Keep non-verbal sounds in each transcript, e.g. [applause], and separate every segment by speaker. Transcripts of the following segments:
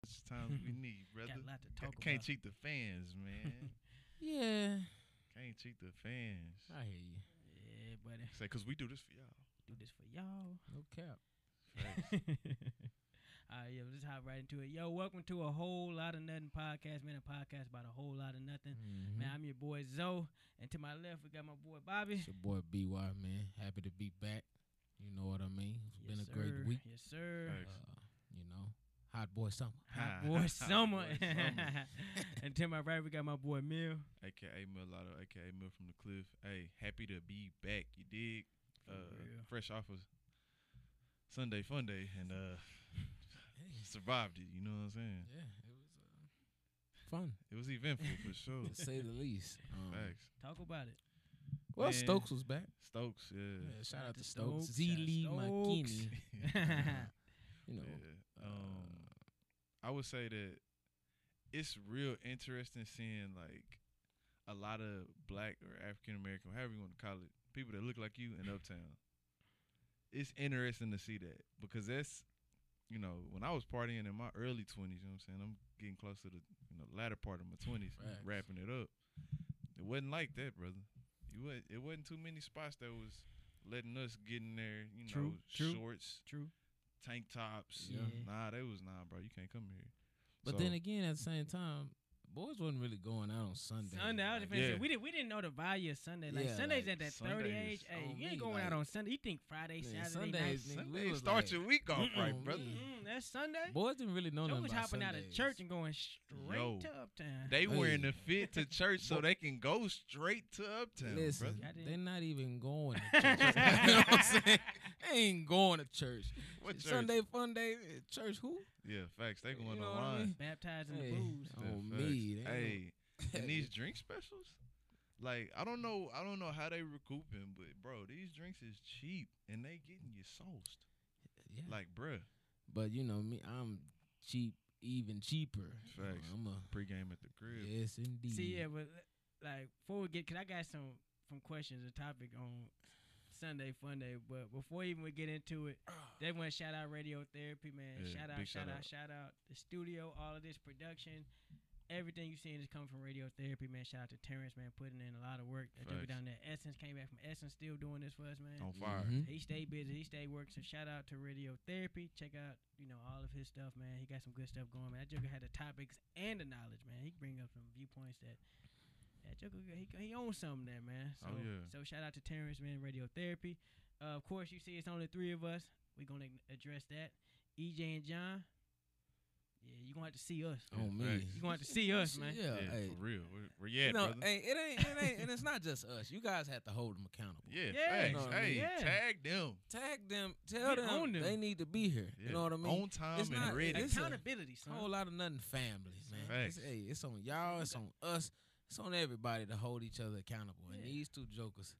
Speaker 1: [laughs]
Speaker 2: brother.
Speaker 1: Got a lot to talk
Speaker 2: Can't
Speaker 1: about.
Speaker 2: cheat the fans, man.
Speaker 3: Yeah,
Speaker 2: Can't cheat the fans.
Speaker 3: I hear you.
Speaker 1: Yeah, buddy.
Speaker 2: Say, cause we do this for y'all.
Speaker 1: [laughs] Do this for y'all.
Speaker 3: No cap.
Speaker 2: Facts.
Speaker 1: All [laughs] right, yeah, let's hop right into it. Yo, welcome to a whole lot of nothing podcast, man. A podcast about a whole lot of nothing.
Speaker 3: Mm-hmm.
Speaker 1: Man, I'm your boy Zoe, and to my left we got my boy Bobby.
Speaker 3: It's your boy BY man. Happy to be back. You know what I mean. It's been a
Speaker 1: Yes, sir.
Speaker 3: great week.
Speaker 1: Yes, sir.
Speaker 2: Thanks.
Speaker 3: Uh, you know, [laughs] hot boy summer.
Speaker 1: Hot
Speaker 2: Hi.
Speaker 1: boy
Speaker 2: Hi,
Speaker 1: summer.
Speaker 2: boy, Summer.
Speaker 1: [laughs] and to my right we got my boy Mill.
Speaker 2: AKA Mulatto, AKA Mill from the Cliff. Hey, happy to be back. You dig?
Speaker 1: For
Speaker 2: Uh,
Speaker 1: real.
Speaker 2: fresh off of Sunday Fun Day and uh, [laughs] survived it. You know what I'm saying?
Speaker 3: Yeah, it was uh, fun
Speaker 2: It was eventful
Speaker 1: [laughs]
Speaker 2: for sure.
Speaker 3: to say the least. Um,
Speaker 2: [laughs] Facts.
Speaker 1: Talk about it.
Speaker 3: Well,
Speaker 2: Man.
Speaker 3: Stokes was back.
Speaker 2: Stokes,
Speaker 3: Yeah,
Speaker 2: yeah.
Speaker 3: shout out
Speaker 1: to
Speaker 3: to Stokes.
Speaker 1: Stokes.
Speaker 3: Z
Speaker 1: Shout out
Speaker 3: Lee
Speaker 1: Stokes.
Speaker 3: Makini.
Speaker 1: [laughs]
Speaker 3: You know,
Speaker 2: Yeah. Um, I would say that it's real interesting seeing like a lot of black or African American, however you want to call it, people that look like you in Uptown. It's interesting to see that because that's, you know, when I was partying in my early twenties, you know what I'm saying. I'm getting close to the you know latter part of my twenties,
Speaker 3: Facts.
Speaker 2: wrapping it up. It wasn't like that, brother. You was it wasn't too many spots that was letting us get in there. You know,
Speaker 1: True, true.
Speaker 2: shorts,
Speaker 1: True.
Speaker 2: tank tops.
Speaker 1: Yeah.
Speaker 2: Nah, they was nah, bro. You can't come here. So,
Speaker 3: but then again, at the same time, boys wasn't really going out on Sunday.
Speaker 1: Sunday, I was just
Speaker 3: Like,
Speaker 1: finna say,
Speaker 2: Yeah.
Speaker 1: we didn't we didn't know the value of Sunday. Like
Speaker 3: Yeah,
Speaker 1: Sunday's
Speaker 3: like,
Speaker 1: at that thirty
Speaker 2: Sundays
Speaker 1: age. Hey,
Speaker 3: on
Speaker 1: you
Speaker 3: me,
Speaker 1: ain't going out
Speaker 3: like-
Speaker 1: on Sunday. You think Friday,
Speaker 3: Yeah,
Speaker 1: Saturday
Speaker 3: Sundays,
Speaker 1: night.
Speaker 3: nigga,
Speaker 2: Sunday
Speaker 3: we was
Speaker 2: start
Speaker 3: like-
Speaker 2: your week off right,
Speaker 3: Mm-mm,
Speaker 2: brother.
Speaker 3: we-
Speaker 1: Mm, that's Sunday.
Speaker 3: boys didn't really know
Speaker 1: Joe
Speaker 3: nothing
Speaker 1: was
Speaker 3: about
Speaker 1: hopping out of
Speaker 3: Sundays.
Speaker 1: church and going straight
Speaker 2: Yo.
Speaker 1: to Uptown. [laughs]
Speaker 2: They
Speaker 3: Hey.
Speaker 2: wearing the fit to church so they can go straight to uptown,
Speaker 3: Listen,
Speaker 2: brother.
Speaker 1: I didn't-
Speaker 3: they're not even going
Speaker 2: [laughs]
Speaker 3: to church. [laughs] you know what
Speaker 1: [laughs]
Speaker 3: I'm saying? They ain't going to church.
Speaker 2: What church?
Speaker 3: Sunday fun day uh, church who?
Speaker 2: Yeah, facts. They going
Speaker 3: You know what I
Speaker 2: online.
Speaker 3: mean?
Speaker 1: baptized in
Speaker 3: Hey,
Speaker 1: the booze.
Speaker 2: Yeah,
Speaker 3: Oh
Speaker 2: facts.
Speaker 3: me. they ain't
Speaker 2: Hey, [laughs]
Speaker 3: [laughs]
Speaker 2: and these drink specials. Like I don't know, I don't know how they recouping, but bro, these drinks is cheap and they getting you sauced.
Speaker 3: no- yeah.
Speaker 2: Like, bruh,
Speaker 3: But you know me, I'm cheap, even cheaper. You know,
Speaker 2: Facts.
Speaker 3: I'm a
Speaker 2: pregame at the crib.
Speaker 3: yes indeed.
Speaker 1: See, yeah, but like before we get, cause I got some some questions and topic on Sunday Funday. But before even we get into
Speaker 2: [sighs]
Speaker 1: it, they want shout out Radio Therapy, man.
Speaker 2: Yeah,
Speaker 1: shout out,
Speaker 2: big
Speaker 1: shout,
Speaker 2: shout
Speaker 1: out,
Speaker 2: out.
Speaker 1: shout out the studio, all of this production. Everything you seen is coming from Radio Therapy, man. Shout out to Terrence, man, putting in a lot of work. That dude
Speaker 2: Facts.
Speaker 1: down there, Essence came back from Essence, still doing this for us, man.
Speaker 2: On fire.
Speaker 3: Mhm.
Speaker 1: He stayed busy. He stayed working. So shout out to Radio Therapy. Check out, you know, all of his stuff, man. He got some good stuff going, man. That Joker had the topics and the knowledge, man. He bring up some viewpoints that that Joker he, he owns something there, man. So
Speaker 2: Oh, yeah.
Speaker 1: so shout out to Terrence, man. Radio Therapy. Uh, of course, you see it's only three of us. We're gonna address that. EJ and John. Yeah, you gonna have to see us.
Speaker 3: Oh me.
Speaker 2: Facts.
Speaker 1: You gonna have to see us, man.
Speaker 3: Yeah,
Speaker 2: Yeah,
Speaker 3: hey.
Speaker 2: for real. Where, where you at,
Speaker 3: you know,
Speaker 2: brother?
Speaker 3: hey, it ain't, it
Speaker 2: [laughs]
Speaker 3: ain't, and it's not just us. You guys have to hold them accountable.
Speaker 2: yeah,
Speaker 1: Yeah.
Speaker 2: facts.
Speaker 3: You know what I
Speaker 2: hey,
Speaker 3: mean?
Speaker 1: Yeah.
Speaker 2: tag them.
Speaker 3: Tag them, tell
Speaker 1: We own
Speaker 3: them,
Speaker 1: them.
Speaker 3: they need to be here.
Speaker 2: Yeah.
Speaker 3: You know what I mean?
Speaker 2: On time
Speaker 3: It's
Speaker 2: and
Speaker 3: not-
Speaker 2: ready.
Speaker 3: it's a-
Speaker 1: Accountability,
Speaker 3: It's a whole
Speaker 1: son.
Speaker 3: lot of nothing family, man.
Speaker 2: Facts.
Speaker 3: It's, hey, it's on y'all, it's on us, it's on everybody to hold each other accountable.
Speaker 1: Yeah.
Speaker 3: And these two jokers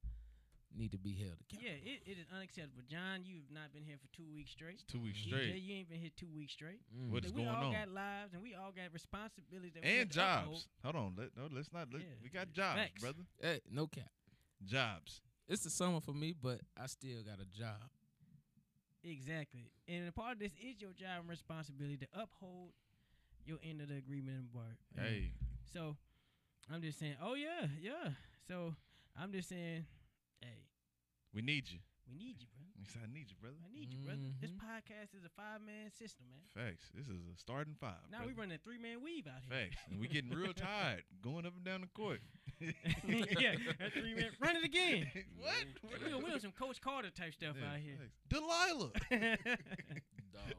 Speaker 3: need to be held accountable.
Speaker 1: Yeah, it, it is unacceptable. John, you've not been here for two weeks straight.
Speaker 2: Two weeks
Speaker 1: EJ,
Speaker 2: straight.
Speaker 1: you ain't been here two weeks straight.
Speaker 3: Mm.
Speaker 2: What is
Speaker 1: That we
Speaker 2: going
Speaker 1: all
Speaker 2: on?
Speaker 1: got lives and we all got responsibilities that we
Speaker 2: and
Speaker 1: have to uphold.
Speaker 2: jobs. Hold on. Let, no, let's not. Let,
Speaker 1: Yeah.
Speaker 2: We got jobs,
Speaker 1: Facts.
Speaker 2: brother.
Speaker 3: Hey, no cap.
Speaker 2: Jobs.
Speaker 3: It's the summer for me, but I still got a job.
Speaker 1: Exactly. And a part of this is your job and responsibility to uphold your end of the agreement and bar.
Speaker 2: Hey,
Speaker 1: So I'm just saying, oh yeah, yeah. So I'm just saying, hey,
Speaker 2: we need you.
Speaker 1: we need you, bro.
Speaker 2: We said, I need you, brother.
Speaker 1: I need you, brother. This
Speaker 2: Mm-hmm.
Speaker 3: Mhm.
Speaker 1: podcast is a five man system, man.
Speaker 2: Facts. This is a starting five.
Speaker 1: Now
Speaker 2: brother.
Speaker 1: we running a three man weave out here.
Speaker 2: Facts. And we getting
Speaker 1: [laughs]
Speaker 2: real tired going up and down the court.
Speaker 1: yeah, a three man. Run it again.
Speaker 2: [laughs] what?
Speaker 1: we on we on some Coach Carter type stuff
Speaker 2: Yeah,
Speaker 1: out here.
Speaker 2: facts. Delilah.
Speaker 1: [laughs]
Speaker 3: [laughs] Dog.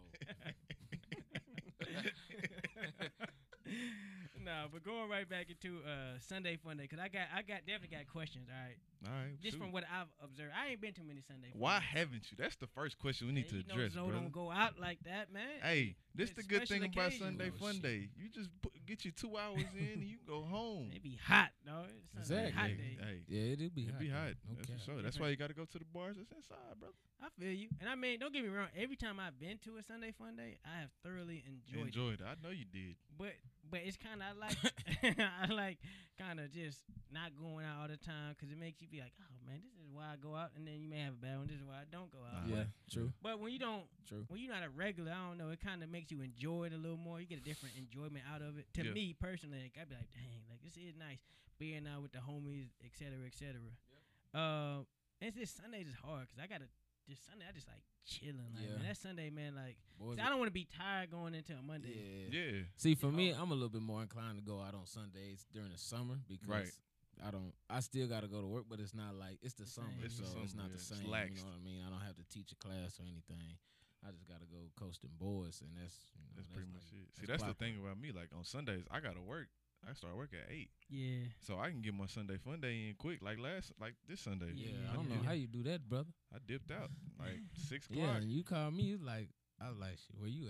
Speaker 1: [laughs] no, but going right back into uh, Sunday Funday because I got I got definitely got questions. All right,
Speaker 2: All right.
Speaker 1: just
Speaker 2: shoot.
Speaker 1: from what I've observed, I ain't been to many Sunday.
Speaker 2: Why
Speaker 1: Fundays.
Speaker 2: haven't you? That's the first question we need
Speaker 1: Man,
Speaker 2: to
Speaker 1: you know
Speaker 2: address,
Speaker 1: Zoe
Speaker 2: brother.
Speaker 1: don't go out like that, man.
Speaker 2: Hey, this the good
Speaker 1: Special
Speaker 2: thing about
Speaker 1: occasion.
Speaker 2: Sunday
Speaker 3: Oh,
Speaker 2: Fun
Speaker 3: shit.
Speaker 2: Day. You just put, get you two hours in and you can go home.
Speaker 1: it be hot, though. It's Sunday,
Speaker 3: Exactly.
Speaker 1: hot
Speaker 2: Hey,
Speaker 1: day.
Speaker 2: Hey,
Speaker 3: Yeah, it'll be
Speaker 2: it'd
Speaker 3: hot.
Speaker 2: be
Speaker 3: though.
Speaker 2: hot.
Speaker 3: No
Speaker 2: That's for
Speaker 3: cap.
Speaker 2: sure. That's why you got to go to the bars that's inside, brother.
Speaker 1: I feel you, and I mean, don't get me wrong. Every time I've been to a Sunday Funday, I have thoroughly enjoyed.
Speaker 2: Enjoy it. I know you did.
Speaker 1: it. But but it's kind
Speaker 2: [laughs]
Speaker 1: of like [laughs] I like kind of just not going out all the time because it makes you be like, oh man, this is why I go out, and then you may have a bad one. This is why I don't go out.
Speaker 2: Yeah.
Speaker 3: Yeah, true,
Speaker 1: But when you don't,
Speaker 3: true.
Speaker 1: when you're not a regular, I don't know. It kind of makes you enjoy it a little more. You get a different enjoyment out of it. To
Speaker 2: Yeah.
Speaker 1: me personally, like, I'd be like, dang, like this is nice being out with the homies, et cetera, et cetera. Uh, it's just Sundays is hard because I gotta. Just Sunday, I just like chilling. Like
Speaker 3: Yeah.
Speaker 1: man, that Sunday, man, like
Speaker 3: Boys,
Speaker 1: I don't want to be tired going into a Monday.
Speaker 3: yeah.
Speaker 2: Yeah.
Speaker 3: See, for me, I'm a little bit more inclined to go out on Sundays during the summer because
Speaker 2: Right.
Speaker 3: I don't. I still got to go to work, but it's not like it's the,
Speaker 1: The
Speaker 3: summer,
Speaker 1: same. It's
Speaker 3: so
Speaker 1: the
Speaker 3: it's
Speaker 2: summer,
Speaker 3: not
Speaker 2: yeah.
Speaker 3: the
Speaker 2: It's
Speaker 3: same.
Speaker 2: laxed.
Speaker 3: You know what I mean? I don't have to teach a class or anything. I just got to go coasting boys, and that's you know,
Speaker 2: That's pretty much
Speaker 3: like-
Speaker 2: it. See, that's the
Speaker 3: clockwork.
Speaker 2: thing about me. Like on Sundays, I gotta work. I start work at eight,
Speaker 1: yeah.
Speaker 2: so I can get my Sunday fun day in quick. Like last, like this Sunday,
Speaker 3: Yeah,
Speaker 1: Yeah,
Speaker 3: I don't know
Speaker 2: yeah.
Speaker 3: how you do that, brother.
Speaker 2: I dipped out like six
Speaker 3: Yeah,
Speaker 2: o'clock.
Speaker 3: and you call me you like I was like, "Shit, where you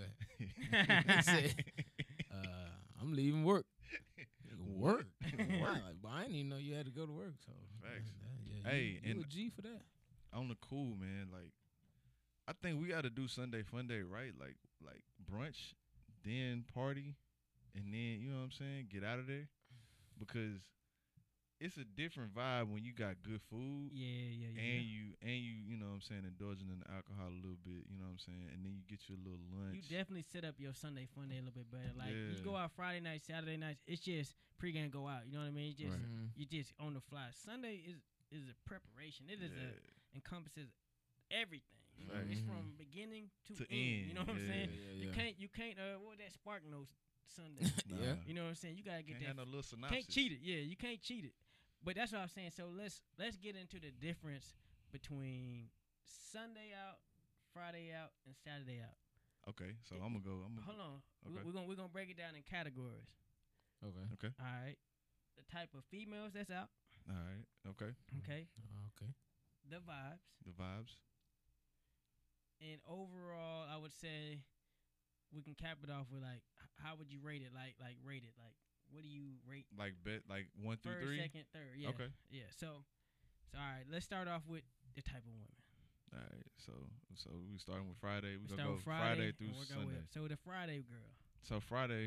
Speaker 2: [laughs]
Speaker 3: at? [laughs] uh, I'm leaving work. Nigga, work, Why?
Speaker 2: Work.
Speaker 3: Like, but I didn't even know you had to go to work. So
Speaker 2: Facts.
Speaker 3: Yeah, you,
Speaker 2: Hey,
Speaker 3: you
Speaker 2: and-
Speaker 3: a G for that.
Speaker 2: on the cool, man. Like, I think we gotta do Sunday fun day right. Like, like brunch, then party, and then you know what I'm saying. Get out of there because it's a different vibe when you got good food.
Speaker 1: Yeah, yeah, yeah.
Speaker 2: and you and you you know what I'm saying indulging in the alcohol a little bit, you know what I'm saying, and then you get your little lunch.
Speaker 1: you definitely set up your Sunday fun day a little bit better. Like
Speaker 2: Yeah.
Speaker 1: you go out Friday night, Saturday nights. It's just pregame go out. You know what I mean? It's just
Speaker 2: Right.
Speaker 3: Mm-hmm.
Speaker 1: you just on the fly. Sunday is is a preparation. It is [laughs]
Speaker 2: Yeah.
Speaker 1: a encompasses everything. You know,
Speaker 2: Right.
Speaker 1: It's
Speaker 3: Mhm.
Speaker 1: from beginning to,
Speaker 2: To
Speaker 1: end, You
Speaker 2: end,
Speaker 1: know what I'm
Speaker 2: yeah.
Speaker 1: saying?
Speaker 3: yeah,
Speaker 1: You
Speaker 3: yeah.
Speaker 1: can't you can't uh what that spark notes Sunday.
Speaker 2: Nah.
Speaker 3: Yeah.
Speaker 1: you know what I'm saying? You gotta get
Speaker 2: can't
Speaker 1: that
Speaker 2: have no little synopsis.
Speaker 1: can't cheat it. Yeah, you can't cheat it. But that's what I'm saying. So let's let's get into the difference between Sunday out, Friday out, and Saturday out.
Speaker 2: Okay, so I'm gonna go. I'm gonna
Speaker 1: Hold on, We-
Speaker 2: Okay.
Speaker 1: we're gonna we're gonna break it down in categories.
Speaker 3: Okay.
Speaker 2: Okay,
Speaker 1: All right, the type of females that's out.
Speaker 2: all right, okay.
Speaker 1: Okay,
Speaker 3: Oh, Okay.
Speaker 1: the vibes,
Speaker 2: The vibes.
Speaker 1: and overall, I would say we can cap it off with like, h- how would you rate it? Like like rate it. Like what do you rate?
Speaker 2: Like bet like one through
Speaker 1: First,
Speaker 2: three.
Speaker 1: second, third. Yeah.
Speaker 2: Okay.
Speaker 1: Yeah. So, so all right, let's start off with the type of woman.
Speaker 2: All right. So so we starting with Friday. We
Speaker 1: We
Speaker 2: gonna
Speaker 1: start
Speaker 2: go
Speaker 1: with Friday,
Speaker 2: through
Speaker 1: and work our way
Speaker 2: Sunday.
Speaker 1: up. So the Friday girl.
Speaker 2: So Friday,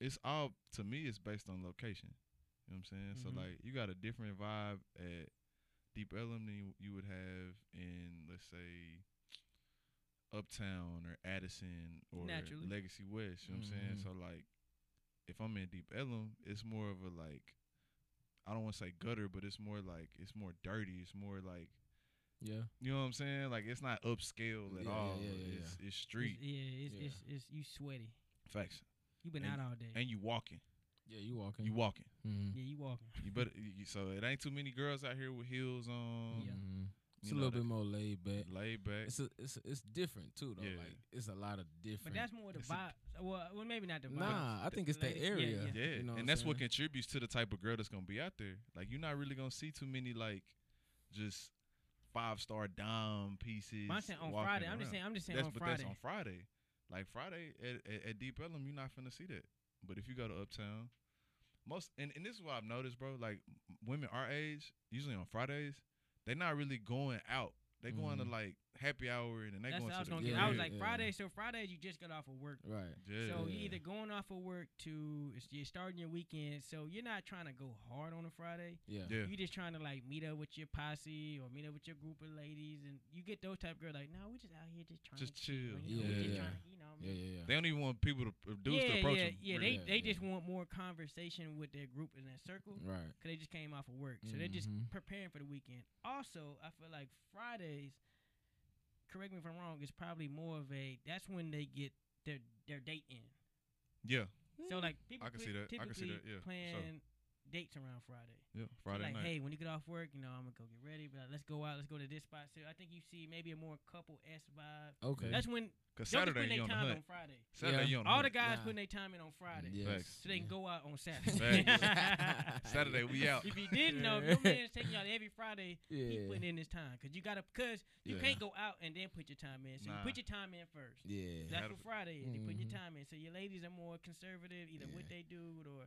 Speaker 2: it's all to me it's based on location. You know what I'm saying?
Speaker 1: Mhm.
Speaker 2: So like you got a different vibe at Deep Ellum than you, you would have in let's say Uptown or Addison or
Speaker 1: Naturally. Mm-hmm.
Speaker 2: Legacy West. You know what I'm saying?
Speaker 3: Mhm.
Speaker 2: So like if I'm in Deep Ellum, it's more of a like I don't want to say gutter, but it's more like it's more dirty. It's more like
Speaker 3: Yeah.
Speaker 2: you know what I'm saying? Like it's not upscale at
Speaker 3: Yeah, yeah,
Speaker 2: all.
Speaker 3: yeah, yeah,
Speaker 2: it's, it's
Speaker 1: It's-
Speaker 2: street
Speaker 1: yeah, it's,
Speaker 3: Yeah.
Speaker 1: It's, it's you sweaty.
Speaker 2: facts,
Speaker 1: You been
Speaker 2: And-
Speaker 1: out all day.
Speaker 2: and you walking.
Speaker 3: Yeah, you walking.
Speaker 2: You walking.
Speaker 3: Mm-hmm.
Speaker 1: yeah, you walking.
Speaker 2: You better. You, you- so it ain't too many girls out here with heels on.
Speaker 1: Yeah.
Speaker 3: Mm-hmm. It's
Speaker 2: you
Speaker 3: a
Speaker 2: know,
Speaker 3: little
Speaker 2: that
Speaker 3: bit more laid back.
Speaker 2: laid back.
Speaker 3: It's a, it's it's different too though.
Speaker 2: Yeah.
Speaker 3: Like it's a lot of
Speaker 1: But
Speaker 3: different.
Speaker 1: that's more the
Speaker 2: It's a-
Speaker 1: vibe. Well, well, maybe not the vibe.
Speaker 3: nah, I think it's the
Speaker 1: ladies- yeah,
Speaker 3: area.
Speaker 1: yeah.
Speaker 2: yeah,
Speaker 3: you know
Speaker 2: and that's what contributes to the type of girl that's gonna be out there. Like you're not really gonna see too many like just five star dom pieces.
Speaker 1: But I'm saying on
Speaker 2: walking
Speaker 1: Friday. I'm just
Speaker 2: around.
Speaker 1: saying. I'm just saying
Speaker 2: That's
Speaker 1: on
Speaker 2: but
Speaker 1: Friday.
Speaker 2: that's on Friday. Like Friday at, at, at Deep Ellum, you're not finna see that. But if you go to Uptown, most and, and this is what I've noticed, bro. Like m- women our age, usually on Fridays, they're not really going out. They going to
Speaker 3: Mhm.
Speaker 2: like happy hour and then they
Speaker 1: Mm-hmm. that's
Speaker 2: going
Speaker 1: what I was
Speaker 2: to the
Speaker 1: gonna
Speaker 3: yeah,
Speaker 1: get. I was
Speaker 3: yeah,
Speaker 1: like
Speaker 3: yeah.
Speaker 1: Friday. So Fridays you just got off of work.
Speaker 3: right.
Speaker 2: Yeah.
Speaker 1: So you
Speaker 3: Yeah.
Speaker 1: either going off of work to it's- you're starting your weekend. So you're not trying to go hard on a Friday.
Speaker 3: Yeah.
Speaker 2: yeah.
Speaker 1: You just trying to like meet up with your posse or meet up with your group of ladies, and you get those type of girls like, no, we just out here just trying
Speaker 2: Just
Speaker 1: to chill.
Speaker 2: chill.
Speaker 1: You know, we just
Speaker 3: Yeah.
Speaker 1: trying to, you know, what I
Speaker 3: Yeah.
Speaker 1: mean?
Speaker 3: Yeah. Yeah.
Speaker 2: They don't even want people to uh, dudes
Speaker 1: yeah,
Speaker 2: to approach
Speaker 1: yeah,
Speaker 2: them.
Speaker 1: yeah.
Speaker 2: really.
Speaker 1: They they
Speaker 3: Yeah,
Speaker 1: just want more conversation with their group in that circle
Speaker 3: right.
Speaker 1: because they just came off of work, so they're just
Speaker 2: Mm-hmm.
Speaker 3: Mhm.
Speaker 1: preparing for the weekend. Also, I feel like Fridays, correct me if I'm wrong, is probably more of a that's when they get their their date in.
Speaker 2: yeah,
Speaker 1: So like people
Speaker 2: I can see
Speaker 1: cli-
Speaker 2: that. I can see
Speaker 1: typically
Speaker 2: that, yeah. So-
Speaker 1: plan dates around Friday.
Speaker 2: yeah.
Speaker 1: So,
Speaker 2: Friday
Speaker 1: like,
Speaker 2: night.
Speaker 1: hey, when you get off work, you know I'm gonna go get ready, but let's go out, let's go to this spot. So I think you see maybe a more couple s vibe.
Speaker 3: Okay.
Speaker 1: That's when
Speaker 2: Cause
Speaker 1: y'all be
Speaker 2: Saturday
Speaker 1: putting
Speaker 2: you on the
Speaker 1: their time
Speaker 2: hunt.
Speaker 1: on Friday.
Speaker 2: Saturday
Speaker 3: Yeah.
Speaker 2: you on the
Speaker 1: All
Speaker 2: hunt.
Speaker 1: the guys
Speaker 3: Nah.
Speaker 1: putting their time in on Friday.
Speaker 2: Facts.
Speaker 1: So they can
Speaker 3: [laughs] yeah.
Speaker 1: go out on Saturday.
Speaker 3: [laughs] Facts.
Speaker 2: Saturday we out.
Speaker 1: [laughs] if you didn't know, if your man's taking you out every Friday, he
Speaker 3: Yeah.
Speaker 1: putting in his time because you gotta because you
Speaker 2: Yeah.
Speaker 1: can't go out and then put your time in. So you
Speaker 2: Nah.
Speaker 1: put your time in first.
Speaker 3: Yeah.
Speaker 1: That's
Speaker 2: Gotta
Speaker 1: what Friday is. You put your
Speaker 3: Mhm.
Speaker 1: time in. So your ladies are more conservative, either what they
Speaker 3: Yeah.
Speaker 1: do or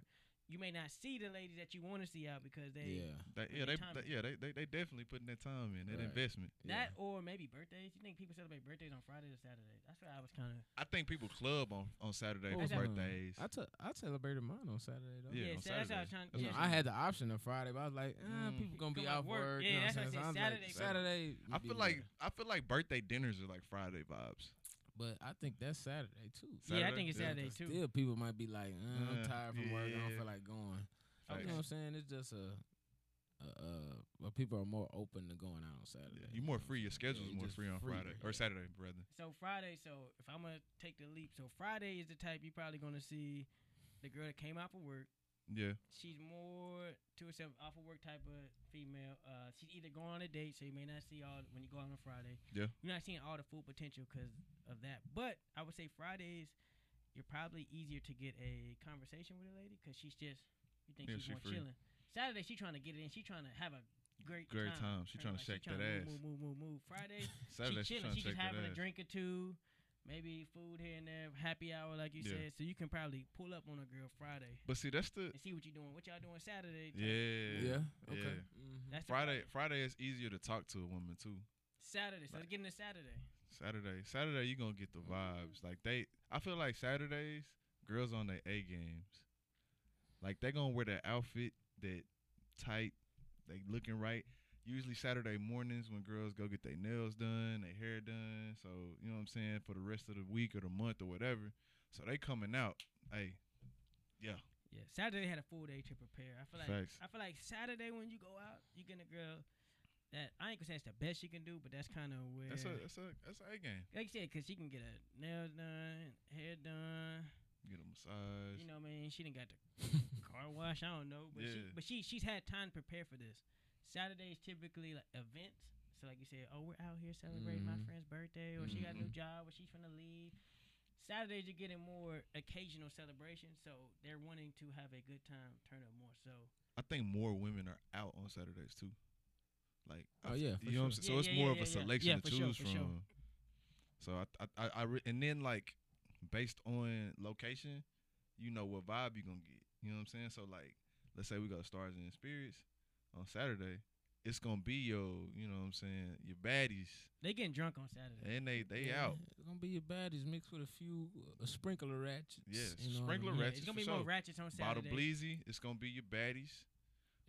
Speaker 1: you may not see the lady that you want to see out because they
Speaker 3: Yeah.
Speaker 2: They,
Speaker 1: Put
Speaker 2: yeah,
Speaker 1: their
Speaker 2: they,
Speaker 1: time
Speaker 2: they
Speaker 1: in.
Speaker 2: yeah they, they they definitely putting that time in that
Speaker 3: Right.
Speaker 2: investment.
Speaker 1: that or maybe birthdays. You think people celebrate birthdays on Fridays or Saturdays? That's what I was kind of.
Speaker 2: I think people club on on Saturday
Speaker 1: Oh,
Speaker 3: What
Speaker 2: for
Speaker 3: was mine?
Speaker 2: birthdays.
Speaker 3: I took I celebrated mine on Saturday though.
Speaker 2: Yeah,
Speaker 1: Yeah,
Speaker 2: on
Speaker 1: so that's what I was trying.
Speaker 2: That's
Speaker 1: Yeah,
Speaker 2: what
Speaker 3: I had the option on Friday, but I was like, eh,
Speaker 2: Mm.
Speaker 3: people gonna be
Speaker 1: Come
Speaker 3: out
Speaker 1: off work.
Speaker 3: work.
Speaker 1: Yeah,
Speaker 3: you know what
Speaker 1: [laughs] that's what
Speaker 3: I'm
Speaker 1: I
Speaker 3: saying?
Speaker 1: said,
Speaker 3: So I was like, Saturday.
Speaker 2: I
Speaker 3: would be
Speaker 2: feel like
Speaker 3: better.
Speaker 2: I feel like birthday dinners are like Friday vibes.
Speaker 3: but I think that's Saturday too.
Speaker 1: yeah, I think it's
Speaker 2: Yeah.
Speaker 1: Saturday too.
Speaker 3: Still, people might be like, uh, I'm
Speaker 2: Uh,
Speaker 3: tired from work. I
Speaker 2: yeah.
Speaker 3: don't feel like
Speaker 1: Oh,
Speaker 3: going.
Speaker 2: Facts.
Speaker 3: You know what I'm saying? It's just a, a, a well, people are more open to going out on Saturday.
Speaker 2: You're more free. Your
Speaker 3: schedule
Speaker 2: schedule's more free on Friday or Saturday, brother.
Speaker 1: So Friday, so if I'm gonna take the leap, so Friday is the type you're probably gonna see the girl that came out for work.
Speaker 2: Yeah,
Speaker 1: She's more to herself, off of work type of female. Uh, she's either going on a date, so you may not see all when you go out on Friday.
Speaker 2: Yeah.
Speaker 1: you're not seeing all the full potential because of that. But I would say Fridays, you're probably easier to get a conversation with a lady because she's just you
Speaker 2: Yeah,
Speaker 1: think
Speaker 2: she
Speaker 1: she's more
Speaker 2: free.
Speaker 1: chilling. Saturday, she trying to get it in. She trying to have a great
Speaker 2: Great time.
Speaker 1: time.
Speaker 2: She
Speaker 1: Kinda
Speaker 2: tryna shake
Speaker 1: like she
Speaker 2: that
Speaker 1: tryna
Speaker 2: ass.
Speaker 1: Move, move, move, move.
Speaker 2: [laughs]
Speaker 1: Friday,
Speaker 2: Saturday
Speaker 1: she
Speaker 2: she's trying to shake
Speaker 1: chilling. She just
Speaker 2: that
Speaker 1: having
Speaker 2: ass.
Speaker 1: a drink or two, maybe food here and there, happy hour like you
Speaker 2: Yeah.
Speaker 1: said. So you can probably pull up on a girl Friday
Speaker 2: But see, that's the
Speaker 1: and see what you're doing. What y'all doing Saturday? type.
Speaker 2: yeah
Speaker 3: Yeah. Okay.
Speaker 2: Yeah.
Speaker 3: [laughs] Mhm.
Speaker 1: That's the
Speaker 2: Friday Friday is easier to talk to a woman too.
Speaker 1: Saturday. So
Speaker 2: Like-
Speaker 1: getting to Saturday.
Speaker 2: Saturday Saturday you gonna get the vibes. Like they, I feel like Saturdays girls on their A games. Like they gonna wear that outfit that tight. They looking right. Usually Saturday mornings when girls go get their nails done, their hair done. So you know what I'm saying for the rest of the week or the month or whatever. So they coming out. Hey, yeah,
Speaker 1: Yeah, Saturday had a full day to prepare. I feel like
Speaker 2: Facts.
Speaker 1: I feel like Saturday when you go out, you getting a girl that I ain't gonna say it's the best she can do, but that's kind of where
Speaker 2: that's a that's a that's a A game.
Speaker 1: like you said, cause she can get her nails done, hair done.
Speaker 2: Get a massage.
Speaker 1: You know, what I mean, she didn't got the car wash. I don't know, but she
Speaker 2: Yeah.
Speaker 1: but she she's had time to prepare for this. Saturdays typically like events. So like you said, oh we're out here celebrating my
Speaker 3: Mhm.
Speaker 1: friend's birthday, or she got a new
Speaker 2: Mm-hmm.
Speaker 3: Mhm.
Speaker 1: job, or she's finna leave. Saturdays you're getting more occasional celebrations, so they're wanting to have a good time, turn up more. So
Speaker 2: I think more women are out on Saturdays too. Like, I
Speaker 3: Oh,
Speaker 2: f-
Speaker 3: yeah,
Speaker 2: you
Speaker 3: for
Speaker 2: know what I'm
Speaker 3: sure.
Speaker 2: saying. So
Speaker 1: Yeah,
Speaker 2: it's
Speaker 1: yeah,
Speaker 2: more
Speaker 1: yeah,
Speaker 2: of a
Speaker 1: yeah, yeah.
Speaker 2: selection
Speaker 1: Yeah,
Speaker 2: to
Speaker 1: for sure,
Speaker 2: choose
Speaker 1: for
Speaker 2: from.
Speaker 1: sure.
Speaker 2: So I, I, I, I re- and then like, based on location, you know what vibe you gonna get. You know what I'm saying. So like, let's say we go to Stars and Spirits on Saturday. It's gonna be your, you know what I'm saying, your baddies,
Speaker 1: they getting drunk on Saturday.
Speaker 2: and they they
Speaker 3: Yeah,
Speaker 2: out.
Speaker 3: It's gonna be your baddies mixed with a few a sprinkler ratchets.
Speaker 2: Yes,
Speaker 3: you know what I
Speaker 2: sprinkler
Speaker 3: mean?
Speaker 1: Yeah,
Speaker 2: ratchets
Speaker 1: it's gonna
Speaker 2: for
Speaker 1: be more
Speaker 2: sure.
Speaker 1: ratchets on
Speaker 2: Bottle
Speaker 1: Saturday.
Speaker 2: Bleezy, it's gonna be your baddies.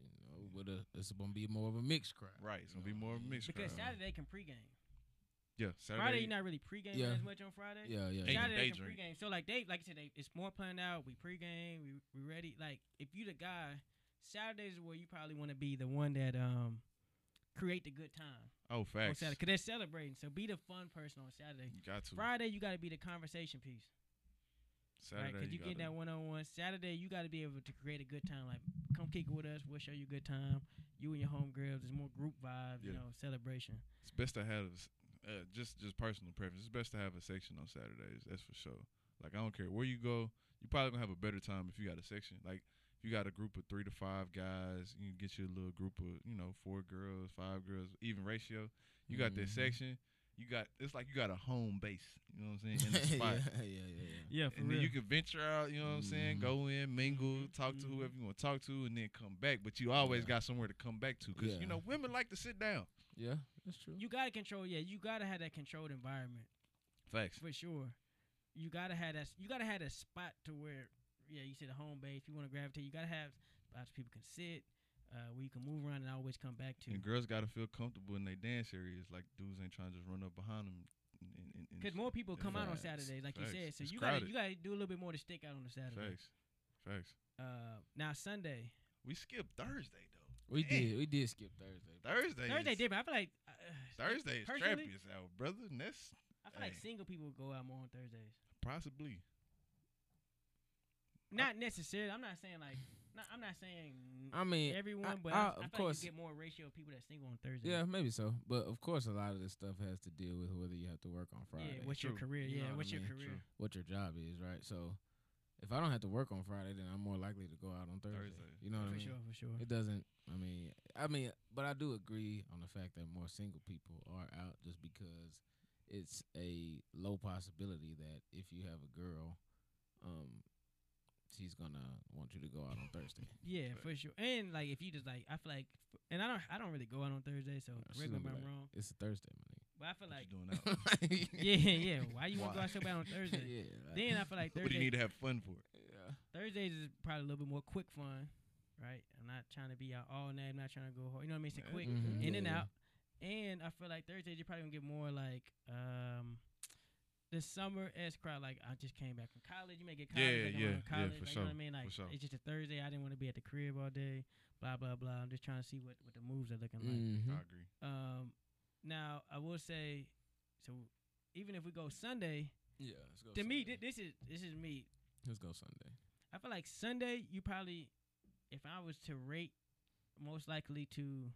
Speaker 3: You know, with a it's gonna be more of a mixed crowd.
Speaker 2: Right, it's gonna
Speaker 3: You
Speaker 2: be more
Speaker 3: know what I mean?
Speaker 2: mixed.
Speaker 1: because
Speaker 2: crowd.
Speaker 1: Saturday they can pregame.
Speaker 2: yeah, Saturday,
Speaker 1: Friday you're not really pregaming
Speaker 3: Yeah.
Speaker 1: as much on Friday.
Speaker 3: Yeah, yeah.
Speaker 2: Ain't
Speaker 3: yeah.
Speaker 2: no day
Speaker 1: Saturday they can
Speaker 2: drink.
Speaker 1: pregame. So like they like I said, they, it's more planned out. We pregame. We we ready. Like if you the guy, Saturdays is where you probably want to be the one that um create the good time
Speaker 2: oh
Speaker 1: on
Speaker 2: facts.
Speaker 1: Saturday because they're celebrating. So be the fun person on Saturday.
Speaker 2: You got to
Speaker 1: Friday you got to be the conversation piece,
Speaker 2: Saturday.
Speaker 1: right? Because you,
Speaker 2: you
Speaker 1: get
Speaker 2: gotta-
Speaker 1: that one on one. Saturday you got to be able to create a good time. Like come kick it with us. We'll show you a good time. You and your homegirls. There's more group vibe. You
Speaker 2: Yeah.
Speaker 1: know, celebration.
Speaker 2: It's best to have s- uh, just just personal preference. It's best to have a section on Saturdays. That's for sure. Like I don't care where you go, you probably gonna have a better time if you got a section. Like if you got a group of three to five guys, you can get you a little group of you know four girls, five girls, even ratio. You got that
Speaker 3: Mhm.
Speaker 2: section. You got it's like you got a home base. You know what I'm
Speaker 3: [laughs]
Speaker 2: saying? In the spot.
Speaker 3: yeah, yeah, yeah, yeah.
Speaker 1: Yeah,
Speaker 2: And then you can venture out, you know what I'm saying?
Speaker 3: Mhm.
Speaker 2: Go in, mingle,
Speaker 1: Mhm,
Speaker 2: talk to
Speaker 1: mhm.
Speaker 2: whoever you want to talk to, and then come back. But you always
Speaker 3: Mm-hmm. Yeah.
Speaker 2: got somewhere to come back to because,
Speaker 3: Yeah.
Speaker 2: you know, women like to sit down.
Speaker 3: Yeah, that's true.
Speaker 1: You gotta control, yeah. You gotta have that controlled environment
Speaker 2: Facts.
Speaker 1: for sure. You gotta have that. You gotta have that spot to where, yeah. You said a home base. You want to gravitate. You gotta have spots people can sit, uh, where you can move around and always come back to.
Speaker 2: And girls gotta feel comfortable in their dance areas. Like dudes ain't trying to just run up behind them. And, and, and
Speaker 1: Because more people
Speaker 2: Yeah.
Speaker 1: come out on
Speaker 3: Facts.
Speaker 1: Saturdays, like
Speaker 2: Facts.
Speaker 1: you said. So
Speaker 2: It's
Speaker 1: you gotta
Speaker 2: crowded.
Speaker 1: you gotta do a little bit more to stick out on a Saturday.
Speaker 2: facts, facts.
Speaker 1: Uh, now Sunday,
Speaker 2: We skipped Thursday though.
Speaker 3: we
Speaker 2: Hey.
Speaker 3: did, we did skip Thursday.
Speaker 2: Thursday.
Speaker 1: Thursday
Speaker 2: is,
Speaker 1: different. I feel like uh,
Speaker 2: Thursday is
Speaker 1: Personally-
Speaker 2: trappiest out, brother. And that's
Speaker 1: I feel like
Speaker 2: Hey.
Speaker 1: single people go out more on Thursdays.
Speaker 2: possibly.
Speaker 1: Not necessarily. I'm not saying like. Not, I'm not saying
Speaker 3: I mean,
Speaker 1: everyone,
Speaker 3: I-
Speaker 1: but
Speaker 3: I-
Speaker 1: I, I
Speaker 3: of
Speaker 1: feel like
Speaker 3: course.
Speaker 1: you get more ratio of people that single on Thursday.
Speaker 3: yeah, maybe so. But of course, a lot of this stuff has to deal with whether you have to work on Friday.
Speaker 1: Yeah, what's your
Speaker 2: True.
Speaker 1: career?
Speaker 3: You know
Speaker 1: yeah,
Speaker 3: what I
Speaker 1: what's your
Speaker 3: mean?
Speaker 1: career?
Speaker 2: True.
Speaker 3: what your job is, right? So if I don't have to work on Friday, then I'm more likely to go out on Thursday.
Speaker 2: Thursday.
Speaker 3: You know what I
Speaker 1: For
Speaker 3: mean?
Speaker 1: sure, for sure.
Speaker 3: It doesn't. I mean, I mean, but I do agree on the fact that more single people are out just because it's a low possibility that if you have a girl, um, she's she's gonna want you to go out on Thursday.
Speaker 1: [laughs] Yeah,
Speaker 2: But-
Speaker 1: for sure. And like if you just like, I feel like, f- and I don't, I don't really go out on Thursday, so
Speaker 3: she's
Speaker 1: correct me
Speaker 3: gonna
Speaker 1: if
Speaker 3: be
Speaker 1: I'm
Speaker 3: like,
Speaker 1: wrong.
Speaker 3: It's a Thursday, my nigga.
Speaker 1: But I feel like,
Speaker 2: you
Speaker 1: [laughs]
Speaker 3: [laughs]
Speaker 2: doing out?
Speaker 3: Like-
Speaker 1: yeah, [laughs] yeah. Why you want to go
Speaker 2: Why?
Speaker 1: out
Speaker 2: [laughs]
Speaker 1: so bad on Thursday?
Speaker 3: yeah. like-
Speaker 1: Then I feel like
Speaker 2: what do you
Speaker 1: Thursday,
Speaker 2: need to have fun for?
Speaker 3: Yeah.
Speaker 1: Thursdays is probably a little bit more quick fun, right? I'm not trying to be out all night. I'm not trying to go hard. You know what I mean? It's a
Speaker 2: Yeah,
Speaker 1: quick
Speaker 3: Mhm.
Speaker 1: in and
Speaker 2: Mm.
Speaker 3: Yeah.
Speaker 1: out. And I feel like Thursdays you're probably gonna get more like um the summer as crowd. Like I just came back from college. You may get college.
Speaker 2: Yeah,
Speaker 1: like, I'm
Speaker 2: yeah,
Speaker 1: on
Speaker 2: yeah,
Speaker 1: college.
Speaker 2: for
Speaker 1: like, You know what I
Speaker 2: sure,
Speaker 1: mean? Like
Speaker 2: for sure.
Speaker 1: it's just a Thursday. I didn't want to be at the crib all day. Blah blah blah. I'm just trying to see what what the moves are looking like.
Speaker 3: Mhm.
Speaker 2: I agree.
Speaker 1: Um, now I will say, so even if we go Sunday,
Speaker 3: Yeah. Let's go
Speaker 1: to me
Speaker 3: Sunday.
Speaker 1: thi- this is this is me.
Speaker 3: let's go Sunday.
Speaker 1: I feel like Sunday, you probably, if I was to rate, most likely to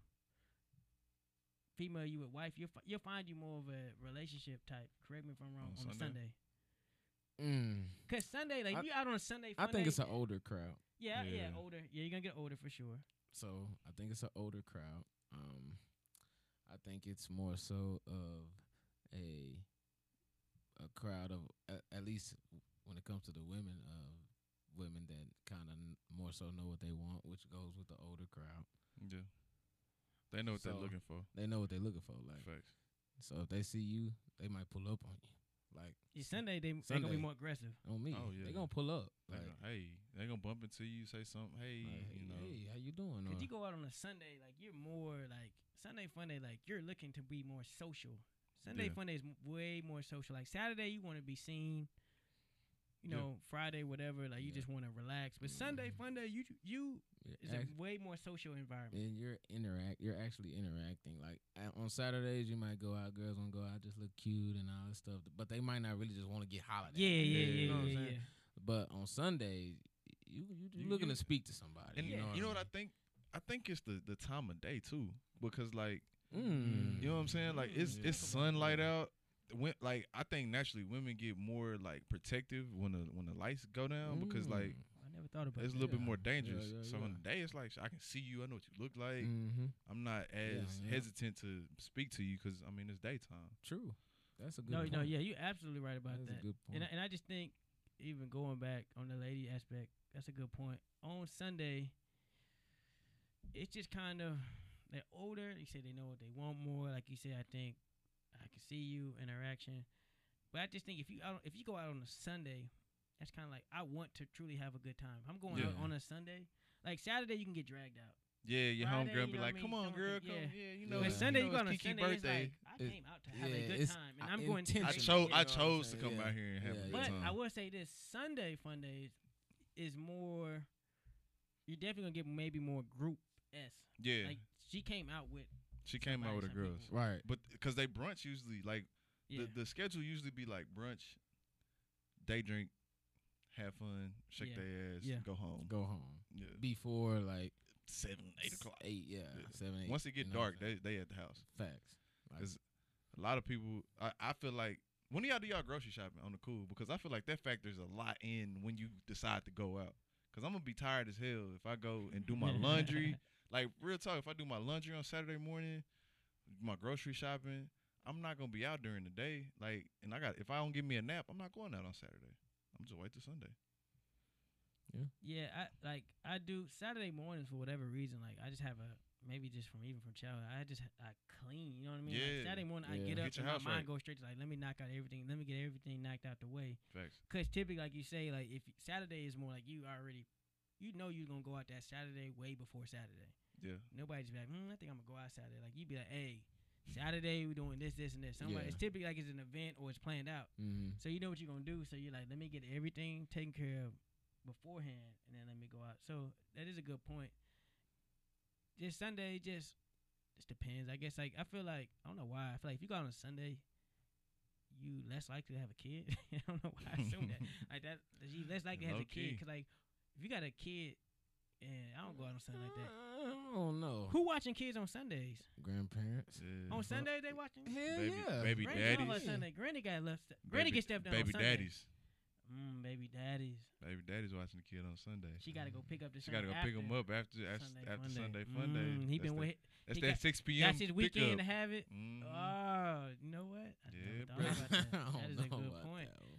Speaker 1: female you with wife, you'll fi- you'll find you more of a relationship type. Correct me if I'm wrong.
Speaker 2: On
Speaker 1: On, a
Speaker 2: Sunday?
Speaker 1: Sunday,
Speaker 3: Mm.
Speaker 1: because Sunday, like
Speaker 3: I-
Speaker 1: you out on a Sunday,
Speaker 3: I
Speaker 1: fun
Speaker 3: think
Speaker 1: day,
Speaker 3: it's an older crowd.
Speaker 1: yeah, yeah,
Speaker 2: Yeah.
Speaker 1: older. Yeah, you're gonna get older for sure.
Speaker 3: So I think it's an older crowd. Um, I think it's more so of a a crowd of at, at least when it comes to the women of women that kind of more so know what they want, which goes with the older crowd.
Speaker 2: Yeah. They know what
Speaker 3: So,
Speaker 2: they're looking for.
Speaker 3: They know what they're looking for, like
Speaker 2: Facts.
Speaker 3: so. If they see you, they might pull up on you, like
Speaker 1: Yeah, Sunday they they gonna be
Speaker 3: Sunday.
Speaker 1: more aggressive.
Speaker 3: on me.
Speaker 2: Oh, yeah.
Speaker 3: they gonna pull up.
Speaker 2: They
Speaker 3: Like,
Speaker 2: gonna- hey, they gonna bump into you, say something. Hey,
Speaker 3: like,
Speaker 2: you know.
Speaker 3: hey, how you doing?
Speaker 1: Cause
Speaker 3: Or,
Speaker 1: you go out on a Sunday, like you're more like Sunday fun day, like you're looking to be more social. Sunday
Speaker 2: Yeah.
Speaker 1: fun day is m- way more social. Like Saturday, you want to be seen. You
Speaker 2: Yeah. Mm-hmm.
Speaker 1: know, Friday, whatever. Like you
Speaker 3: Yeah.
Speaker 1: just want to relax. But Sunday
Speaker 3: Mhm.
Speaker 1: fun day, you you
Speaker 3: Yeah,
Speaker 1: is
Speaker 3: ask-
Speaker 1: a way more social environment.
Speaker 3: And you're interact. You're actually interacting. Like a- on Saturdays, you might go out. Girls wanna go out, just look cute and all that stuff. But they might not really just want to get hollered. at.
Speaker 1: Yeah, yeah,
Speaker 2: Yeah,
Speaker 1: yeah,
Speaker 2: you
Speaker 1: yeah,
Speaker 2: know what I'm
Speaker 1: yeah.
Speaker 2: saying?
Speaker 3: But on Sundays, you you you're
Speaker 2: You-
Speaker 3: looking
Speaker 2: you-
Speaker 3: to speak to somebody.
Speaker 2: And
Speaker 3: you know,
Speaker 2: you know what I think? I think it's the the time of day too, because like
Speaker 3: Mm. mean?
Speaker 2: you know what I'm saying. Like it's
Speaker 3: Mm,
Speaker 2: it's
Speaker 3: yeah.
Speaker 2: sunlight out. When, like I think naturally women get more like protective when the when the lights go down because like
Speaker 3: Mm.
Speaker 1: I never thought about
Speaker 2: it's a
Speaker 1: that.
Speaker 2: little bit
Speaker 3: yeah,
Speaker 2: more
Speaker 3: yeah,
Speaker 2: dangerous.
Speaker 3: yeah,
Speaker 2: so in
Speaker 3: yeah.
Speaker 2: the day it's like I can see you, I know what you look like.
Speaker 3: Mhm.
Speaker 2: I'm not as
Speaker 3: yeah.
Speaker 2: hesitant to speak to you because I mean it's daytime.
Speaker 3: true. That's a good.
Speaker 1: No,
Speaker 3: point.
Speaker 1: no, yeah, you're absolutely right about
Speaker 3: That's
Speaker 1: that.
Speaker 3: a good point.
Speaker 1: And I, and I just think even going back on the lady aspect, that's a good point. On Sunday, it's just kind of they're older. They say they know what they want more. Like you said, I think I can see you interaction. But I just think if you out, if you go out on a Sunday, that's kind of like I want to truly have a good time. I'm going out
Speaker 3: Yeah.
Speaker 1: on a Sunday. Like Saturday, you can get dragged out.
Speaker 2: Yeah, your
Speaker 1: Friday,
Speaker 2: homegirl
Speaker 1: you
Speaker 2: be
Speaker 1: know what I
Speaker 2: like,
Speaker 1: mean?
Speaker 2: "Come on,
Speaker 1: Someone
Speaker 2: girl,
Speaker 1: could-
Speaker 2: come." Yeah,
Speaker 1: yeah.
Speaker 2: you know,
Speaker 3: But
Speaker 2: you
Speaker 1: but
Speaker 2: know
Speaker 1: Sunday, you
Speaker 2: it's
Speaker 1: go on a
Speaker 2: Kiki
Speaker 1: Sunday.
Speaker 2: birthday.
Speaker 1: It's like I
Speaker 3: It-
Speaker 1: came out to have
Speaker 3: yeah,
Speaker 1: a good
Speaker 3: it's
Speaker 1: time,
Speaker 3: i-
Speaker 1: and I'm going. To
Speaker 3: intentional.
Speaker 2: I chose I
Speaker 1: drink.
Speaker 3: You know what I'm
Speaker 2: chose to
Speaker 3: saying?
Speaker 2: come
Speaker 3: Yeah.
Speaker 2: out here and have a
Speaker 3: Yeah,
Speaker 2: good
Speaker 1: But
Speaker 2: time.
Speaker 1: I will say this Sunday fun days is more. You're definitely gonna get maybe more group s.
Speaker 2: yeah,
Speaker 1: Like she came out with
Speaker 2: she came out
Speaker 1: somebody,
Speaker 2: with her
Speaker 1: some
Speaker 2: girls,
Speaker 1: people.
Speaker 3: Right.
Speaker 2: but because they brunch usually like
Speaker 1: yeah.
Speaker 2: the the schedule usually be like brunch, day drink, have fun, shake
Speaker 1: Yeah.
Speaker 2: their ass,
Speaker 1: Yeah.
Speaker 2: go home.
Speaker 3: Go home
Speaker 2: Yeah,
Speaker 3: before like
Speaker 2: seven eight
Speaker 3: s-
Speaker 2: o'clock.
Speaker 3: Eight. Yeah.
Speaker 2: Yeah.
Speaker 3: Seven. Eight.
Speaker 2: Once it
Speaker 3: you
Speaker 2: get
Speaker 3: know what
Speaker 2: dark,
Speaker 3: I'm saying?
Speaker 2: they they at the house.
Speaker 3: facts. Like,
Speaker 2: It's- A lot of people, I, I feel like. When do y'all do y'all grocery shopping on the cool? Because I feel like that factors a lot in when you decide to go out. Because I'm gonna be tired as hell if I go and do my
Speaker 1: [laughs]
Speaker 2: laundry. like real talk, if I do my laundry on Saturday morning, my grocery shopping, I'm not gonna be out during the day. Like, and I got if I don't give me a nap, I'm not going out on Saturday. I'm just wait till Sunday.
Speaker 1: yeah, I like I do Saturday mornings for whatever reason. Like I just have a maybe just from even from childhood. I just ha- I clean. You know what I mean?
Speaker 2: Yeah.
Speaker 1: Like, Saturday morning
Speaker 3: Yeah.
Speaker 1: I get
Speaker 2: Get
Speaker 1: up
Speaker 2: your
Speaker 1: and my
Speaker 2: house
Speaker 1: mind
Speaker 2: right.
Speaker 1: goes straight to like let me knock out everything. Let me get everything knocked out the way.
Speaker 2: Facts.
Speaker 1: Cause typically, like you say, like if Saturday is more like you already, you know you're gonna go out that Saturday way before Saturday.
Speaker 2: Yeah.
Speaker 1: Nobody's be like, mm, I think I'm gonna go out Saturday. Like you'd be like, hey, Saturday we doing this, this, and this. Somebody,
Speaker 3: Yeah.
Speaker 1: It's typically like it's an event or it's planned out,
Speaker 3: mhm.
Speaker 1: so you know what you're gonna do. So you're like, let me get everything taken care of beforehand, and then let me go out. So that is a good point. Just Sunday, just just depends. I guess like I feel like I don't know why. I feel like if you go out on a Sunday, you less likely to have a kid. [laughs] I don't know why I assume that like that. You less likely to have a
Speaker 2: Low-key.
Speaker 1: kid because like if you got a kid, and I don't go out on Sunday like that.
Speaker 3: Uh, I don't know.
Speaker 1: Who watching kids on Sundays?
Speaker 3: Grandparents.
Speaker 2: Yeah.
Speaker 1: On Sundays they watching.
Speaker 3: Hell
Speaker 2: Baby-
Speaker 3: yeah.
Speaker 2: baby
Speaker 1: Granny
Speaker 2: daddies.
Speaker 1: don't watch Sunday.
Speaker 2: [laughs]
Speaker 1: Granny got left.
Speaker 2: Baby-
Speaker 1: Granny gets stepped on.
Speaker 2: Baby
Speaker 1: on Sunday.
Speaker 2: daddies.
Speaker 1: Mm, baby daddies.
Speaker 2: Baby daddy's watching the kid on Sunday.
Speaker 1: She got to go pick up the.
Speaker 2: She gotta
Speaker 1: son
Speaker 2: go
Speaker 1: after
Speaker 2: pick him up after after Sunday, after
Speaker 1: fun day.
Speaker 2: Sunday fun day.
Speaker 1: Mm, he been
Speaker 2: That's
Speaker 1: wait.
Speaker 2: that- That's
Speaker 1: he
Speaker 2: that
Speaker 1: got-
Speaker 2: six p.m.
Speaker 1: That's his weekend to
Speaker 2: pickup.
Speaker 1: have it.
Speaker 2: Mhm.
Speaker 1: Oh, you know what? I never
Speaker 2: Yeah,
Speaker 1: thought
Speaker 2: bro. [laughs]
Speaker 1: about that.
Speaker 3: I
Speaker 1: that
Speaker 3: don't
Speaker 1: is a
Speaker 3: know
Speaker 1: good
Speaker 3: about
Speaker 1: point.
Speaker 3: that one.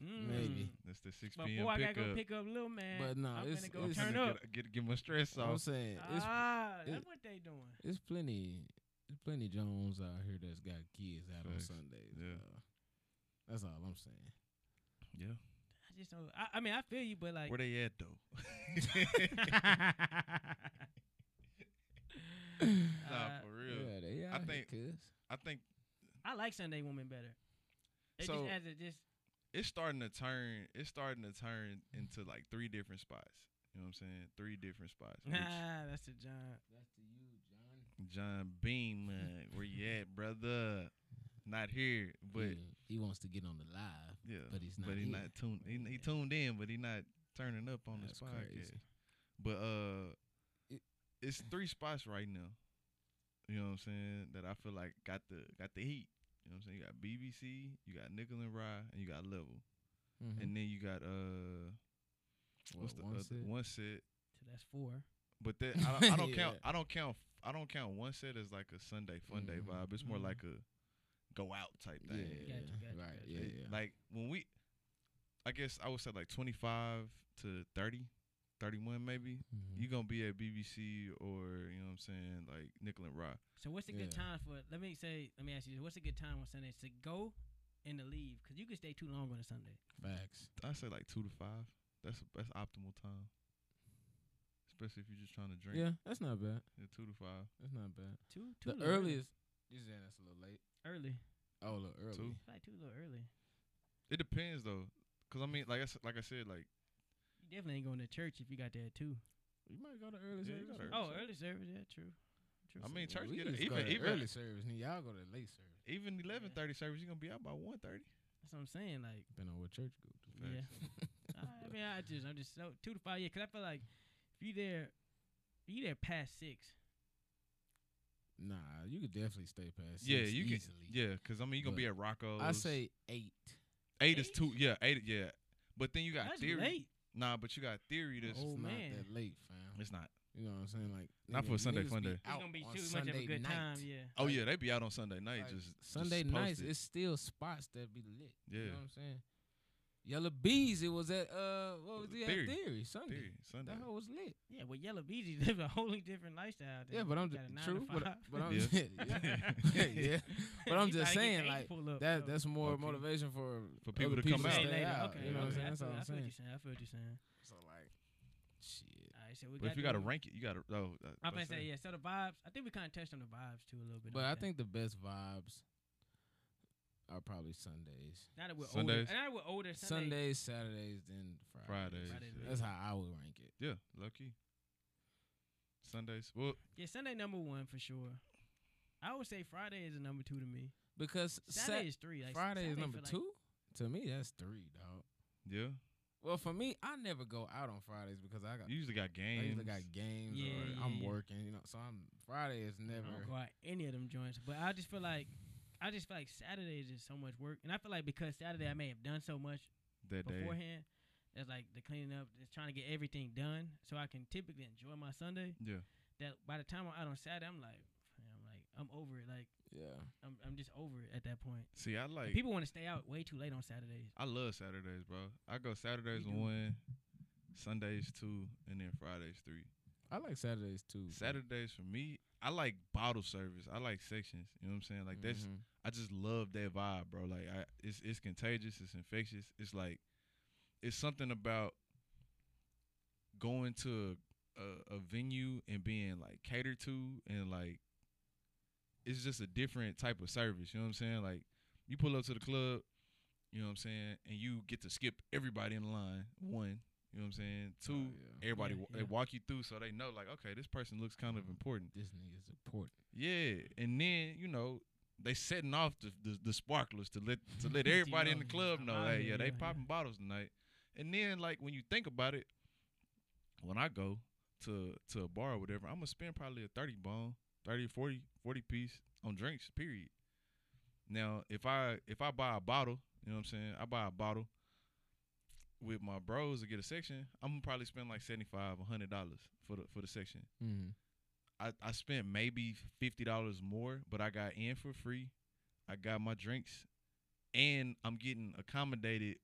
Speaker 3: Maybe.
Speaker 1: Mm.
Speaker 2: That's the 6
Speaker 1: But
Speaker 2: p.m.
Speaker 1: boy, I gotta
Speaker 2: pickup.
Speaker 1: go pick up little man.
Speaker 3: But no,
Speaker 1: I'm
Speaker 3: it's-
Speaker 1: gonna go
Speaker 2: I'm
Speaker 3: it's-
Speaker 1: turn
Speaker 2: finna
Speaker 1: up.
Speaker 2: Get, get, get my stress
Speaker 3: I'm
Speaker 2: off.
Speaker 3: saying it's
Speaker 1: ah,
Speaker 3: it-
Speaker 1: that's what they doing.
Speaker 3: it's plenty it's plenty Jones out here that's got kids out on
Speaker 2: Facts.
Speaker 3: Sundays.
Speaker 2: Yeah.
Speaker 3: uh, that's all I'm saying.
Speaker 2: Yeah.
Speaker 1: I just don't. I, I mean, I feel you, but like,
Speaker 2: Where they at though? [laughs] nah,
Speaker 1: Uh, [laughs]
Speaker 2: for
Speaker 3: [laughs]
Speaker 2: real.
Speaker 3: Yeah, they out here,
Speaker 2: think-
Speaker 3: cuz.
Speaker 2: I think
Speaker 1: I like Sunday women better. It
Speaker 2: So-
Speaker 1: just as it just
Speaker 2: it's starting to turn. It's starting to turn into like three different spots. You know what I'm saying? Three different spots. which
Speaker 1: [laughs] ah, that's the John.
Speaker 3: That's to you, John.
Speaker 2: John Beam, uh, where you at, brother? Not here, but
Speaker 3: yeah, he wants to get on the live,
Speaker 2: yeah.
Speaker 3: but he's not.
Speaker 2: but he
Speaker 3: here.
Speaker 2: not tuned. He, he tuned in, but he not turning up on
Speaker 3: That's
Speaker 2: this podcast.
Speaker 3: crazy.
Speaker 2: But uh,
Speaker 3: It-
Speaker 2: it's three spots right now. You know what I'm saying? That I feel like got the got the heat. You know what I'm saying? You got BBC, you got Nickel and Rye, and you got Level,
Speaker 3: Mhm.
Speaker 2: and then you got uh,
Speaker 3: What,
Speaker 2: what's the
Speaker 3: one
Speaker 2: other
Speaker 3: set?
Speaker 2: one set?
Speaker 1: So that's four.
Speaker 2: But that I
Speaker 3: [laughs]
Speaker 2: don't, I don't count.
Speaker 3: Yeah.
Speaker 2: I don't count. I don't count one set as like a Sunday fun day
Speaker 3: Mhm.
Speaker 2: vibe. It's more
Speaker 1: Mhm.
Speaker 2: like a go out type
Speaker 3: Yeah,
Speaker 2: thing.
Speaker 1: Gotcha, gotcha,
Speaker 3: right.
Speaker 1: gotcha.
Speaker 3: Yeah,
Speaker 2: It-
Speaker 3: yeah.
Speaker 2: Like when we, I guess I would say like 25 to 30, 31 maybe.
Speaker 3: Mhm.
Speaker 2: you gonna be at BBC or you know what I'm saying, like Nickel and Rock.
Speaker 1: So what's a good
Speaker 3: Yeah.
Speaker 1: time for? Let me say. Let me ask you. this. What's a good time on Sundays to go and to leave? Because you can stay too long on a Sunday.
Speaker 3: Facts.
Speaker 2: I say like two to five. That's that's optimal time. Especially if you're just trying to drink.
Speaker 3: Yeah, that's not bad.
Speaker 2: Yeah, two to five.
Speaker 3: That's not bad.
Speaker 1: Too too
Speaker 3: the
Speaker 1: little
Speaker 3: earliest. You saying that's a little late?
Speaker 1: early. early.
Speaker 3: Oh, a little early.
Speaker 2: Two.
Speaker 1: I feel like too little early.
Speaker 2: It depends though, cause I mean, like I s- like I said, like
Speaker 1: You definitely ain't going to church if you got there at two.
Speaker 3: You might go to early
Speaker 2: Yeah, you
Speaker 3: service.
Speaker 2: gotta
Speaker 3: or
Speaker 2: Early
Speaker 1: Oh,
Speaker 3: something.
Speaker 1: early service. Yeah, true. True.
Speaker 2: I mean,
Speaker 3: Yeah,
Speaker 2: church
Speaker 3: we
Speaker 2: get a-
Speaker 3: just
Speaker 2: even
Speaker 3: go to
Speaker 2: even
Speaker 3: early service. Nigga, y'all go to late service.
Speaker 2: even eleven thirty service, you're gonna be out by one thirty.
Speaker 1: that's what I'm saying.
Speaker 3: [laughs]
Speaker 1: Like,
Speaker 3: Depending on what church you go to.
Speaker 1: Yeah. I I mean, I just, I'm just so two to five. Yeah, because I feel like if you there, if you there past six.
Speaker 3: Nah, you could definitely stay past.
Speaker 2: Yeah,
Speaker 3: six
Speaker 2: you can.
Speaker 3: easily.
Speaker 2: Yeah, cause I mean, you're gonna be at Rocco's.
Speaker 3: I say eight.
Speaker 2: eight, is
Speaker 1: eight?
Speaker 2: two. Yeah, eight. Yeah, but then you got
Speaker 1: That's
Speaker 2: theory.
Speaker 1: late.
Speaker 2: Nah, but you got theory. That's
Speaker 1: Oh,
Speaker 3: it's
Speaker 1: man.
Speaker 3: not that late, fam.
Speaker 2: it's not.
Speaker 3: You know what I'm saying? Like
Speaker 2: Not
Speaker 3: nigga,
Speaker 2: for a Sunday
Speaker 3: niggas
Speaker 2: fun
Speaker 3: be
Speaker 2: day. It's
Speaker 1: It's
Speaker 3: out
Speaker 1: gonna be
Speaker 3: on
Speaker 1: too
Speaker 3: Sunday
Speaker 1: much of a good
Speaker 3: night.
Speaker 1: time. Yeah.
Speaker 2: Oh
Speaker 3: Like-
Speaker 2: yeah, they be out on Sunday night.
Speaker 3: Like,
Speaker 2: just just
Speaker 3: Sunday nights,
Speaker 2: posted.
Speaker 3: it's still spots that be lit. You
Speaker 2: Yeah.
Speaker 3: know what I'm saying? Yellow Bees, it was at uh what was
Speaker 2: Uh,
Speaker 3: it at
Speaker 2: Theory.
Speaker 3: Theory, Sunday.
Speaker 2: Theory, Sunday.
Speaker 3: That hoe was lit.
Speaker 1: Yeah, well, Yellow Beezy live [laughs] a wholly different lifestyle. than
Speaker 3: Yeah, but I'm
Speaker 1: you got
Speaker 3: just
Speaker 1: a nine to
Speaker 3: true. But, I-
Speaker 1: five.
Speaker 3: but I'm
Speaker 2: Yeah.
Speaker 3: [laughs]
Speaker 1: [laughs]
Speaker 3: yeah. yeah. But I'm
Speaker 1: You probably
Speaker 3: just
Speaker 1: get
Speaker 3: saying,
Speaker 1: paid to
Speaker 3: like,
Speaker 1: pull up,
Speaker 3: That
Speaker 1: so.
Speaker 3: that's more
Speaker 2: Okay.
Speaker 3: motivation for
Speaker 2: For people
Speaker 3: other
Speaker 2: to come
Speaker 1: Stay
Speaker 2: out.
Speaker 3: stay
Speaker 1: later.
Speaker 3: out,
Speaker 1: Okay,
Speaker 3: you know what I'm
Speaker 1: okay.
Speaker 3: saying?
Speaker 1: I
Speaker 3: That's
Speaker 1: feel,
Speaker 3: all
Speaker 1: I
Speaker 3: I'm
Speaker 1: feel what
Speaker 3: saying.
Speaker 1: you're saying. I feel what you're saying.
Speaker 3: So like, shit.
Speaker 1: All right, so we
Speaker 2: But
Speaker 1: got.
Speaker 2: if you
Speaker 1: the-
Speaker 2: gotta rank it, you gotta. Oh, I-
Speaker 1: I'm
Speaker 2: I
Speaker 1: gonna say
Speaker 2: say-
Speaker 1: yeah. So the vibes. I think we kind of touched on the vibes too a little bit.
Speaker 3: But
Speaker 1: on
Speaker 3: I
Speaker 1: that.
Speaker 3: think the best vibes are probably Sundays,
Speaker 1: now that we're
Speaker 2: Sundays.
Speaker 1: older, now that we're older, Sunday.
Speaker 3: Sundays, Saturdays, then Fridays.
Speaker 2: Fridays.
Speaker 1: Fridays.
Speaker 2: yeah.
Speaker 3: That's how I would rank it.
Speaker 2: Yeah, lucky. Sundays. Well,
Speaker 1: Yeah, Sunday number one for sure. I would say Friday is a number two to me.
Speaker 3: Because
Speaker 1: Saturday
Speaker 3: Saturday,
Speaker 1: is three. Like
Speaker 3: Friday is
Speaker 1: Saturday
Speaker 3: number
Speaker 1: feel like-
Speaker 3: two. To me, that's three, dog.
Speaker 2: yeah.
Speaker 3: Well, for me, I never go out on Fridays because I got
Speaker 2: You usually got
Speaker 3: I
Speaker 2: games.
Speaker 3: usually got games
Speaker 1: Yeah,
Speaker 3: or
Speaker 1: yeah,
Speaker 3: I'm
Speaker 1: yeah.
Speaker 3: working, you know. So I'm Friday is never.
Speaker 1: I don't go out any of them joints, but I just feel like I just feel like Saturday is just so much work, and I feel like because Saturday I may have done so much
Speaker 2: that day.
Speaker 1: beforehand, that's like the cleaning up, just trying to get everything done, so I can typically enjoy my Sunday.
Speaker 2: Yeah.
Speaker 1: That by the time I'm out on Saturday, I'm like, I'm like, I'm over it. Like
Speaker 3: Yeah.
Speaker 1: I'm, I'm just over it at that point.
Speaker 2: See, I
Speaker 1: And
Speaker 2: like.
Speaker 1: people want to stay out way too late on Saturdays.
Speaker 2: I love Saturdays, bro. I go Saturdays
Speaker 1: You do.
Speaker 2: one, Sundays two, and then Fridays three.
Speaker 3: I like Saturdays too. bro.
Speaker 2: Saturdays for me, I like bottle service. I like sections. You know what I'm saying? Like that's.
Speaker 3: Mhm.
Speaker 2: I just love that vibe, bro. Like I, it's it's contagious. It's infectious. It's like, it's something about going to a, a, a venue and being like catered to, and like, it's just a different type of service. You know what I'm saying? Like, you pull up to the club, you know what I'm saying, and you get to skip everybody in line. One, you know what I'm saying. Two,
Speaker 3: Oh, yeah.
Speaker 2: everybody
Speaker 1: Yeah,
Speaker 2: wa-
Speaker 1: yeah.
Speaker 2: they walk you through so they know like, okay, this person looks kind of important.
Speaker 3: This nigga's important.
Speaker 2: Yeah, and then you know they setting off the the, the sparklers to let to let everybody in the
Speaker 1: know,
Speaker 2: club
Speaker 1: I'm
Speaker 2: know,
Speaker 1: out
Speaker 2: hey,
Speaker 1: here,
Speaker 2: yeah, they
Speaker 1: yeah, yeah.
Speaker 2: popping bottles tonight. And then like when you think about it, when I go to to a bar or whatever, I'm gonna spend probably a thirty bone, 30, 40, 40 piece on drinks. Period. Now if I if I buy a bottle, you know what I'm saying, I buy a bottle. With my bros to get a section, I'm gonna probably spend like seventy five, hundred dollars for the for the section.
Speaker 3: Mm-hmm.
Speaker 2: I, I spent maybe fifty dollars more, but I got in for free. I got my drinks, and I'm getting accommodated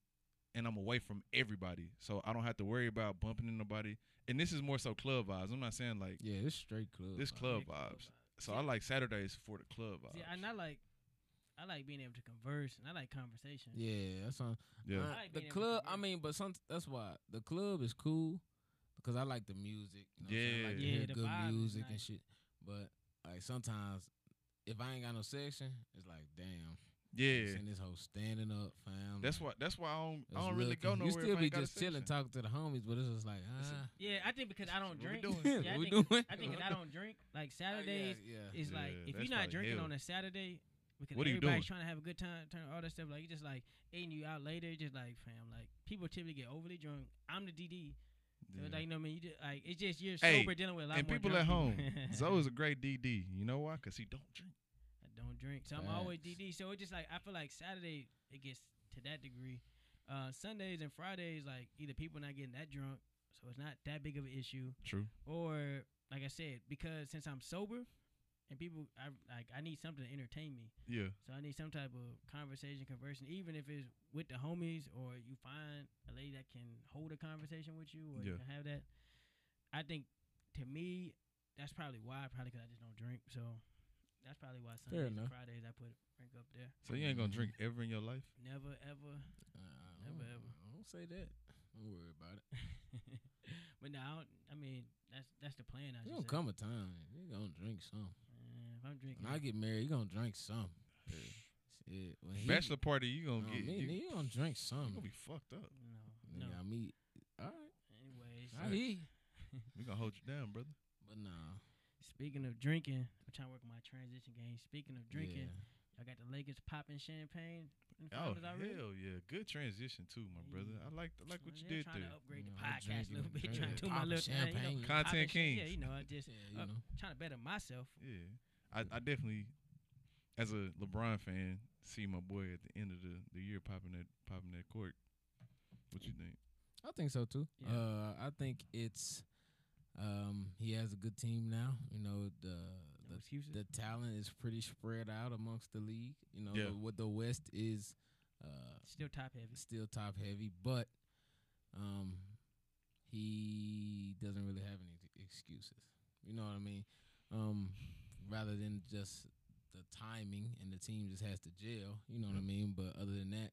Speaker 2: and I'm away from everybody, so I don't have to worry about bumping into nobody. And this is more so club vibes. I'm not saying like
Speaker 3: Yeah, this straight club.
Speaker 2: this
Speaker 3: vibe.
Speaker 2: club
Speaker 1: Yeah, club
Speaker 2: vibes. So I like Saturdays for the club vibes.
Speaker 1: See, and I like, I like being able to converse, and I like conversation.
Speaker 3: Yeah, that's on.
Speaker 2: yeah,
Speaker 3: Uh,
Speaker 1: like
Speaker 3: the
Speaker 1: being able to
Speaker 3: club. I
Speaker 1: converse.
Speaker 3: mean, but some that's why the club is cool because I like the music. You know what I'm saying? I like to
Speaker 2: Yeah.
Speaker 3: hear
Speaker 1: Yeah, the
Speaker 3: good
Speaker 1: vibe is
Speaker 3: music and
Speaker 1: nice.
Speaker 3: shit. But like sometimes, if I ain't got no section, it's like damn.
Speaker 2: yeah.
Speaker 3: seeing this whole standing up, fam.
Speaker 2: That's why.
Speaker 3: like,
Speaker 2: That's why I don't. I
Speaker 3: it's
Speaker 2: don't really
Speaker 3: looking-
Speaker 2: go nowhere.
Speaker 3: You still
Speaker 2: if I
Speaker 3: be
Speaker 2: ain't got a
Speaker 3: just chilling,
Speaker 2: section.
Speaker 3: talking to the homies, but it's just like ah.
Speaker 1: Yeah, I think because I don't
Speaker 2: What we
Speaker 1: drink.
Speaker 2: doing?
Speaker 1: Yeah, I
Speaker 3: [laughs] What we
Speaker 1: think,
Speaker 3: doing?
Speaker 1: I think if I don't drink, like
Speaker 3: [laughs] Oh, yeah,
Speaker 1: Saturdays
Speaker 3: yeah.
Speaker 1: is like
Speaker 2: Yeah,
Speaker 1: if
Speaker 2: that's
Speaker 1: you're not
Speaker 2: probably
Speaker 1: drinking
Speaker 2: hell.
Speaker 1: on a Saturday because
Speaker 2: What are you
Speaker 1: everybody's
Speaker 2: doing?
Speaker 1: trying to have a good time, turn all that stuff. Like you just like eating you out later, just like fam. Like people typically get overly drunk. I'm the DD. so,
Speaker 2: Yeah.
Speaker 1: Like you know what I mean? You just, like it's just you're
Speaker 2: Hey,
Speaker 1: sober dealing with a lot
Speaker 2: and
Speaker 1: more
Speaker 2: people
Speaker 1: drunk
Speaker 2: at home,
Speaker 1: [laughs] people.
Speaker 2: [laughs] Zoe is a great DD. You know why? Cause he don't drink.
Speaker 1: I don't drink, so I'm always DD. So it's just like I feel like Saturday it gets to that degree. Uh, Sundays and Fridays, like either people not getting that drunk, so it's not that big of an issue,
Speaker 2: True.
Speaker 1: or like I said, because since I'm sober, and people, I like I need something to entertain me,
Speaker 2: Yeah.
Speaker 1: so I need some type of conversation, conversion, even if it's with the homies or you find a lady that can hold a conversation with you or
Speaker 2: Yeah.
Speaker 1: you can have that. I think to me, that's probably why, probably because I just don't drink, so. That's probably why Sundays
Speaker 3: Fair
Speaker 1: and
Speaker 3: enough.
Speaker 1: Fridays I put drink up there.
Speaker 2: So you ain't gonna
Speaker 3: Mhm.
Speaker 2: drink ever in your life.
Speaker 1: Never ever. [laughs]
Speaker 3: Uh, I
Speaker 1: Never
Speaker 3: don't-
Speaker 1: ever.
Speaker 3: I don't say that. Don't worry about it.
Speaker 1: but no, I, don't, I mean that's that's the plan. I just
Speaker 3: You don't come a time you gonna drink some.
Speaker 1: Uh, if I'm drinking,
Speaker 3: When I get married, you gonna drink some.
Speaker 2: Yeah.
Speaker 3: Shit, when he-
Speaker 2: Bachelor party, you
Speaker 3: no,
Speaker 2: gonna get.
Speaker 3: me,
Speaker 2: you,
Speaker 3: nigga, you gonna drink
Speaker 2: you
Speaker 3: some.
Speaker 2: gonna be fucked up.
Speaker 1: no, no.
Speaker 3: Nigga, I mean, all right,
Speaker 1: Anyways,
Speaker 3: I hear. you.
Speaker 2: We gonna hold you down, brother.
Speaker 3: But nah,
Speaker 1: speaking of drinking, I'm trying to work on my transition game. Speaking of drinking,
Speaker 3: yeah.
Speaker 1: I got the Lakers popping champagne. In the
Speaker 2: Oh
Speaker 1: finals already.
Speaker 2: hell yeah, good transition too, my brother.
Speaker 1: Yeah.
Speaker 2: I like I like what
Speaker 1: Well,
Speaker 2: you
Speaker 1: Mm. yeah,
Speaker 2: did
Speaker 1: trying
Speaker 2: there.
Speaker 1: to upgrade
Speaker 3: You
Speaker 1: the
Speaker 3: know, I Mm-hmm. drink
Speaker 1: podcast a little
Speaker 3: and
Speaker 1: bit,
Speaker 3: drink
Speaker 1: trying to
Speaker 3: and
Speaker 1: do my
Speaker 3: popping
Speaker 1: little thing, you know, Uh,
Speaker 3: champagne.
Speaker 1: popping
Speaker 2: Content
Speaker 1: shit. Yeah,
Speaker 2: kings.
Speaker 1: you know, I just
Speaker 3: Yeah, you
Speaker 1: uh,
Speaker 3: know,
Speaker 1: trying to better myself.
Speaker 2: Yeah, I, I definitely, as a LeBron fan, see my boy at the end of the, the year popping that popping that cork. What you think?
Speaker 3: I think so too.
Speaker 1: Yeah.
Speaker 3: Uh, I think it's um he has a good team now. You know the
Speaker 1: No
Speaker 3: the
Speaker 1: excuses.
Speaker 3: the talent is pretty spread out amongst the league. You know
Speaker 2: Yeah.
Speaker 3: the, what the West is. Uh,
Speaker 1: Still top heavy.
Speaker 3: still top heavy, but um, he doesn't really have any ex- excuses. You know what I mean? Um, rather than just the timing and the team just has to gel. You know what I mean? But other than that,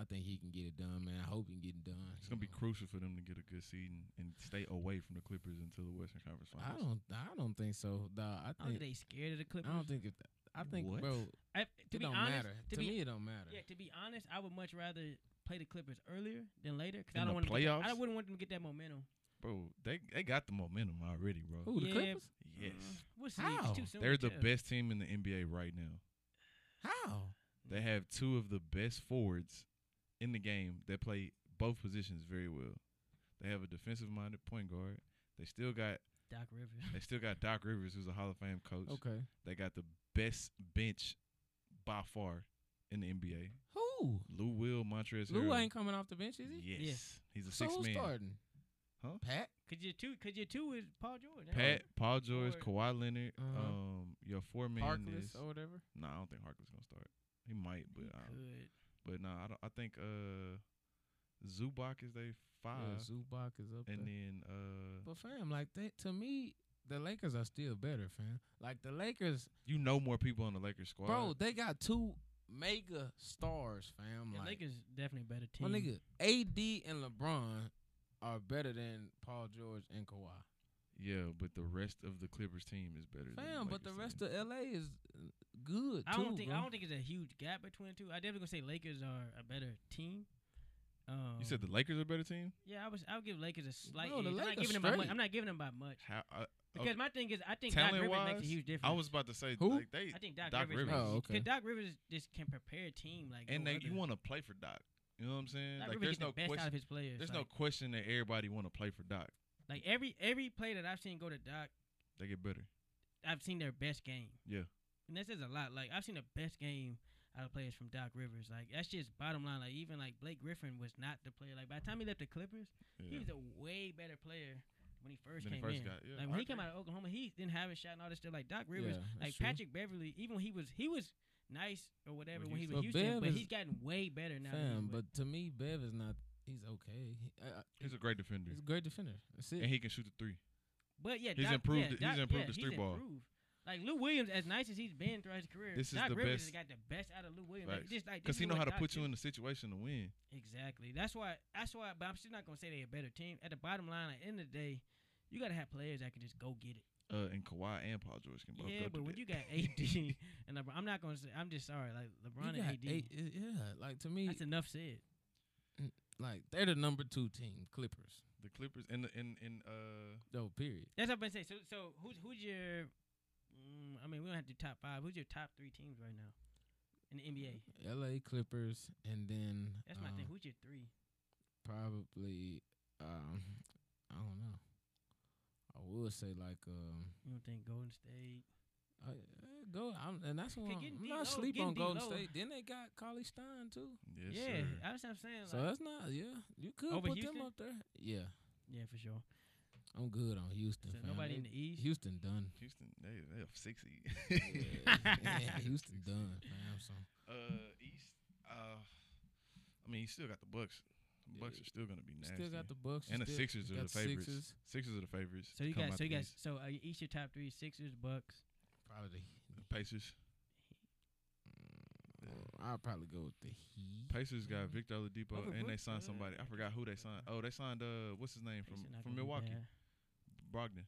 Speaker 3: I think he can get it done, man. I hope he can get it done.
Speaker 2: It's
Speaker 3: you
Speaker 2: gonna be
Speaker 3: know.
Speaker 2: crucial for them to get a good seed and, and stay away from the Clippers until the Western Conference
Speaker 3: I
Speaker 2: Finals.
Speaker 3: don't. I don't think so.
Speaker 1: I
Speaker 3: Dog. I
Speaker 1: don't think
Speaker 3: think.
Speaker 1: they scared of the Clippers.
Speaker 3: I don't think. If th- I think,
Speaker 2: What?
Speaker 3: bro,
Speaker 1: I, to be
Speaker 3: it don't
Speaker 1: honest,
Speaker 3: matter.
Speaker 1: to
Speaker 3: To,
Speaker 1: be
Speaker 3: me, it don't matter.
Speaker 1: Yeah, to be honest, I would much rather play the Clippers earlier than later because
Speaker 2: In
Speaker 1: I
Speaker 2: the
Speaker 1: don't want to. I
Speaker 2: playoffs?
Speaker 1: wouldn't want them to get that momentum.
Speaker 2: Bro, they they got the momentum already, bro.
Speaker 3: Who the
Speaker 1: Yeah,
Speaker 3: Clippers?
Speaker 2: Yes,
Speaker 1: Uh, we'll see.
Speaker 3: How?
Speaker 1: It's too soon
Speaker 2: they're
Speaker 1: to
Speaker 2: the
Speaker 1: tell.
Speaker 2: best team in the NBA right now.
Speaker 3: How?
Speaker 2: They have two of the best forwards in the game that play both positions very well. They have a defensive minded point guard. They still got
Speaker 1: Doc Rivers.
Speaker 2: they still got Doc Rivers, who's a Hall of Fame coach.
Speaker 3: Okay.
Speaker 2: They got the best bench by far in the NBA.
Speaker 3: Who?
Speaker 2: Lou Will, Montrezl.
Speaker 3: Lou
Speaker 2: Harrell.
Speaker 3: ain't coming off the bench, is he?
Speaker 2: Yes. He's a
Speaker 3: So
Speaker 2: six
Speaker 3: who's
Speaker 2: man.
Speaker 3: starting?
Speaker 2: Huh?
Speaker 3: Pat.
Speaker 1: Cause your two, cause your two is Paul George. ain't
Speaker 2: Pat,
Speaker 1: it?
Speaker 2: Paul George,
Speaker 1: Or-
Speaker 2: Kawhi Leonard.
Speaker 3: Uh-huh.
Speaker 2: Um, your four man
Speaker 3: Harkless oh.
Speaker 2: is.
Speaker 3: or whatever.
Speaker 2: No, I don't think Harkless gonna start. He might, but I don't,
Speaker 1: Good.
Speaker 2: but no, I don't. I think uh, Zubac is they five,
Speaker 3: Yeah, Zubac is up
Speaker 2: and
Speaker 3: there.
Speaker 2: then uh,
Speaker 3: But fam, like that to me, the Lakers are still better, fam. Like the Lakers,
Speaker 2: you know more people on the Lakers squad.
Speaker 3: bro, they got two mega stars, fam.
Speaker 1: The
Speaker 3: like
Speaker 1: Lakers definitely a better
Speaker 3: my
Speaker 1: team.
Speaker 3: nigga, AD and LeBron are better than Paul George and Kawhi.
Speaker 2: yeah, but the rest of the Clippers team is better. than
Speaker 3: Fam, but the
Speaker 2: Lakers
Speaker 3: rest
Speaker 2: team.
Speaker 3: of LA is uh, good
Speaker 1: I
Speaker 3: too,
Speaker 1: don't think
Speaker 3: bro.
Speaker 1: I don't think it's a huge gap between the two. I definitely gonna say Lakers are a better team. Um,
Speaker 2: you said the Lakers are a better team.
Speaker 1: yeah. I was I would give Lakers a slight.
Speaker 3: Bro, the
Speaker 1: edge. I'm not
Speaker 3: Lakers
Speaker 1: giving them by much.
Speaker 3: straight.
Speaker 1: I'm not giving them by much
Speaker 2: How I,
Speaker 1: because
Speaker 2: Okay.
Speaker 1: my thing is I think Doc Rivers makes a
Speaker 2: Talent-wise,
Speaker 1: huge difference.
Speaker 2: I was about to say
Speaker 3: Who?
Speaker 2: like they
Speaker 1: I think Doc,
Speaker 2: Doc
Speaker 1: Rivers.
Speaker 2: Rivers.
Speaker 1: makes-
Speaker 3: Oh, okay.
Speaker 1: 'cause Doc Rivers just can prepare a team like
Speaker 2: and
Speaker 1: no
Speaker 2: they
Speaker 1: other.
Speaker 2: you want to play for Doc. You know what I'm saying?
Speaker 1: Doc
Speaker 2: like
Speaker 1: Rivers
Speaker 2: there's
Speaker 1: get the
Speaker 2: no
Speaker 1: best out
Speaker 2: question.
Speaker 1: of his players.
Speaker 2: There's
Speaker 1: like,
Speaker 2: no question that everybody want to play for Doc.
Speaker 1: Like every every play that I've seen go to Doc,
Speaker 2: They get better.
Speaker 1: I've seen their best game.
Speaker 2: Yeah.
Speaker 1: And that says a lot. Like I've seen the best game out of players from Doc Rivers. Like that's just bottom line. Like even like Blake Griffin was not the player. Like by the time he left the Clippers, he
Speaker 2: Yeah.
Speaker 1: was a way better player when he first
Speaker 2: Than he
Speaker 1: came
Speaker 2: first
Speaker 1: in.
Speaker 2: got- yeah,
Speaker 1: like
Speaker 2: I
Speaker 1: when he came
Speaker 2: agree.
Speaker 1: out of Oklahoma, he didn't have a shot and all this stuff. Like Doc Rivers,
Speaker 3: Yeah, that's
Speaker 1: like
Speaker 3: true.
Speaker 1: Patrick Beverly, even when he was he was nice or whatever
Speaker 2: When
Speaker 1: when he
Speaker 2: Houston-
Speaker 1: was
Speaker 3: But
Speaker 1: Houston,
Speaker 3: Bev
Speaker 1: but
Speaker 3: is-
Speaker 1: he's gotten way better now. than he
Speaker 3: Fam,
Speaker 1: was.
Speaker 3: but to me, Bev is not. He's okay. He, I, I,
Speaker 2: He's a great defender,
Speaker 3: he's a great defender. That's it.
Speaker 2: and he can shoot the three.
Speaker 1: But yeah,
Speaker 2: He's
Speaker 1: Doc,
Speaker 2: improved
Speaker 1: Yeah,
Speaker 2: it- he's
Speaker 1: Doc-
Speaker 2: improved
Speaker 1: yeah,
Speaker 2: his
Speaker 1: he's
Speaker 2: three ball.
Speaker 1: improved. Like Lou Williams, as nice as he's been throughout his career,
Speaker 2: This is
Speaker 1: Doc
Speaker 2: the
Speaker 1: Rivers
Speaker 2: best.
Speaker 1: has got the best out of Lou Williams. Like,
Speaker 2: Facts.
Speaker 1: just like
Speaker 2: Cause
Speaker 1: this
Speaker 2: he
Speaker 1: is
Speaker 2: know
Speaker 1: what
Speaker 2: how to
Speaker 1: Doc
Speaker 2: put you
Speaker 1: do.
Speaker 2: in a situation to win.
Speaker 1: Exactly. That's why. That's why. But I'm still not gonna say they're a better team. At the bottom line, at the end of the day, you gotta have players that can just go get it.
Speaker 2: Uh, and Kawhi and Paul George can both
Speaker 1: yeah,
Speaker 2: go
Speaker 1: but
Speaker 2: do
Speaker 1: when
Speaker 2: that. [laughs]
Speaker 1: you got AD and LeBron, I'm not gonna say. I'm just sorry. Like
Speaker 3: You
Speaker 1: LeBron and
Speaker 3: got
Speaker 1: AD,
Speaker 3: eight- uh, yeah, like to me,
Speaker 1: that's enough said.
Speaker 3: like they're the number two team, Clippers.
Speaker 2: the Clippers and the and and uh,
Speaker 3: No, period.
Speaker 1: That's what I'm saying. So, so who's who's your? Mm, I mean, we don't have to do top five. Who's your top three teams right now in the NBA?
Speaker 3: L.A. Clippers, and then
Speaker 1: That's my
Speaker 3: um,
Speaker 2: Uh.
Speaker 1: thing. Who's your three?
Speaker 3: Probably, um, I don't know. I would say like um,
Speaker 1: You don't think Golden State?
Speaker 3: I, uh, go, I'm, and that's why
Speaker 1: Okay,
Speaker 3: I'm,
Speaker 1: getting
Speaker 3: I'm not
Speaker 1: D-Lo-
Speaker 3: sleep
Speaker 1: getting
Speaker 3: on Golden
Speaker 1: D-Lo.
Speaker 3: State. Then they got Carly Stein too,
Speaker 2: yes,
Speaker 1: yeah,
Speaker 2: sir.
Speaker 1: that's what I'm saying.
Speaker 3: so
Speaker 1: like-
Speaker 3: that's not yeah. You could
Speaker 1: Over
Speaker 3: put
Speaker 1: Houston?
Speaker 3: them up there. Yeah,
Speaker 1: yeah, for sure.
Speaker 3: I'm good on Houston.
Speaker 1: So
Speaker 3: fam.
Speaker 1: nobody in
Speaker 3: They-
Speaker 1: the East.
Speaker 3: Houston
Speaker 1: [laughs]
Speaker 3: done.
Speaker 2: Houston, they they have sixty.
Speaker 3: yeah, yeah, Houston done, fam. So
Speaker 2: Uh, East. Uh, I mean, you still got the Bucks. The Bucks
Speaker 3: Yeah.
Speaker 2: are still gonna be nasty.
Speaker 3: still got the Bucks you
Speaker 2: and the
Speaker 3: still-
Speaker 2: Sixers
Speaker 3: you
Speaker 2: are the
Speaker 3: got
Speaker 2: favorites.
Speaker 3: Sixers,
Speaker 2: Sixers are the favorites.
Speaker 1: So you
Speaker 2: Come
Speaker 1: guys,
Speaker 2: out
Speaker 1: so you
Speaker 2: the
Speaker 1: guys,
Speaker 2: East.
Speaker 1: so uh, each your top three: Sixers, Bucks.
Speaker 3: probably.
Speaker 2: The Pacers.
Speaker 3: the- I'll probably go with the Heat.
Speaker 2: Pacers got
Speaker 3: Mhm.
Speaker 2: Victor Oladipo,
Speaker 1: Over
Speaker 2: and they
Speaker 1: Brook-
Speaker 2: signed
Speaker 1: uh,
Speaker 2: somebody. I forgot who they signed. Oh, they signed uh, what's his name
Speaker 1: They
Speaker 2: from
Speaker 1: should not
Speaker 2: from
Speaker 1: gonna be
Speaker 2: Milwaukee,
Speaker 1: bad.
Speaker 2: Brogdon.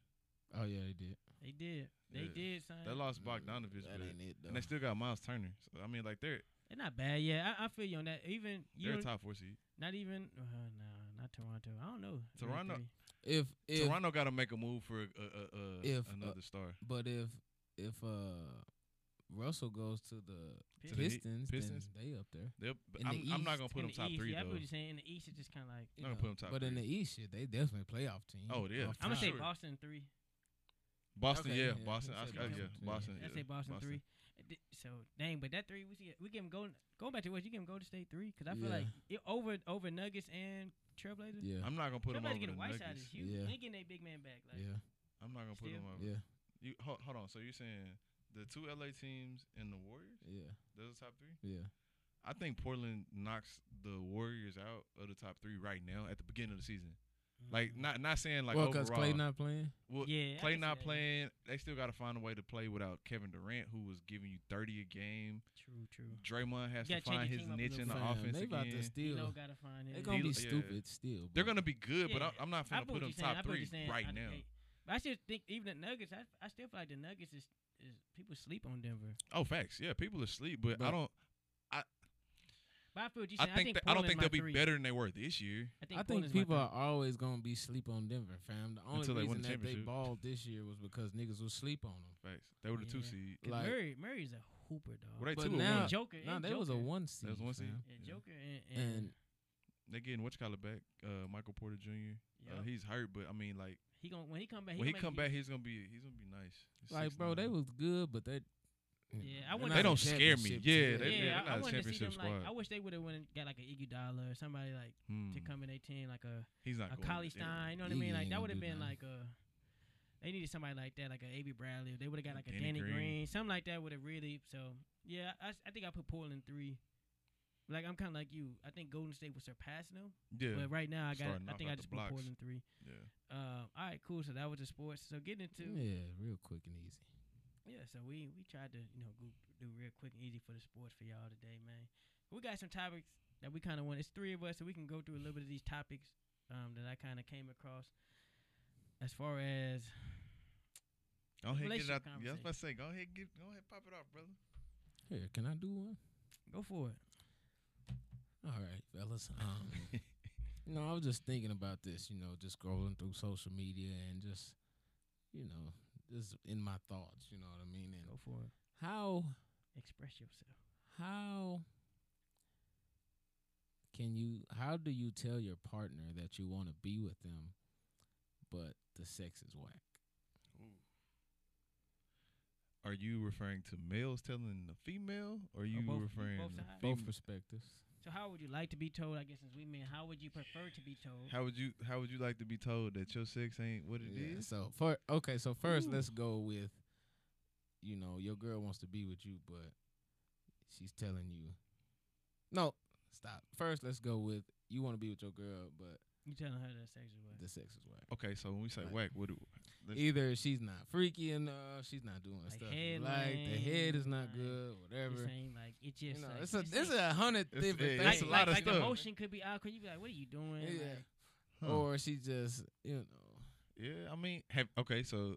Speaker 3: Oh yeah, they did.
Speaker 1: They did. They
Speaker 2: Yeah.
Speaker 1: did. Son.
Speaker 2: They lost
Speaker 3: Mm,
Speaker 2: Bogdanovich,
Speaker 3: That
Speaker 2: but
Speaker 3: ain't it though.
Speaker 2: and they still got Miles Turner. So I mean, like they're
Speaker 1: They're not bad. Yeah, I, I feel you on that. Even you,
Speaker 2: they're a
Speaker 1: don't-
Speaker 2: top four seed.
Speaker 1: not even. Uh, no, not Toronto. I don't know. They're
Speaker 2: Toronto-
Speaker 1: three.
Speaker 3: if if
Speaker 2: Toronto got to make a move for a, a, a, a
Speaker 3: If, uh,
Speaker 2: another star.
Speaker 3: but if if uh Russell goes to the
Speaker 2: To the Heat-
Speaker 3: Pistons,
Speaker 2: Pistons?
Speaker 3: then they up there.
Speaker 2: They'll, but
Speaker 3: in the
Speaker 2: I'm, I'm not gonna
Speaker 3: East-
Speaker 2: put
Speaker 1: In
Speaker 2: them
Speaker 1: the
Speaker 2: top
Speaker 1: East,
Speaker 2: three
Speaker 1: yeah, I feel
Speaker 2: though.
Speaker 1: what you're saying. In the East, it's just kind of like
Speaker 2: I'm gonna put them top
Speaker 3: But in the
Speaker 2: three.
Speaker 3: East, shit, they definitely playoff team.
Speaker 2: Oh, yeah,
Speaker 3: off
Speaker 2: for
Speaker 1: I'm gonna say
Speaker 2: sure.
Speaker 1: Boston three.
Speaker 2: Boston,
Speaker 3: Okay,
Speaker 2: yeah,
Speaker 3: yeah,
Speaker 2: Boston.
Speaker 3: you
Speaker 2: I, I,
Speaker 3: said
Speaker 2: yeah,
Speaker 1: Boston,
Speaker 3: yeah.
Speaker 2: Boston.
Speaker 1: I
Speaker 2: yeah,
Speaker 1: say Boston, three. Uh, di- So dang, but that three we see, we give him Golden. Going back to what you give him Golden State three because I feel
Speaker 3: Yeah.
Speaker 1: like it, over over Nuggets and Trailblazers.
Speaker 3: Yeah,
Speaker 2: I'm not gonna put them over
Speaker 1: Trailblazers
Speaker 2: the
Speaker 1: getting
Speaker 2: Nuggets.
Speaker 1: Whiteside is huge.
Speaker 3: Yeah.
Speaker 1: They getting their big man back. Like,
Speaker 3: yeah,
Speaker 2: I'm not gonna put
Speaker 1: Still.
Speaker 2: them over.
Speaker 3: yeah,
Speaker 2: You hold, hold on. So you're saying the two LA teams and the Warriors?
Speaker 3: yeah,
Speaker 2: Those are the top three?
Speaker 3: yeah.
Speaker 2: I think Portland knocks the Warriors out of the top three right now at the beginning of the season. Like not not saying like
Speaker 3: well,
Speaker 2: overall.
Speaker 3: because Clay not playing.
Speaker 2: well,
Speaker 1: mm. yeah, I
Speaker 2: Clay
Speaker 1: can see
Speaker 2: not
Speaker 1: that.
Speaker 2: playing. They still got to find a way to play without Kevin Durant, who was giving you 30 a game.
Speaker 1: True, true.
Speaker 2: Draymond has to
Speaker 1: gotta change
Speaker 2: find
Speaker 1: your
Speaker 2: his
Speaker 1: team up a
Speaker 2: niche
Speaker 1: little
Speaker 2: in the
Speaker 1: bit.
Speaker 3: Fam,
Speaker 2: offense
Speaker 3: they about to
Speaker 2: again.
Speaker 1: You
Speaker 3: steal.
Speaker 1: know, gotta find
Speaker 3: They
Speaker 1: it.
Speaker 3: gonna
Speaker 2: D'Lo-
Speaker 3: be
Speaker 2: yeah.
Speaker 3: stupid still.
Speaker 2: They're
Speaker 3: bro.
Speaker 2: gonna be good, but
Speaker 1: Yeah.
Speaker 2: I'm, I'm not
Speaker 1: I
Speaker 2: gonna
Speaker 1: put
Speaker 2: put
Speaker 1: what
Speaker 2: them
Speaker 1: you're saying. I
Speaker 2: top
Speaker 1: put what
Speaker 2: three
Speaker 1: you're saying.
Speaker 2: right
Speaker 1: I-
Speaker 2: now.
Speaker 1: hey, But I still think even the Nuggets. I, I still feel like the Nuggets is, is people sleep on Denver.
Speaker 2: Oh, facts. Yeah, people are asleep, but I
Speaker 3: But-
Speaker 2: don't.
Speaker 1: But I feel what you
Speaker 2: I
Speaker 1: saying.
Speaker 2: think, that- I don't
Speaker 1: Portland's
Speaker 2: think
Speaker 1: my
Speaker 2: they'll be
Speaker 1: three.
Speaker 2: better than they were this year.
Speaker 1: I think,
Speaker 3: I think
Speaker 1: Portland's my
Speaker 3: people
Speaker 1: three.
Speaker 3: are always gonna be sleep on Denver, fam. The only
Speaker 2: Until they win
Speaker 3: reason
Speaker 2: the
Speaker 3: that they
Speaker 2: championship.
Speaker 3: balled this year was because niggas was sleep on them.
Speaker 2: Facts. They were the two
Speaker 1: Yeah.
Speaker 2: seed.
Speaker 1: 'Cause
Speaker 3: like-
Speaker 1: Murray, Murray's a hooper dog.
Speaker 2: Were they
Speaker 3: But
Speaker 2: two or
Speaker 3: now-
Speaker 2: one?
Speaker 1: and Joker.
Speaker 3: Nah,
Speaker 1: and
Speaker 3: they
Speaker 1: Joker.
Speaker 3: was a one seed.
Speaker 2: was one seed?
Speaker 3: fam.
Speaker 1: And
Speaker 2: Yeah.
Speaker 1: Joker and, and,
Speaker 3: And
Speaker 2: They getting what you call it back? Uh, Michael Porter Jr. Uh,
Speaker 1: Yup.
Speaker 2: he's hurt, but I mean, like
Speaker 1: he gonna when he come back. He
Speaker 2: when he
Speaker 1: gonna
Speaker 2: come
Speaker 1: make
Speaker 2: back, he's gonna be he's gonna be nice. He's
Speaker 3: like, bro,
Speaker 2: 6'9".
Speaker 3: they was good, but they.
Speaker 1: Yeah, I
Speaker 3: they're
Speaker 1: wouldn't-
Speaker 3: not
Speaker 1: They
Speaker 3: a
Speaker 2: don't scare me.
Speaker 3: championship
Speaker 2: Yeah,
Speaker 1: you-
Speaker 3: team.
Speaker 2: they-
Speaker 1: yeah,
Speaker 2: they're
Speaker 1: I,
Speaker 2: not a
Speaker 1: wanted to see them
Speaker 2: championship
Speaker 1: like.
Speaker 2: squad.
Speaker 1: I wish they would have went and got like an Iggy Dollar or somebody like
Speaker 2: Hmm.
Speaker 1: to come in their team like a
Speaker 2: He's not
Speaker 1: a
Speaker 2: going
Speaker 1: Collie
Speaker 2: there.
Speaker 1: Stein. You know what I
Speaker 3: Iggy
Speaker 1: mean? Like
Speaker 3: ain't
Speaker 1: that
Speaker 3: gonna
Speaker 1: would have
Speaker 3: do
Speaker 1: been
Speaker 3: nothing.
Speaker 1: like a. They needed somebody like that, like a A.B. Bradley. If they would have got like a
Speaker 2: Danny
Speaker 1: Danny,
Speaker 2: Green.
Speaker 1: Green. something like that would have really. So yeah, I, s- I think I put Portland three. Like I'm kind of like you. I think Golden State was surpassing them,
Speaker 2: Yeah,
Speaker 1: but right now I got.
Speaker 2: Starting
Speaker 1: I
Speaker 2: off
Speaker 1: think
Speaker 2: out the
Speaker 1: I just put
Speaker 2: blocks.
Speaker 1: Portland three.
Speaker 2: yeah.
Speaker 1: Um, all right, cool. So that was the sports. So getting into
Speaker 3: Yeah, real quick and easy.
Speaker 1: yeah, so we we tried to you know go, do real quick and easy for the sports for y'all today, man. We got some topics that we kind of want. It's three of us, so we can go through a little bit of these topics um, that I kind of came across. As far as
Speaker 2: Go ahead, get it
Speaker 1: Relationship
Speaker 2: out. Yeah, I was about to say, go ahead, get, go ahead, pop it off, brother.
Speaker 3: Here, can I do one?
Speaker 1: go for it,
Speaker 3: All right,
Speaker 2: [laughs]
Speaker 3: fellas. Um, you know, I was just thinking about this. You know, just scrolling through social media and just, you know, just in my thoughts. You know what I mean? And
Speaker 1: go for it,
Speaker 3: how
Speaker 1: express yourself.
Speaker 3: how can you how do you tell your partner that you want to be with them, but the sex is whack?
Speaker 2: Are you referring to males telling the female, or are you
Speaker 1: both-
Speaker 2: referring
Speaker 1: both
Speaker 2: to
Speaker 1: sides?
Speaker 3: Both
Speaker 2: fem-
Speaker 3: perspectives.
Speaker 1: So how would you like to be told? I guess since we men, how would you prefer to be told?
Speaker 2: How would you How would you like to be told that your sex ain't what it
Speaker 3: Yeah,
Speaker 2: is?
Speaker 3: So for okay, so first
Speaker 1: Ooh.
Speaker 3: let's go with, you know, your girl wants to be with you, but she's telling you, no, stop. First, let's go with you want to be with your girl, but
Speaker 1: You telling her that sex is what?
Speaker 3: the sex is whack.
Speaker 2: Okay, so when we say
Speaker 3: Like-
Speaker 2: whack, what do let's-
Speaker 3: Either she's not freaky enough, she's not doing
Speaker 1: Like
Speaker 3: stuff
Speaker 1: head
Speaker 3: you like, the head is not
Speaker 1: like,
Speaker 3: good,
Speaker 1: This
Speaker 3: whatever.
Speaker 1: ain't like it just.
Speaker 3: You know,
Speaker 1: like,
Speaker 3: it's a
Speaker 1: this
Speaker 3: this is
Speaker 1: ain't-
Speaker 3: a hundred
Speaker 2: It's-
Speaker 3: different
Speaker 2: yeah,
Speaker 3: things.
Speaker 2: it's
Speaker 1: like,
Speaker 2: a lot
Speaker 1: like,
Speaker 2: of
Speaker 1: like the
Speaker 2: stuff.
Speaker 1: motion could be awkward. You be like, "What are you doing?"
Speaker 3: Yeah.
Speaker 1: Like,
Speaker 2: Huh.
Speaker 3: Or she just, you know,
Speaker 2: yeah, I mean, have okay, so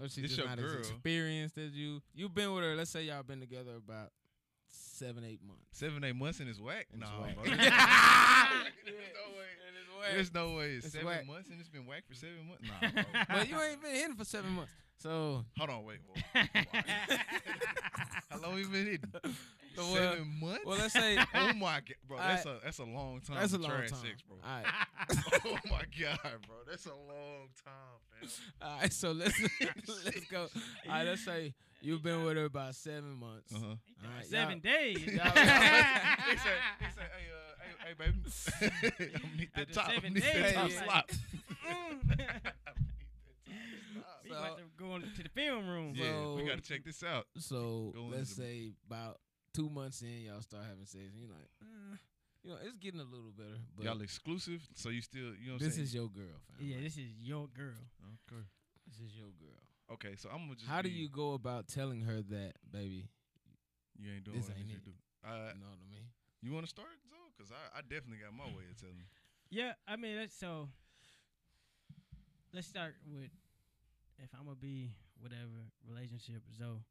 Speaker 3: or she's
Speaker 2: This
Speaker 3: just
Speaker 2: your
Speaker 3: not
Speaker 2: girl.
Speaker 3: as experienced as you. You've been with her. Let's say y'all been together about seven, eight months.
Speaker 2: seven eight months and it's whack.
Speaker 3: And
Speaker 2: no,
Speaker 3: it's whack. [laughs]
Speaker 2: bro.
Speaker 3: Yeah.
Speaker 2: There's no way.
Speaker 3: And it's
Speaker 2: There's no way. It's
Speaker 3: It's
Speaker 2: seven
Speaker 3: whack.
Speaker 2: months and it's been whack for seven months.
Speaker 3: [laughs]
Speaker 2: Nah, bro.
Speaker 3: but you ain't been hitting for seven months. So
Speaker 2: hold on, wait. whoa,
Speaker 3: [laughs]
Speaker 2: whoa. How long you been hitting?
Speaker 3: So, [laughs] well-
Speaker 2: seven months.
Speaker 3: well,
Speaker 1: [laughs]
Speaker 3: let's say
Speaker 2: [laughs] oh my god, bro,
Speaker 3: I-
Speaker 2: that's a that's a long time.
Speaker 3: that's a
Speaker 2: for
Speaker 3: long
Speaker 2: trash
Speaker 3: time.
Speaker 2: sex, bro.
Speaker 3: All right,
Speaker 2: [laughs] oh my god, bro, that's a long time, fam.
Speaker 3: all right. So let's [laughs] let's go. All right, let's say you've been with her about seven months.
Speaker 1: [laughs]
Speaker 2: Uh-huh.
Speaker 3: All right, [laughs]
Speaker 1: Seven days.
Speaker 2: [laughs] he
Speaker 3: y'all-
Speaker 2: said, he
Speaker 1: [laughs]
Speaker 2: said, hey, uh, hey, hey, baby,
Speaker 3: [laughs]
Speaker 2: [laughs] I need that
Speaker 1: After
Speaker 2: top, I
Speaker 1: seven
Speaker 2: need
Speaker 1: days,
Speaker 2: that top
Speaker 3: yeah.
Speaker 2: slop.
Speaker 1: Mm. We
Speaker 3: So-
Speaker 1: about to go on to the film room.
Speaker 3: Yeah.
Speaker 2: yeah, we
Speaker 3: So-
Speaker 2: gotta check this out.
Speaker 3: So
Speaker 2: Go into
Speaker 3: let's
Speaker 2: the-
Speaker 3: say about two months in, y'all start having sex, and you're like, eh, you know, it's getting a little better. But
Speaker 2: Y'all exclusive, so you still, you know, what I'm
Speaker 3: this
Speaker 2: saying?
Speaker 3: is your girl, fam.
Speaker 1: Yeah,
Speaker 3: Like,
Speaker 1: this is your girl.
Speaker 2: okay.
Speaker 3: this is your girl.
Speaker 2: Okay, so I'm gonna just.
Speaker 3: How do
Speaker 2: be-
Speaker 3: you go about telling her that, baby?
Speaker 2: You ain't doing
Speaker 3: This
Speaker 2: what I
Speaker 3: ain't
Speaker 2: need you
Speaker 3: it.
Speaker 2: to do. Uh,
Speaker 3: you know what I mean?
Speaker 2: you want to start, Zoe? Cause I, I definitely got my way of telling.
Speaker 1: Yeah, I mean, that's, so let's start with if I'm gonna be whatever relationship. So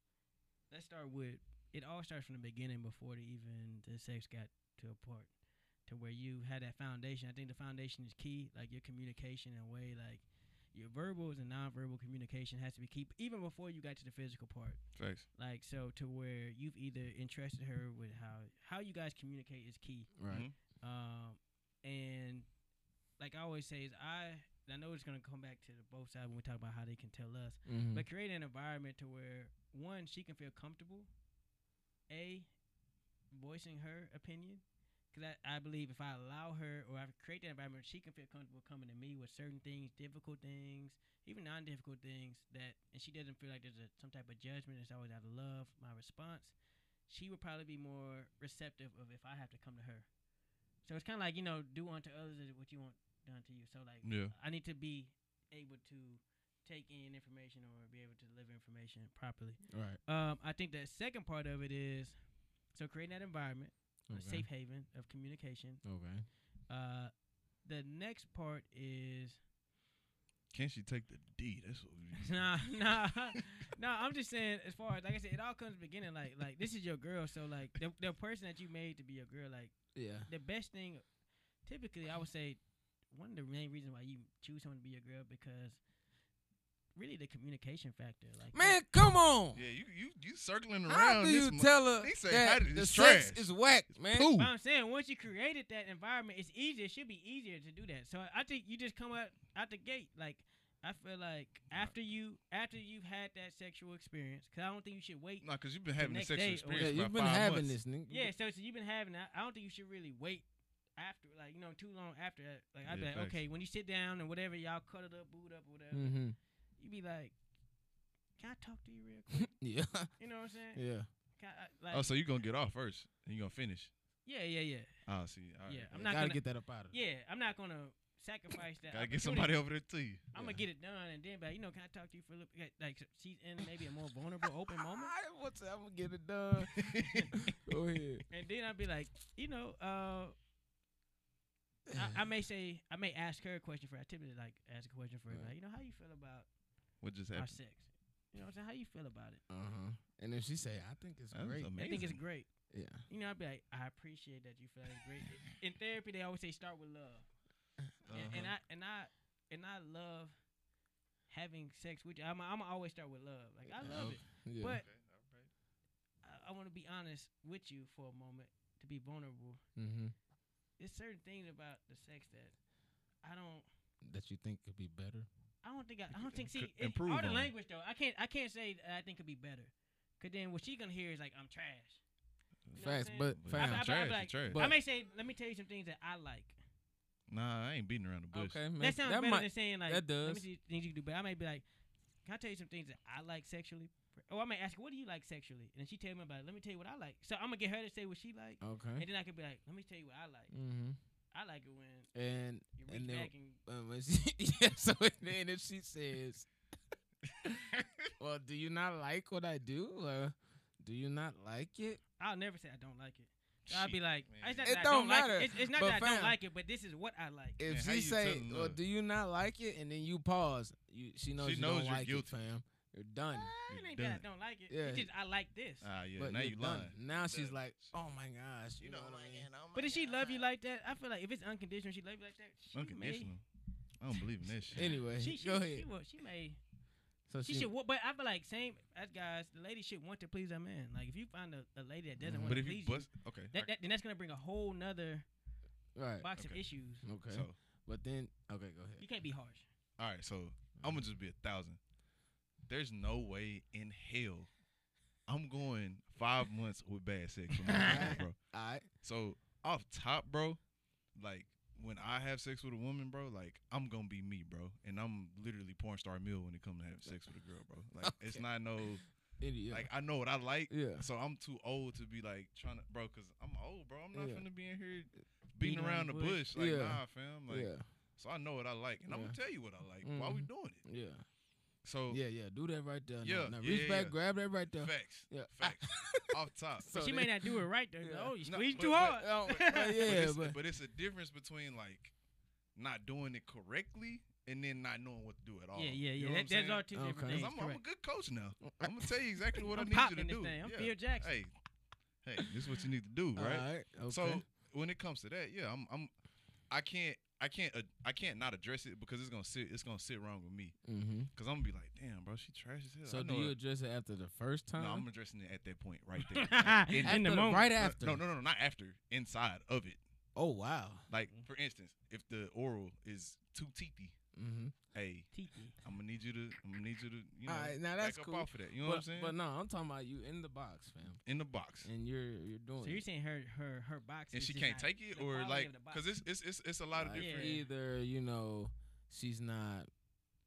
Speaker 1: let's start with it. All starts from the beginning before the, even the sex got to a part to where you had that foundation. I think the foundation is key, like your communication and way like. Your verbals and nonverbal communication has to be keep even before you got to the physical part.
Speaker 2: Thanks.
Speaker 1: Like so, to where you've either entrusted her with how how you guys communicate is key.
Speaker 2: Mhm.
Speaker 3: Right.
Speaker 1: Um, and like I always say, is I I know it's gonna come back to the both sides when we talk about how they can tell us,
Speaker 3: Mhm.
Speaker 1: but create an environment to where one she can feel comfortable, a voicing her opinion, because I, I believe if I allow her or I create that environment, she can feel comfortable coming to me with certain things, difficult things, even non-difficult things that, and she doesn't feel like there's a, some type of judgment. It's always out of love. My response, she would probably be more receptive of if I have to come to her. So it's kind of like you know, do unto others as what you want done to you. So like,
Speaker 2: Yeah.
Speaker 1: I need to be able to take in information or be able to deliver information properly.
Speaker 3: Right.
Speaker 1: Um, I think the second part of it is so creating that environment,
Speaker 3: Okay.
Speaker 1: a safe haven of communication.
Speaker 3: Okay.
Speaker 1: Uh, the next part is [laughs]
Speaker 2: Can she take the D? That's what
Speaker 3: [laughs]
Speaker 2: we.
Speaker 1: nah, nah, [laughs] nah. I'm just saying, as far as like I said, it all comes beginning. Like, like this is your girl, so like the the person that you made to be your girl, like
Speaker 3: Yeah.
Speaker 1: the best thing. Typically, I would say one of the main reasons why you choose someone to be your girl because really the communication factor. Like,
Speaker 3: Man, come on.
Speaker 2: Yeah, you you you circling
Speaker 3: How
Speaker 2: around
Speaker 3: do
Speaker 2: this.
Speaker 3: you
Speaker 2: mo-
Speaker 3: tell her
Speaker 2: They say, how
Speaker 3: that
Speaker 2: did-
Speaker 3: the
Speaker 2: it's
Speaker 3: sex
Speaker 2: trash.
Speaker 3: is whack, man?
Speaker 2: Poo.
Speaker 1: But I'm saying once you created that environment, it's easier. It should be easier to do that. So I think you just come out out the gate. Like I feel like after you after you've had that sexual experience, because I don't think you should wait.
Speaker 2: Nah, cause you've been having a
Speaker 1: next
Speaker 2: sexual
Speaker 1: day or-
Speaker 2: experience.
Speaker 3: oh, Yeah,
Speaker 2: for
Speaker 3: you've
Speaker 2: about
Speaker 3: been
Speaker 2: five
Speaker 3: having
Speaker 2: months.
Speaker 3: this, nigga.
Speaker 1: Yeah, so, so you've been having. I, I don't think you should really wait after, like you know, too long after that. Like I'd be
Speaker 2: Yeah,
Speaker 1: like,
Speaker 2: facts.
Speaker 1: okay, when you sit down and whatever, y'all cut it up, boot up, whatever.
Speaker 3: Mm-hmm. [laughs]
Speaker 1: You be like, can I talk to you real quick?
Speaker 3: yeah.
Speaker 1: you know what I'm
Speaker 2: [laughs]
Speaker 1: saying?
Speaker 3: Yeah.
Speaker 1: Can I, like,
Speaker 2: Oh, so you gonna get off first, and you gonna finish.
Speaker 1: yeah, yeah, yeah,
Speaker 2: Oh, see, all right.
Speaker 1: yeah. I'm
Speaker 3: You
Speaker 1: not
Speaker 3: gotta
Speaker 1: gonna,
Speaker 3: get that up out of her.
Speaker 1: yeah, I'm not gonna sacrifice that.
Speaker 2: Gotta get
Speaker 1: opportunity.
Speaker 2: somebody over there to
Speaker 3: [laughs]
Speaker 2: you.
Speaker 1: I'm gonna
Speaker 3: Yeah.
Speaker 1: get it done, and then, but you know, can I talk to you for a little? Like, like she's in maybe a more vulnerable, open moment,
Speaker 3: I, [laughs] what's I'm gonna get it done.
Speaker 2: [laughs]
Speaker 3: Go ahead.
Speaker 1: and then I'd be like, you know, uh, I,
Speaker 3: [laughs]
Speaker 1: I may say, I may ask her a question for. I typically like ask a question for, her,
Speaker 3: Right.
Speaker 1: like, you know, how you feel about
Speaker 2: [laughs] What just
Speaker 1: our
Speaker 2: happened?
Speaker 1: sex? You know, what I'm saying, how you feel about it?
Speaker 3: Uh huh. And if she say, I think it's
Speaker 2: That was
Speaker 3: great.
Speaker 2: amazing.
Speaker 1: I think it's great.
Speaker 3: Yeah.
Speaker 1: You know, I'd be like, I appreciate that you feel like it's great. in therapy, they always say start with love, and,
Speaker 3: Uh-huh.
Speaker 1: and I and I and I love having sex with you. I'm I'm always start with love. Like I love it.
Speaker 3: Uh-huh. Yeah.
Speaker 1: But I, I want to be honest with you for a moment to be vulnerable.
Speaker 3: mm-hmm.
Speaker 1: There's certain things about the sex that I don't.
Speaker 3: that you think could be better.
Speaker 1: I don't think I, I don't think
Speaker 2: could
Speaker 1: see it,
Speaker 2: improve
Speaker 1: all the
Speaker 2: on.
Speaker 1: language though. I can't I can't say that I think could be better. Cause then what she gonna hear is like I'm trash. You know what I'm
Speaker 3: Facts,
Speaker 1: saying?
Speaker 3: but
Speaker 2: Fam,
Speaker 1: I- I-
Speaker 3: fam.
Speaker 1: I-
Speaker 2: trash,
Speaker 1: like-
Speaker 2: trash.
Speaker 3: But-
Speaker 1: I may say let me tell you some things that I like.
Speaker 2: nah, I ain't beating around the bush.
Speaker 3: Okay, man.
Speaker 2: [laughs]
Speaker 1: that sounds better
Speaker 3: might,
Speaker 1: than saying like
Speaker 3: that
Speaker 1: Let me
Speaker 3: does.
Speaker 1: see things you can do better. I may be like can I tell you some things that I like sexually? Oh, I may ask her, what do you like sexually? And then she tell me about it. Let me tell you what I like. So I'm gonna get her to say what she like,
Speaker 3: Okay.
Speaker 1: and then I could be like, let me tell you what I like.
Speaker 3: Mm-hmm.
Speaker 1: I like it when
Speaker 3: And
Speaker 1: you
Speaker 3: And
Speaker 1: reach
Speaker 3: then-
Speaker 1: back and
Speaker 3: um, [laughs] and she, yeah, so then if she says, "Well, do you not like what I do? Or do you not like it?"
Speaker 1: I'll never say I don't like it. So I'll be
Speaker 2: Shit,
Speaker 1: like,
Speaker 2: man.
Speaker 1: it's not
Speaker 3: It
Speaker 1: that I
Speaker 3: don't
Speaker 1: don't like
Speaker 3: matter,
Speaker 1: it. It's, it's not
Speaker 3: but
Speaker 1: that I
Speaker 3: fam-
Speaker 1: don't like it, but this is what I like.
Speaker 2: Man,
Speaker 3: If
Speaker 2: how
Speaker 3: she
Speaker 2: you
Speaker 3: say,
Speaker 2: telling
Speaker 3: "Well,
Speaker 2: her?
Speaker 3: do you not like it?" and then you pause, you she knows
Speaker 2: She
Speaker 3: you
Speaker 2: knows
Speaker 3: don't
Speaker 2: you're
Speaker 3: like
Speaker 2: guilty.
Speaker 3: it, fam. You're done.
Speaker 1: Ah,
Speaker 2: You're
Speaker 1: it ain't that I
Speaker 2: done.
Speaker 1: don't like it.
Speaker 3: Yeah. Uh,
Speaker 1: It's just I like this.
Speaker 2: Ah, yeah.
Speaker 3: but
Speaker 2: now
Speaker 3: you're
Speaker 2: you
Speaker 3: done.
Speaker 2: lying.
Speaker 3: Now she's
Speaker 2: Done.
Speaker 3: like, "Oh my gosh, you, know, what I mean?"
Speaker 1: but if she love you like that, I feel like if it's unconditional, she love you like that. She
Speaker 2: Unconditional. I don't believe
Speaker 1: [laughs]
Speaker 2: in that shit.
Speaker 3: Anyway,
Speaker 1: May, she, she,
Speaker 3: go
Speaker 1: she,
Speaker 3: ahead.
Speaker 1: will- she may.
Speaker 3: so
Speaker 1: She should. wa- But I feel like same as guys, the lady should want to please her man. Like if you find a, a lady that doesn't
Speaker 3: Mhm.
Speaker 1: want
Speaker 2: Mm-hmm. but if
Speaker 1: to
Speaker 2: you
Speaker 1: please
Speaker 2: bust, okay.
Speaker 1: you, that,
Speaker 2: I-
Speaker 1: that, then that's gonna bring a whole nother
Speaker 3: right.
Speaker 1: box of
Speaker 2: Okay. Mm-hmm.
Speaker 1: issues.
Speaker 3: Okay.
Speaker 2: So,
Speaker 3: but then, okay, go ahead.
Speaker 1: You can't be harsh.
Speaker 2: all right. So I'm gonna just be a thousand. There's no way in hell I'm going five months with bad sex, with my partner, bro.
Speaker 3: All right.
Speaker 2: So off top, bro, like when I have sex with a woman, bro, like I'm gonna be me, bro, and I'm literally porn star meal when it comes to having sex with a girl,
Speaker 3: [laughs]
Speaker 2: bro. Like it's
Speaker 3: Okay.
Speaker 2: not no,
Speaker 3: Idiot.
Speaker 2: like I know what I like.
Speaker 3: yeah.
Speaker 2: So I'm too old to be like trying to, bro, because I'm old, bro. I'm not
Speaker 3: Yeah.
Speaker 2: finna be in here
Speaker 1: Beating
Speaker 2: beating around the bush, like
Speaker 3: Yeah.
Speaker 2: nah, fam. Like
Speaker 3: yeah.
Speaker 2: so I know what I like, and I'm gonna
Speaker 3: Yeah.
Speaker 2: tell you what I like. Why we
Speaker 3: Mhm.
Speaker 2: doing it?
Speaker 3: Yeah.
Speaker 2: So
Speaker 3: Yeah. Yeah. Do that right there.
Speaker 2: Yeah,
Speaker 3: Now, now
Speaker 2: yeah,
Speaker 3: reach
Speaker 2: yeah,
Speaker 3: back,
Speaker 2: yeah.
Speaker 3: grab that right there.
Speaker 2: facts,
Speaker 3: Yeah. [laughs]
Speaker 2: facts, off top.
Speaker 3: So
Speaker 1: But she
Speaker 3: then-
Speaker 1: may not
Speaker 3: [laughs]
Speaker 1: do it right though.
Speaker 3: Yeah.
Speaker 1: Oh, you
Speaker 2: No,
Speaker 1: squeeze
Speaker 2: but- uh,
Speaker 1: too
Speaker 2: but- [laughs]
Speaker 1: hard.
Speaker 3: Oh, but
Speaker 2: but,
Speaker 3: yeah,
Speaker 2: it's, [laughs]
Speaker 3: but,
Speaker 2: but it's a difference between like not doing it correctly and then not knowing what to do at all. oh,
Speaker 1: Yeah, yeah,
Speaker 2: You
Speaker 1: yeah.
Speaker 2: know what
Speaker 1: that,
Speaker 2: I'm
Speaker 1: those
Speaker 2: saying?
Speaker 1: are two
Speaker 3: Okay.
Speaker 1: different
Speaker 2: 'Cause
Speaker 1: things.
Speaker 2: I'm, I'm a
Speaker 1: correct.
Speaker 2: good coach now. I'm gonna tell you exactly what
Speaker 1: [laughs] I'm
Speaker 2: I need you
Speaker 1: popping
Speaker 2: to
Speaker 1: this
Speaker 2: do.
Speaker 1: thing. I'm
Speaker 2: Yeah.
Speaker 1: Phil Jackson.
Speaker 2: Hey, hey, this is what you need to do,
Speaker 3: [laughs] all
Speaker 2: right?
Speaker 3: right. Okay.
Speaker 2: So when it comes to that, yeah, I'm, I'm, I can't, I can't, uh, I can't not address it because it's gonna sit, it's gonna sit wrong with me.
Speaker 3: mm-hmm.
Speaker 2: Cause I'm gonna be like, damn, bro, she trash as hell. I
Speaker 3: so do
Speaker 2: know
Speaker 3: you
Speaker 2: it."
Speaker 3: address it after the first time?
Speaker 2: No, I'm addressing it at that point
Speaker 1: [laughs]
Speaker 2: right there. Like,
Speaker 3: [laughs]
Speaker 2: in-
Speaker 1: After
Speaker 2: in-
Speaker 1: the
Speaker 3: After-
Speaker 1: moment.
Speaker 3: Right
Speaker 2: no,
Speaker 3: after.
Speaker 2: No, no, no, not after. Inside of it.
Speaker 3: Oh wow.
Speaker 2: Like
Speaker 1: Mm-hmm.
Speaker 2: for instance, if the oral is too teethy,
Speaker 3: Mm-hmm.
Speaker 2: hey,
Speaker 1: Tiki.
Speaker 2: I'm gonna need you to, I'm gonna need you to, you know,
Speaker 3: All right, now that's
Speaker 2: back up
Speaker 3: cool.
Speaker 2: off of that. You know
Speaker 3: but,
Speaker 2: what I'm saying?
Speaker 3: But no, I'm talking about you in the box, fam,
Speaker 2: in the box,
Speaker 3: and you're you're doing.
Speaker 1: So you're
Speaker 3: it.
Speaker 1: saying her her her box
Speaker 2: and
Speaker 1: is
Speaker 2: she
Speaker 1: just
Speaker 2: can't
Speaker 1: not-
Speaker 2: take it,
Speaker 1: the
Speaker 2: or
Speaker 1: quality
Speaker 2: like,
Speaker 1: of the box. Uh,
Speaker 2: cause
Speaker 1: [laughs]
Speaker 2: it's it's it's, it's a lot of
Speaker 3: Like,
Speaker 2: different.
Speaker 1: Yeah.
Speaker 3: Either you know, she's not.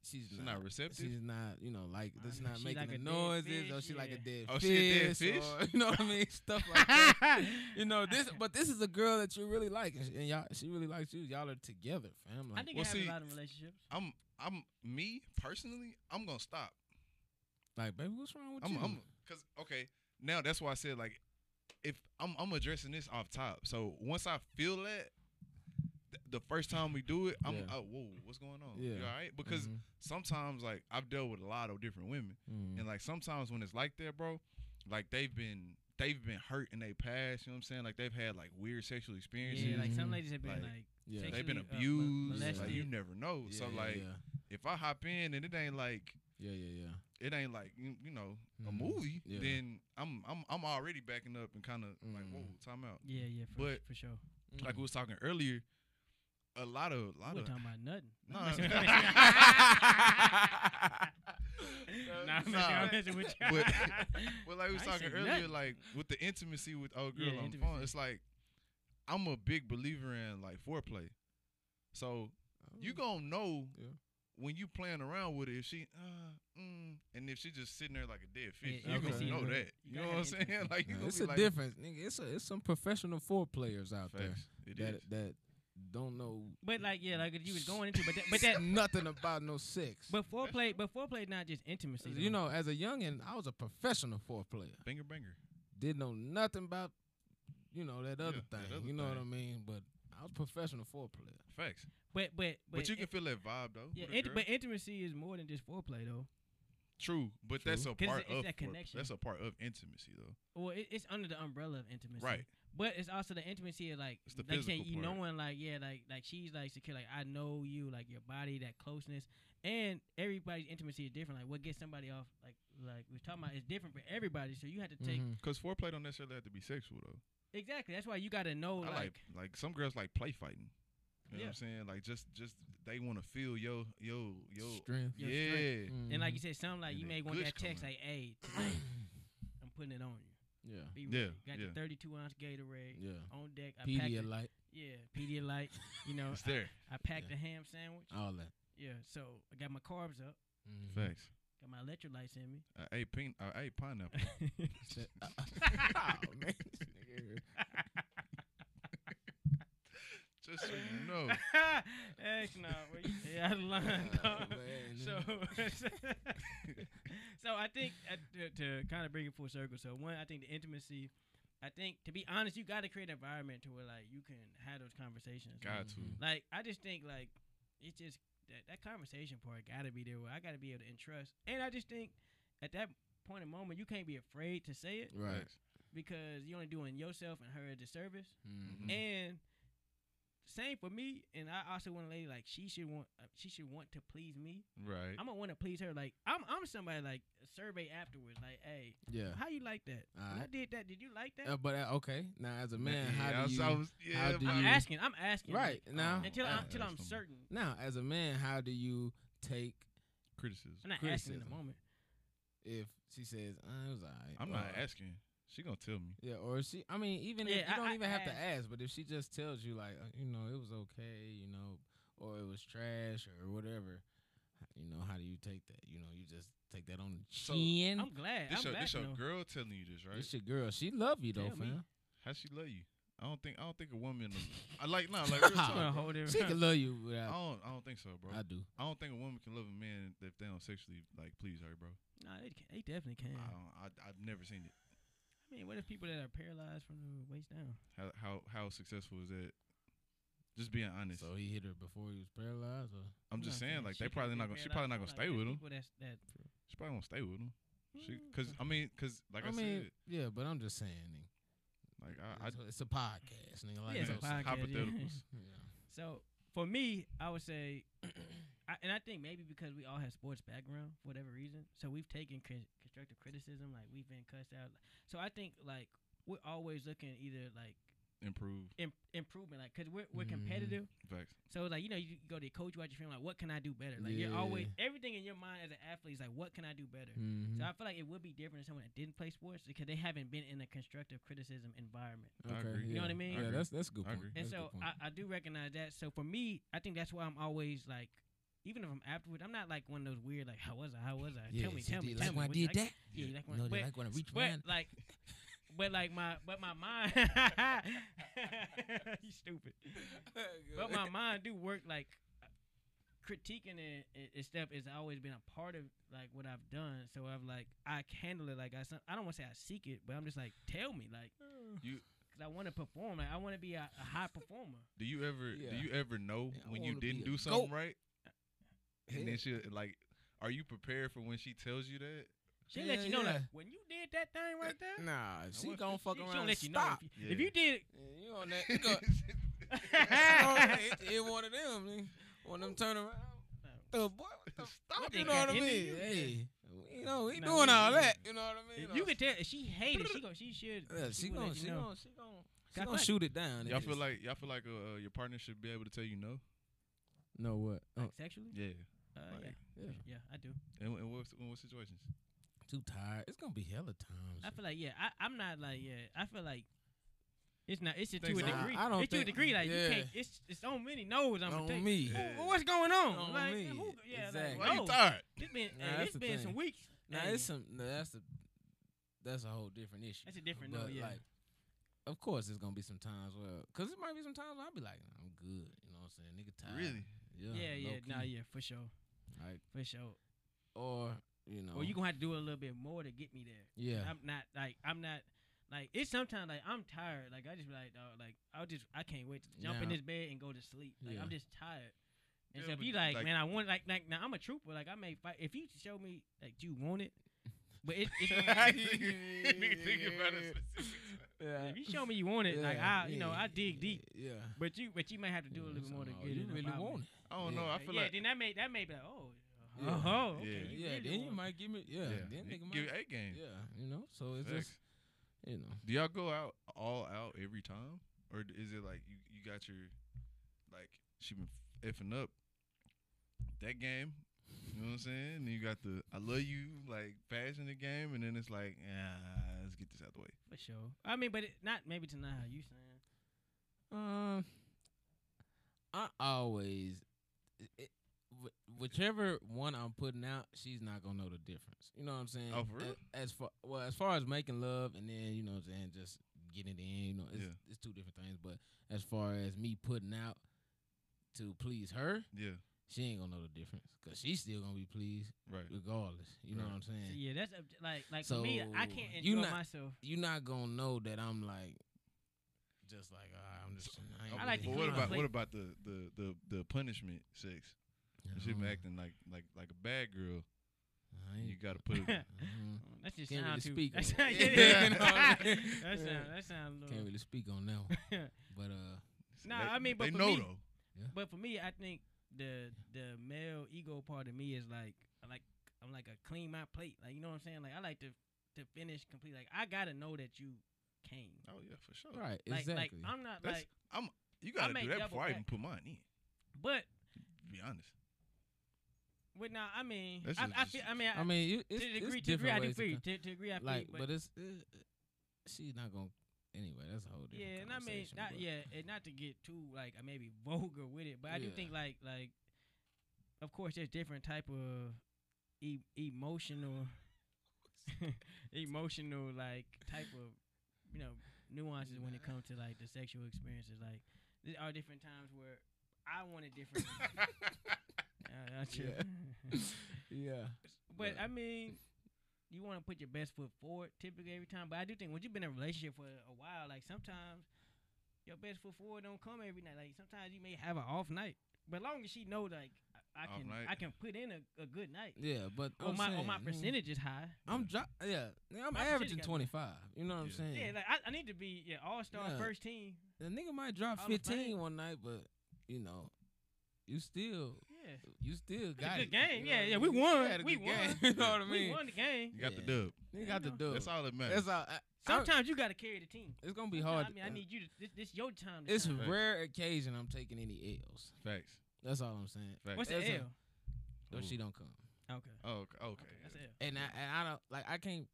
Speaker 3: She's,
Speaker 2: She's not receptive.
Speaker 3: She's not, you know, like
Speaker 1: I
Speaker 3: that's
Speaker 1: mean,
Speaker 3: not
Speaker 1: she
Speaker 3: making
Speaker 1: like
Speaker 3: the
Speaker 1: a dead
Speaker 3: noises, or
Speaker 1: fish,
Speaker 3: she like a
Speaker 1: yeah.
Speaker 3: dead
Speaker 2: Oh,
Speaker 3: fish,
Speaker 2: she a dead
Speaker 3: or- [laughs] you know what I mean, stuff
Speaker 1: [laughs]
Speaker 3: like that. You know this, but this is a girl that you really like, and, sh- and y'all, she really likes you. Y'all are together, fam.
Speaker 1: I
Speaker 3: Like,
Speaker 1: think
Speaker 2: Well,
Speaker 1: it happens
Speaker 2: see-
Speaker 1: a lot in relationships.
Speaker 2: I'm I'm me personally. I'm gonna stop.
Speaker 3: like, baby, what's wrong with
Speaker 2: I'm
Speaker 3: you?
Speaker 2: I'm cause okay. Now that's why I said like, if I'm I'm addressing this off top. So once I feel that. th- The first time we do it, I'm
Speaker 3: Yeah.
Speaker 2: oh whoa, what's going on?
Speaker 3: Yeah.
Speaker 2: You all right? Because
Speaker 3: Mhm.
Speaker 2: sometimes like I've dealt with a lot of different women,
Speaker 3: Mhm.
Speaker 2: and like sometimes when it's like that, bro, like they've been they've been hurt in their past. You know what I'm saying? Like they've had like weird sexual experiences.
Speaker 1: Yeah, like
Speaker 3: Mhm.
Speaker 1: some ladies have been
Speaker 2: Like,
Speaker 1: like,
Speaker 3: yeah.
Speaker 1: sexual-
Speaker 2: They've been
Speaker 1: sexually, uh, mo-
Speaker 2: abused.
Speaker 3: molested.
Speaker 2: Like you never know.
Speaker 3: yeah,
Speaker 2: so
Speaker 3: yeah,
Speaker 2: like if I hop in and it ain't like
Speaker 3: yeah, yeah, yeah, yeah.
Speaker 2: it ain't like you, you know a
Speaker 3: Mhm.
Speaker 2: movie,
Speaker 3: Yeah.
Speaker 2: then I'm I'm I'm already backing up and kind of like
Speaker 3: Mhm.
Speaker 2: whoa, time out.
Speaker 1: yeah, yeah, for,
Speaker 2: But-
Speaker 1: for sure.
Speaker 2: Like
Speaker 3: Mm-hmm.
Speaker 2: we was talking earlier, a lot of a lot
Speaker 1: We're
Speaker 2: of
Speaker 1: talking about nothing.
Speaker 2: Nah. [laughs]
Speaker 1: I'm messing- [laughs] Nah, I'm messing-
Speaker 2: Nah.
Speaker 1: I'm messing with you. [laughs]
Speaker 2: But- Well, like we was
Speaker 1: I ain't
Speaker 2: talking
Speaker 1: say
Speaker 2: earlier,
Speaker 1: nothing.
Speaker 2: like with the intimacy with old girl
Speaker 1: Yeah,
Speaker 2: on the
Speaker 1: intimacy.
Speaker 2: phone, it's like I'm a big believer in like foreplay. So
Speaker 1: Mm.
Speaker 2: you gonna know
Speaker 3: Yeah.
Speaker 2: when you playing around with it if she, uh, mm, and if she just sitting there like a dead fish,
Speaker 1: Yeah,
Speaker 2: you
Speaker 3: you
Speaker 2: gonna
Speaker 3: gotta see
Speaker 2: know
Speaker 3: it.
Speaker 2: that.
Speaker 1: You
Speaker 2: You know
Speaker 1: gotta
Speaker 2: what I'm
Speaker 1: have the
Speaker 2: saying? [laughs]
Speaker 1: intimacy.
Speaker 2: Like you
Speaker 3: Nah,
Speaker 2: gonna
Speaker 3: it's
Speaker 2: be
Speaker 3: a
Speaker 2: like
Speaker 3: difference, nigga. It's a it's some professional foreplayers out
Speaker 2: Facts.
Speaker 3: there
Speaker 2: It
Speaker 3: that
Speaker 2: is.
Speaker 3: that don't know.
Speaker 1: But like yeah, like you was going into but that,
Speaker 2: [laughs]
Speaker 1: but that
Speaker 3: [laughs] nothing about no sex.
Speaker 1: but foreplay but foreplay not just intimacy. though.
Speaker 3: you know, as a youngin, I was a professional foreplayer.
Speaker 2: Finger banger.
Speaker 3: Didn't know nothing about you know that other
Speaker 2: that
Speaker 3: thing.
Speaker 2: other
Speaker 3: you know what I
Speaker 2: thing.
Speaker 3: mean? But I was a professional foreplayer.
Speaker 2: Facts.
Speaker 1: But but
Speaker 2: But,
Speaker 1: but,
Speaker 2: you can
Speaker 1: in-
Speaker 2: feel that vibe though.
Speaker 1: yeah,
Speaker 2: with a
Speaker 1: int-
Speaker 2: girl.
Speaker 1: but intimacy is more than just foreplay though.
Speaker 2: True, but that's a
Speaker 1: 'Cause it's-
Speaker 2: part
Speaker 1: it's
Speaker 2: of
Speaker 1: that
Speaker 2: forep-
Speaker 1: connection.
Speaker 2: that's a part of intimacy though.
Speaker 1: Well, it, it's under the umbrella of intimacy,
Speaker 2: Right.
Speaker 1: But it's also the intimacy of like,
Speaker 2: It's the
Speaker 1: like you saying,
Speaker 2: physical
Speaker 1: you
Speaker 2: part.
Speaker 1: knowing, like, yeah, like, like she's like secure, like I know you, like your body, that closeness, and everybody's intimacy is different. Like, what gets somebody off, like, like we're talking about, is different for everybody. So you have to
Speaker 3: Mm-hmm.
Speaker 1: take
Speaker 2: Because foreplay don't necessarily have to be sexual though.
Speaker 1: exactly. That's why you got to know,
Speaker 2: I
Speaker 1: like,
Speaker 2: like like some girls like play fighting. You know what
Speaker 1: Yeah.
Speaker 2: I'm saying? Like just just they want to feel yo yo yo.
Speaker 3: strength.
Speaker 1: Your
Speaker 2: yeah.
Speaker 1: strength. and like you said, something like
Speaker 2: Mm-hmm. And
Speaker 1: you
Speaker 2: that
Speaker 1: may want
Speaker 2: gush
Speaker 1: that text,
Speaker 2: coming.
Speaker 1: like, hey,
Speaker 3: Mm-hmm.
Speaker 1: tonight I'm putting it on you.
Speaker 3: yeah,
Speaker 1: Be
Speaker 2: Yeah,
Speaker 1: ready. Got
Speaker 2: yeah.
Speaker 1: the 32 ounce Gatorade
Speaker 3: yeah.
Speaker 1: on deck. I packed, a,
Speaker 3: Pedialyte,
Speaker 1: yeah, Pedialyte. you know,
Speaker 3: [laughs]
Speaker 2: It's there.
Speaker 1: I, I packed
Speaker 3: Yeah.
Speaker 1: a ham sandwich.
Speaker 3: all that.
Speaker 1: Yeah, so I got my carbs up.
Speaker 3: Mhm.
Speaker 2: Facts. Uh,
Speaker 1: Got my electrolytes in me.
Speaker 2: I ate pin. I ate
Speaker 3: [laughs]
Speaker 2: pineapple.
Speaker 3: Shit. oh man, this nigga
Speaker 1: [laughs]
Speaker 3: here.
Speaker 2: Just [laughs] so you know.
Speaker 1: [laughs] Heck no, bro, you stay out of line,
Speaker 3: Oh,
Speaker 1: [laughs] dog.
Speaker 3: man.
Speaker 1: So, so I think uh, to, to kind of bring it full circle. So one, I think the intimacy. I think to be honest, you got to create an environment to where like you can have those conversations.
Speaker 2: Got to.
Speaker 3: Mhm.
Speaker 1: Like I just think like it's just that, that conversation part got to be there. Where I got to be able to entrust, and I just think at that point in moment you can't be afraid to say it
Speaker 3: right.
Speaker 2: Facts.
Speaker 1: because you're only doing yourself and her a disservice.
Speaker 3: Mhm.
Speaker 1: And same for me. And I also want a lady like she should want uh, she should want to please me.
Speaker 2: Right.
Speaker 1: I'm gonna want to please her. Like I'm I'm somebody like a survey afterwards. Like hey,
Speaker 3: Yeah.
Speaker 1: how you like that? When I
Speaker 3: Alright.
Speaker 1: did that. Did you like that?
Speaker 3: Uh, but uh, okay, now as a man,
Speaker 2: yeah, I
Speaker 3: how do
Speaker 2: was,
Speaker 3: you?
Speaker 2: I was, yeah,
Speaker 3: how do
Speaker 2: but-
Speaker 1: I'm
Speaker 3: you-
Speaker 1: asking. I'm asking.
Speaker 3: right
Speaker 1: like,
Speaker 3: now,
Speaker 1: until
Speaker 3: uh,
Speaker 1: I'm until I'm
Speaker 2: That's
Speaker 1: certain.
Speaker 3: now as a man, how do you take
Speaker 2: criticism.
Speaker 1: I'm not asking in
Speaker 3: criticism.
Speaker 1: the moment.
Speaker 3: if she says uh, it was alright?
Speaker 2: I'm
Speaker 3: or-
Speaker 2: not asking. She gonna tell me.
Speaker 3: Yeah, or she. I mean, even if
Speaker 1: Yeah,
Speaker 3: you
Speaker 1: I-
Speaker 3: don't
Speaker 1: I
Speaker 3: even have to ask, but if she just tells you like, uh, you know, it was okay, you know, or it was trash or whatever, h- you know, how do you take that? You know, you just take that on the
Speaker 2: So,
Speaker 3: chin.
Speaker 1: I'm glad.
Speaker 2: This
Speaker 1: I'm
Speaker 2: your,
Speaker 1: glad.
Speaker 2: this
Speaker 1: to
Speaker 2: your
Speaker 1: know.
Speaker 2: girl telling you this, right?
Speaker 3: It's your girl. She love you though,
Speaker 1: Tell me.
Speaker 3: fam.
Speaker 2: How she love you? I don't think I don't think a
Speaker 3: [laughs]
Speaker 2: woman. I like nah, like real
Speaker 1: I'm
Speaker 2: talk.
Speaker 1: gonna hold it.
Speaker 3: She can love you
Speaker 1: [laughs]
Speaker 2: I
Speaker 3: without.
Speaker 2: don't I don't think so, bro.
Speaker 3: I do.
Speaker 2: I don't think a woman can love a man if they don't sexually like please her, bro.
Speaker 1: Nah, they, can, they definitely can.
Speaker 2: I don't, I, I've never seen it.
Speaker 1: I mean, what if people that are paralyzed from the waist down?
Speaker 2: How how how successful is that? Just being honest.
Speaker 3: So he hit her before he was paralyzed. Or?
Speaker 2: I'm just saying, like
Speaker 1: she
Speaker 2: they
Speaker 1: could
Speaker 2: probably
Speaker 1: be
Speaker 2: not gonna. She
Speaker 1: paralyzed.
Speaker 2: probably not gonna
Speaker 1: I'm like,
Speaker 2: stay
Speaker 1: there's
Speaker 2: with him.
Speaker 1: people that's- that-
Speaker 2: She probably won't stay with him. She,
Speaker 1: Mm.
Speaker 2: cause I mean, cause like I,
Speaker 3: I mean,
Speaker 2: said,
Speaker 3: yeah, but I'm just saying. Nigga.
Speaker 2: like I, I
Speaker 3: It's, a- it's a podcast, nigga. Like
Speaker 1: Yeah, it's
Speaker 2: man,
Speaker 1: a
Speaker 3: so-
Speaker 1: podcast, yeah.
Speaker 2: hypotheticals.
Speaker 3: Yeah.
Speaker 1: So for me, I would say, [clears throat] I, and I think maybe because we all have sports background for whatever reason, so we've taken cri- constructive criticism, like we've been cussed out. So I think like we're always looking either like
Speaker 2: Improve
Speaker 1: Im- improvement, like because we're we're
Speaker 3: Mhm.
Speaker 1: competitive.
Speaker 2: facts.
Speaker 1: So like you know you go to your coach, you watch your film, like what can I do better? Like you're always everything in your mind as an athlete is like what can I do better?
Speaker 3: Mhm.
Speaker 1: So I feel like it would be different if someone that didn't play sports because they haven't been in a constructive criticism environment.
Speaker 2: I agree.
Speaker 1: You know what I mean? I
Speaker 3: Yeah,
Speaker 2: agree.
Speaker 3: that's that's a good
Speaker 2: I
Speaker 3: point.
Speaker 2: agree.
Speaker 1: And
Speaker 3: That's a
Speaker 1: so
Speaker 3: good point.
Speaker 1: I, I do recognize that. So for me, I think that's why I'm always like, even if I'm afterward, I'm not like one of those weird like, how was I? How was I? tell me,
Speaker 3: so
Speaker 1: tell
Speaker 3: do
Speaker 1: me,
Speaker 3: you
Speaker 1: tell
Speaker 3: like
Speaker 1: me.
Speaker 3: when I
Speaker 1: what you
Speaker 3: did
Speaker 1: like?
Speaker 3: that?
Speaker 1: Yeah, you like when-
Speaker 3: no, do
Speaker 1: but-
Speaker 3: you like when I reach
Speaker 1: But
Speaker 3: mine?
Speaker 1: like, [laughs] but like my, but my
Speaker 3: [laughs]
Speaker 1: mind, [laughs] you stupid. But [laughs]
Speaker 3: [laughs]
Speaker 1: my mind do work like critiquing it and- and stuff has always been a part of like what I've done. So I've like I handle it like I some- I don't want to say I seek it, but I'm just like tell me like
Speaker 2: You-
Speaker 1: because I want to perform. Like I want to be a, a high performer.
Speaker 2: Do you ever
Speaker 3: Yeah.
Speaker 2: do you ever know
Speaker 3: Yeah, I
Speaker 2: when you
Speaker 3: wanna be
Speaker 2: didn't
Speaker 3: a
Speaker 2: do something
Speaker 3: goat.
Speaker 2: right?
Speaker 3: Yeah.
Speaker 2: And then she like, are you prepared for when she tells you that?
Speaker 1: She
Speaker 3: Yeah,
Speaker 1: let you know like
Speaker 3: yeah.
Speaker 1: when you did that thing right there.
Speaker 3: nah, she
Speaker 2: want-
Speaker 3: gonna fuck
Speaker 1: she,
Speaker 3: around.
Speaker 1: she don't let
Speaker 3: and
Speaker 1: you
Speaker 3: stop.
Speaker 1: know if you,
Speaker 2: Yeah.
Speaker 1: if you
Speaker 3: [laughs]
Speaker 1: did.
Speaker 3: Yeah, you on that? You
Speaker 2: [laughs]
Speaker 3: go,
Speaker 1: [laughs]
Speaker 3: it, one of them. nigga. One of them turn around. The boy, what the
Speaker 2: Stop
Speaker 1: they
Speaker 3: you
Speaker 2: it.
Speaker 3: know what I
Speaker 1: got
Speaker 3: mean?
Speaker 1: into you?
Speaker 3: Hey, you know we
Speaker 1: Nah,
Speaker 3: doing
Speaker 1: we-
Speaker 3: all
Speaker 1: we-
Speaker 3: that. You know what I mean?
Speaker 1: if you could tell if she hated. She go. She should.
Speaker 3: Yeah, she
Speaker 1: would
Speaker 3: gonna,
Speaker 1: let you
Speaker 3: she
Speaker 1: know.
Speaker 3: gonna, she gonna, she
Speaker 1: I
Speaker 3: gonna
Speaker 1: feel
Speaker 3: shoot it down.
Speaker 2: Y'all
Speaker 3: nigga.
Speaker 2: feel like y'all feel like uh, uh, your partner should be able to tell you no.
Speaker 3: no what? Oh,
Speaker 1: Like, sexually.
Speaker 2: Yeah.
Speaker 1: Uh,
Speaker 2: like,
Speaker 3: yeah.
Speaker 1: yeah, yeah, I do.
Speaker 2: And, and what in what situations?
Speaker 3: Too tired. It's gonna be hella times.
Speaker 1: I feel like yeah, I, I'm not like yeah. I feel like it's not. It's just to a
Speaker 2: Think so.
Speaker 1: degree.
Speaker 2: Nah,
Speaker 3: I don't
Speaker 1: it's to a
Speaker 3: think-
Speaker 1: degree. Like
Speaker 3: yeah.
Speaker 1: you can't. It's it's so many no's. I'm
Speaker 3: on
Speaker 1: gonna take.
Speaker 3: me.
Speaker 2: Yeah.
Speaker 1: Who- What's going on?
Speaker 3: On
Speaker 1: like,
Speaker 3: me.
Speaker 1: Who, yeah,
Speaker 3: Exactly.
Speaker 2: Why
Speaker 1: like,
Speaker 2: you
Speaker 1: whoa,
Speaker 2: tired?
Speaker 1: it's been
Speaker 3: Nah,
Speaker 1: hey,
Speaker 3: that's
Speaker 1: it's
Speaker 3: the
Speaker 1: been
Speaker 3: thing.
Speaker 1: some weeks.
Speaker 3: Now
Speaker 1: Hey,
Speaker 3: it's some. nah, That's a. That's a whole different issue.
Speaker 1: That's a different no,
Speaker 3: But,
Speaker 1: yeah.
Speaker 3: Like, of course, there's gonna be some times where, cause it might be some times where I'll be like, I'm good. You know what I'm saying? Nigga tired.
Speaker 2: Really?
Speaker 3: Yeah.
Speaker 1: yeah, yeah,
Speaker 3: low-key.
Speaker 1: nah, yeah, for sure,
Speaker 3: Like,
Speaker 1: for sure.
Speaker 3: or you know.
Speaker 1: Or you gonna have to do a little bit more to get me there.
Speaker 3: Yeah.
Speaker 1: I'm not like I'm not like it's sometimes like I'm tired. Like I just be like dog, like I'll just I can't wait to jump in
Speaker 3: Nah.
Speaker 1: this bed and go to sleep. Like
Speaker 3: Yeah.
Speaker 1: I'm just tired. And
Speaker 2: Yeah,
Speaker 1: so if
Speaker 2: but
Speaker 1: you like,
Speaker 2: like-
Speaker 1: man, I want like like now I'm a trooper. Like I may fight if you show me like you want it, but it,
Speaker 3: [laughs]
Speaker 2: [laughs]
Speaker 1: it's gonna be-
Speaker 2: Nigga think about it specific time.
Speaker 3: yeah.
Speaker 1: if you
Speaker 3: [laughs]
Speaker 1: show me you want it, like
Speaker 3: Yeah,
Speaker 1: I you know
Speaker 3: yeah,
Speaker 1: I dig deep.
Speaker 3: Yeah.
Speaker 1: But you but you may have to do
Speaker 3: Yeah,
Speaker 1: a little bit
Speaker 3: so,
Speaker 1: more to
Speaker 3: oh,
Speaker 1: get
Speaker 3: You
Speaker 1: it.
Speaker 3: really want it.
Speaker 2: I don't
Speaker 3: Yeah.
Speaker 2: know. I
Speaker 1: Yeah,
Speaker 2: feel like
Speaker 1: then that may that may be like oh.
Speaker 3: Yeah.
Speaker 1: Oh, okay.
Speaker 2: Yeah.
Speaker 1: you
Speaker 3: Yeah.
Speaker 1: really
Speaker 3: then you
Speaker 1: want it.
Speaker 3: might give me. Yeah. Then
Speaker 2: yeah,
Speaker 3: nigga
Speaker 2: give it
Speaker 3: might.
Speaker 2: eight game.
Speaker 3: Yeah. You know. So it's
Speaker 2: Facts.
Speaker 3: just you know.
Speaker 2: Do y'all go out all out every time, or d- is it like you you got your like she been effing up that game? You know what I'm saying? And you got the I love you like passion the game, and then it's like ah, let's get this out the way.
Speaker 1: for sure. I mean, but it, not maybe to not how you saying.
Speaker 3: Um, I always it, wh- whichever one I'm putting out, she's not gonna know the difference. You know what I'm saying?
Speaker 2: Oh, for
Speaker 3: A-
Speaker 2: real?
Speaker 3: As far well, as far as making love and then you know what I'm saying, just getting it in. You know, it's
Speaker 2: Yeah.
Speaker 3: it's two different things. But as far as me putting out to please her,
Speaker 2: Yeah,
Speaker 3: she ain't gonna know the difference because she's still gonna be pleased
Speaker 2: right.
Speaker 3: regardless. You know
Speaker 2: Right.
Speaker 3: what I'm saying?
Speaker 1: So, yeah, that's up to- like like for me, I
Speaker 3: So,
Speaker 1: can't enjoy
Speaker 3: you not-
Speaker 1: myself.
Speaker 3: You're not gonna know that I'm like, just like "Ah, I'm just. ain't
Speaker 2: Oh,
Speaker 1: I
Speaker 2: but
Speaker 1: like to
Speaker 2: what
Speaker 1: clean
Speaker 2: about
Speaker 1: plate.
Speaker 2: what about the the the, the punishment sex?
Speaker 3: I
Speaker 2: She
Speaker 3: don't-
Speaker 2: been acting like like like a bad girl.
Speaker 3: I ain't-
Speaker 2: You gotta put it.
Speaker 3: Mhm.
Speaker 1: [laughs] That just
Speaker 3: Can't
Speaker 1: sounds
Speaker 3: really
Speaker 1: too. [laughs]
Speaker 3: speak
Speaker 1: That
Speaker 3: on it.
Speaker 1: sound, yeah,
Speaker 2: Yeah,
Speaker 1: yeah.
Speaker 2: you know
Speaker 3: what I mean?
Speaker 1: [laughs] that sound that sound a
Speaker 3: Can't
Speaker 1: little.
Speaker 3: really speak on that one,
Speaker 1: [laughs]
Speaker 3: but uh,
Speaker 1: Nah,
Speaker 2: they-
Speaker 1: I mean, but
Speaker 2: they
Speaker 1: for
Speaker 2: know
Speaker 1: me-
Speaker 2: though.
Speaker 1: But for me, I think the the male ego part of me is like I like I'm like a clean my plate. Like you know what I'm saying? Like I like to to finish complete. Like I gotta know that you came.
Speaker 2: Oh yeah, for sure.
Speaker 3: right,
Speaker 1: Like like
Speaker 3: exactly.
Speaker 1: I'm not
Speaker 2: That's-
Speaker 1: like
Speaker 2: You gotta
Speaker 1: make
Speaker 2: do that
Speaker 1: double
Speaker 2: before I
Speaker 1: back.
Speaker 2: even put mine in. To
Speaker 1: but
Speaker 2: be honest.
Speaker 1: with now I mean
Speaker 2: That's
Speaker 1: I,
Speaker 2: just-
Speaker 1: I feel I mean I,
Speaker 3: I mean, you,
Speaker 1: to
Speaker 3: it's, it's
Speaker 1: degree to degree
Speaker 3: different
Speaker 1: I
Speaker 3: ways to
Speaker 1: degree
Speaker 3: come-
Speaker 1: to, to degree I
Speaker 3: like,
Speaker 1: feel,
Speaker 3: but, it's it, she's not gonna. Anyway, that's a whole different.
Speaker 1: yeah, and I mean,
Speaker 3: conversation,
Speaker 1: not,
Speaker 3: but-
Speaker 1: yeah, and not to get too like uh, maybe vulgar with it, but I do
Speaker 3: Yeah.
Speaker 1: think like like, of course, there's different type of e- emotional, [laughs] emotional like type of you know nuances when it comes to like the sexual experiences. Like there are different times where I want it different.
Speaker 3: [laughs]
Speaker 1: Uh, that's true.
Speaker 3: [laughs] yeah,
Speaker 1: But
Speaker 3: Right.
Speaker 1: I mean, you want to put your best foot forward typically every time. But I do think once you've been in a relationship for a while, like sometimes your best foot forward don't come every night. Like sometimes you may have an off night, but long as she know like I, I
Speaker 2: Off
Speaker 1: can
Speaker 2: night.
Speaker 1: I can put in a, a good night.
Speaker 3: yeah, but
Speaker 1: Or
Speaker 3: I'm
Speaker 1: my
Speaker 3: saying,
Speaker 1: or my
Speaker 3: mm,
Speaker 1: percentage is high.
Speaker 3: I'm dro- yeah, yeah, I'm
Speaker 1: My percentage
Speaker 3: averaging
Speaker 1: got-
Speaker 3: 25. You know what I'm
Speaker 2: Yeah.
Speaker 3: saying?
Speaker 1: Yeah, like I, I need to be yeah all star
Speaker 3: Yeah.
Speaker 1: first team.
Speaker 3: the nigga might drop
Speaker 1: Hall of
Speaker 3: 15
Speaker 1: Fame.
Speaker 3: one night, but you know, you still,
Speaker 1: Yeah,
Speaker 3: you still
Speaker 1: it's
Speaker 3: got
Speaker 1: a
Speaker 3: it,
Speaker 1: good game.
Speaker 3: you know
Speaker 1: Yeah,
Speaker 3: what I
Speaker 1: yeah,
Speaker 3: mean?
Speaker 1: we
Speaker 3: You
Speaker 1: won.
Speaker 3: had a
Speaker 1: We
Speaker 3: good
Speaker 1: won.
Speaker 3: game, [laughs] you know what I
Speaker 1: We
Speaker 3: mean?
Speaker 1: won the game.
Speaker 2: You got the
Speaker 3: Yeah.
Speaker 2: dub.
Speaker 3: Nigga got the
Speaker 1: That's
Speaker 3: dub.
Speaker 2: That's all that matters.
Speaker 3: That's all. I- I-
Speaker 1: Sometimes you got to carry the team.
Speaker 3: It's gonna be hard.
Speaker 1: Sometimes, I mean, I need you to. This, this your time. To
Speaker 3: It's a
Speaker 1: shine.
Speaker 2: Right.
Speaker 3: rare occasion I'm taking any L's.
Speaker 2: Facts.
Speaker 3: That's all I'm saying.
Speaker 2: Facts.
Speaker 1: what's the
Speaker 3: that's a-
Speaker 1: L?
Speaker 3: Though she don't come,
Speaker 1: Okay.
Speaker 2: oh, okay. okay.
Speaker 1: Okay, that's L.
Speaker 3: and I, and I don't like I can't.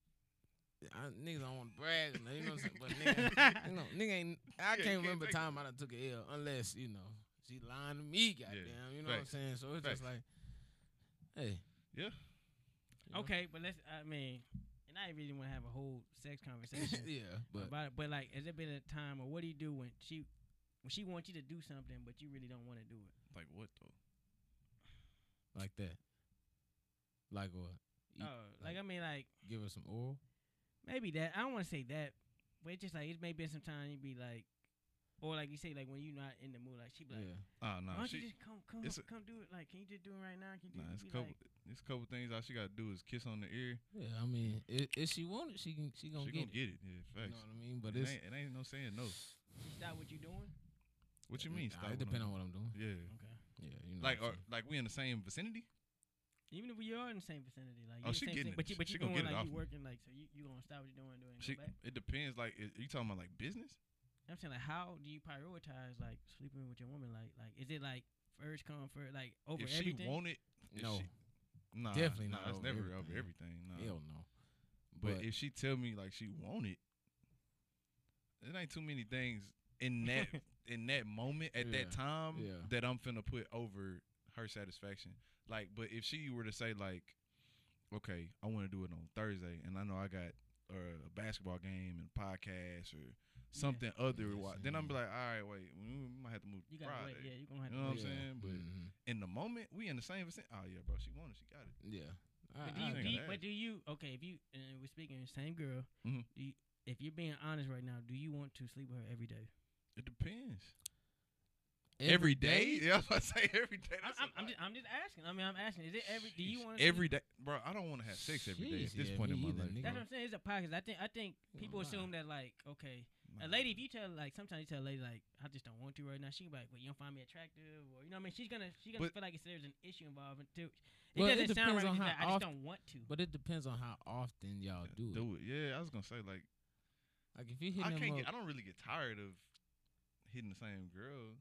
Speaker 3: I, niggas don't want to brag, or nothing, you
Speaker 2: [laughs]
Speaker 3: know what I'm saying? But nigga, you know, nigga ain't.
Speaker 2: you
Speaker 3: I can't,
Speaker 2: can't
Speaker 3: remember
Speaker 2: take
Speaker 3: time I done took an L unless you know she lying to me. Goddamn, you know
Speaker 2: Facts.
Speaker 3: what I'm saying? So it's just like,
Speaker 2: [laughs]
Speaker 3: hey, [laughs]
Speaker 2: Yeah.
Speaker 3: you know?
Speaker 1: Okay, but let's. I mean, and I really want to have a whole sex conversation
Speaker 2: [laughs]
Speaker 3: yeah, but
Speaker 1: about it. But like, has there been a time, or what do you do when she, when she wants you to do something, but you really don't want to do it?
Speaker 2: Like what though?
Speaker 3: like that, like what? You-
Speaker 1: Oh, like I mean, like
Speaker 3: Give her some oral.
Speaker 1: maybe that. I don't want to say that, but it's just like it may be some time you be like, or like you say, like when you're not in the mood, like she be like,
Speaker 3: yeah,
Speaker 2: Ah,
Speaker 1: why
Speaker 2: nah.
Speaker 1: don't
Speaker 2: she,
Speaker 1: you just come, come,
Speaker 2: it's a-
Speaker 1: come do it? Like, can you just do it right now? Can you
Speaker 2: nah,
Speaker 1: do
Speaker 2: it's
Speaker 1: be
Speaker 2: a couple.
Speaker 1: like,
Speaker 2: It's a couple things. All she gotta do is kiss on the ear.
Speaker 3: yeah. I mean, if, if she want it, she can. She gonna
Speaker 2: she
Speaker 3: get
Speaker 2: gonna
Speaker 3: it.
Speaker 2: get it. Yeah,
Speaker 3: You
Speaker 2: facts.
Speaker 3: know what I mean? But
Speaker 2: it,
Speaker 3: it's
Speaker 2: ain't, it ain't no saying no.
Speaker 1: you stop what you doing?
Speaker 2: What you
Speaker 3: It-
Speaker 2: mean?
Speaker 3: nah,
Speaker 2: stop
Speaker 3: It
Speaker 2: what I'm
Speaker 3: depends on
Speaker 2: doing?
Speaker 3: what I'm doing.
Speaker 2: Yeah.
Speaker 1: Okay.
Speaker 3: Yeah, you know.
Speaker 2: Like,
Speaker 3: what
Speaker 2: are,
Speaker 3: I'm saying.
Speaker 2: like we in the same vicinity?
Speaker 1: Even if you are in the same vicinity, like
Speaker 2: Oh,
Speaker 1: you in the
Speaker 2: she
Speaker 1: same
Speaker 2: getting
Speaker 1: city,
Speaker 2: it.
Speaker 1: but you but
Speaker 2: She
Speaker 1: you
Speaker 2: gonna
Speaker 1: doing
Speaker 2: get it
Speaker 1: like you
Speaker 2: off me.
Speaker 1: working like so you you gonna stop what you're doing and doing.
Speaker 2: She,
Speaker 1: go back?
Speaker 2: it depends. Like, i- you talking about like business?
Speaker 1: I'm saying like how do you prioritize like sleeping with your woman? Like like is it like first come first like over
Speaker 2: if she
Speaker 1: everything?
Speaker 2: want it, if
Speaker 3: no,
Speaker 2: she- nah,
Speaker 3: Definitely
Speaker 2: nah,
Speaker 3: not
Speaker 2: It's
Speaker 3: over
Speaker 2: never
Speaker 3: everything.
Speaker 2: over everything. Nah.
Speaker 3: hell no.
Speaker 2: But, if she tell me like she want it, it ain't too many things in that in that moment at
Speaker 3: Yeah,
Speaker 2: that time
Speaker 3: yeah.
Speaker 2: that I'm finna put over her satisfaction. Like, but if she were to say like, okay, I want to do it on Thursday, and I know I got uh, a basketball game and podcast or something other,
Speaker 3: Yeah,
Speaker 2: why- then I'm be
Speaker 3: same.
Speaker 2: like, all right, wait, we might have to move
Speaker 1: you
Speaker 2: to
Speaker 1: gotta
Speaker 2: Friday.
Speaker 1: wait. Yeah, you gonna have
Speaker 2: You
Speaker 1: to.
Speaker 2: know what I'm
Speaker 1: wait.
Speaker 2: saying? but-
Speaker 3: Mhm.
Speaker 2: In the moment, we in the same vicinity. Oh yeah, bro, she want it, she got it.
Speaker 3: yeah, I,
Speaker 1: But do you,
Speaker 2: ain't
Speaker 1: do you
Speaker 2: gotta
Speaker 1: but
Speaker 2: ask.
Speaker 1: do you okay if you and we're speaking of the same girl?
Speaker 2: Mhm.
Speaker 1: Do you, if you're being honest right now, do you want to sleep with her every day?
Speaker 2: It depends. every day? [laughs] Yeah, I was about to say every day.
Speaker 1: I'm,
Speaker 2: That's
Speaker 1: I'm,
Speaker 2: a
Speaker 1: I'm
Speaker 2: lot.
Speaker 1: just I'm just asking. I mean I'm asking. Is it every? Do you
Speaker 2: Sheesh.
Speaker 1: want
Speaker 2: every day, bro? I don't want to have sex every day
Speaker 3: Sheesh,
Speaker 2: at this
Speaker 3: yeah,
Speaker 2: point
Speaker 3: me
Speaker 2: in my
Speaker 3: either,
Speaker 2: life.
Speaker 3: nigga.
Speaker 1: That's what I'm saying. It's a podcast. I think I think
Speaker 3: You
Speaker 1: people
Speaker 3: don't lie.
Speaker 1: assume that like okay,
Speaker 2: Nah.
Speaker 1: a lady if you tell like sometimes you tell a lady like I just don't want to right now. She be like, well, you don't find me attractive, or you know what I mean. She's gonna she's gonna
Speaker 2: But-
Speaker 1: feel like it's, there's an issue involved. Until, it
Speaker 3: Well, it
Speaker 1: doesn't sound
Speaker 3: depends
Speaker 1: right.
Speaker 3: on
Speaker 1: it's
Speaker 3: how
Speaker 1: like, I just
Speaker 3: often-
Speaker 1: don't want to.
Speaker 3: But it depends on how often y'all do it.
Speaker 2: Do it. Yeah, I was gonna say like
Speaker 3: Like if you hit
Speaker 2: I
Speaker 3: them
Speaker 2: can't. Get,
Speaker 3: up,
Speaker 2: I don't really get tired of hitting the same girl.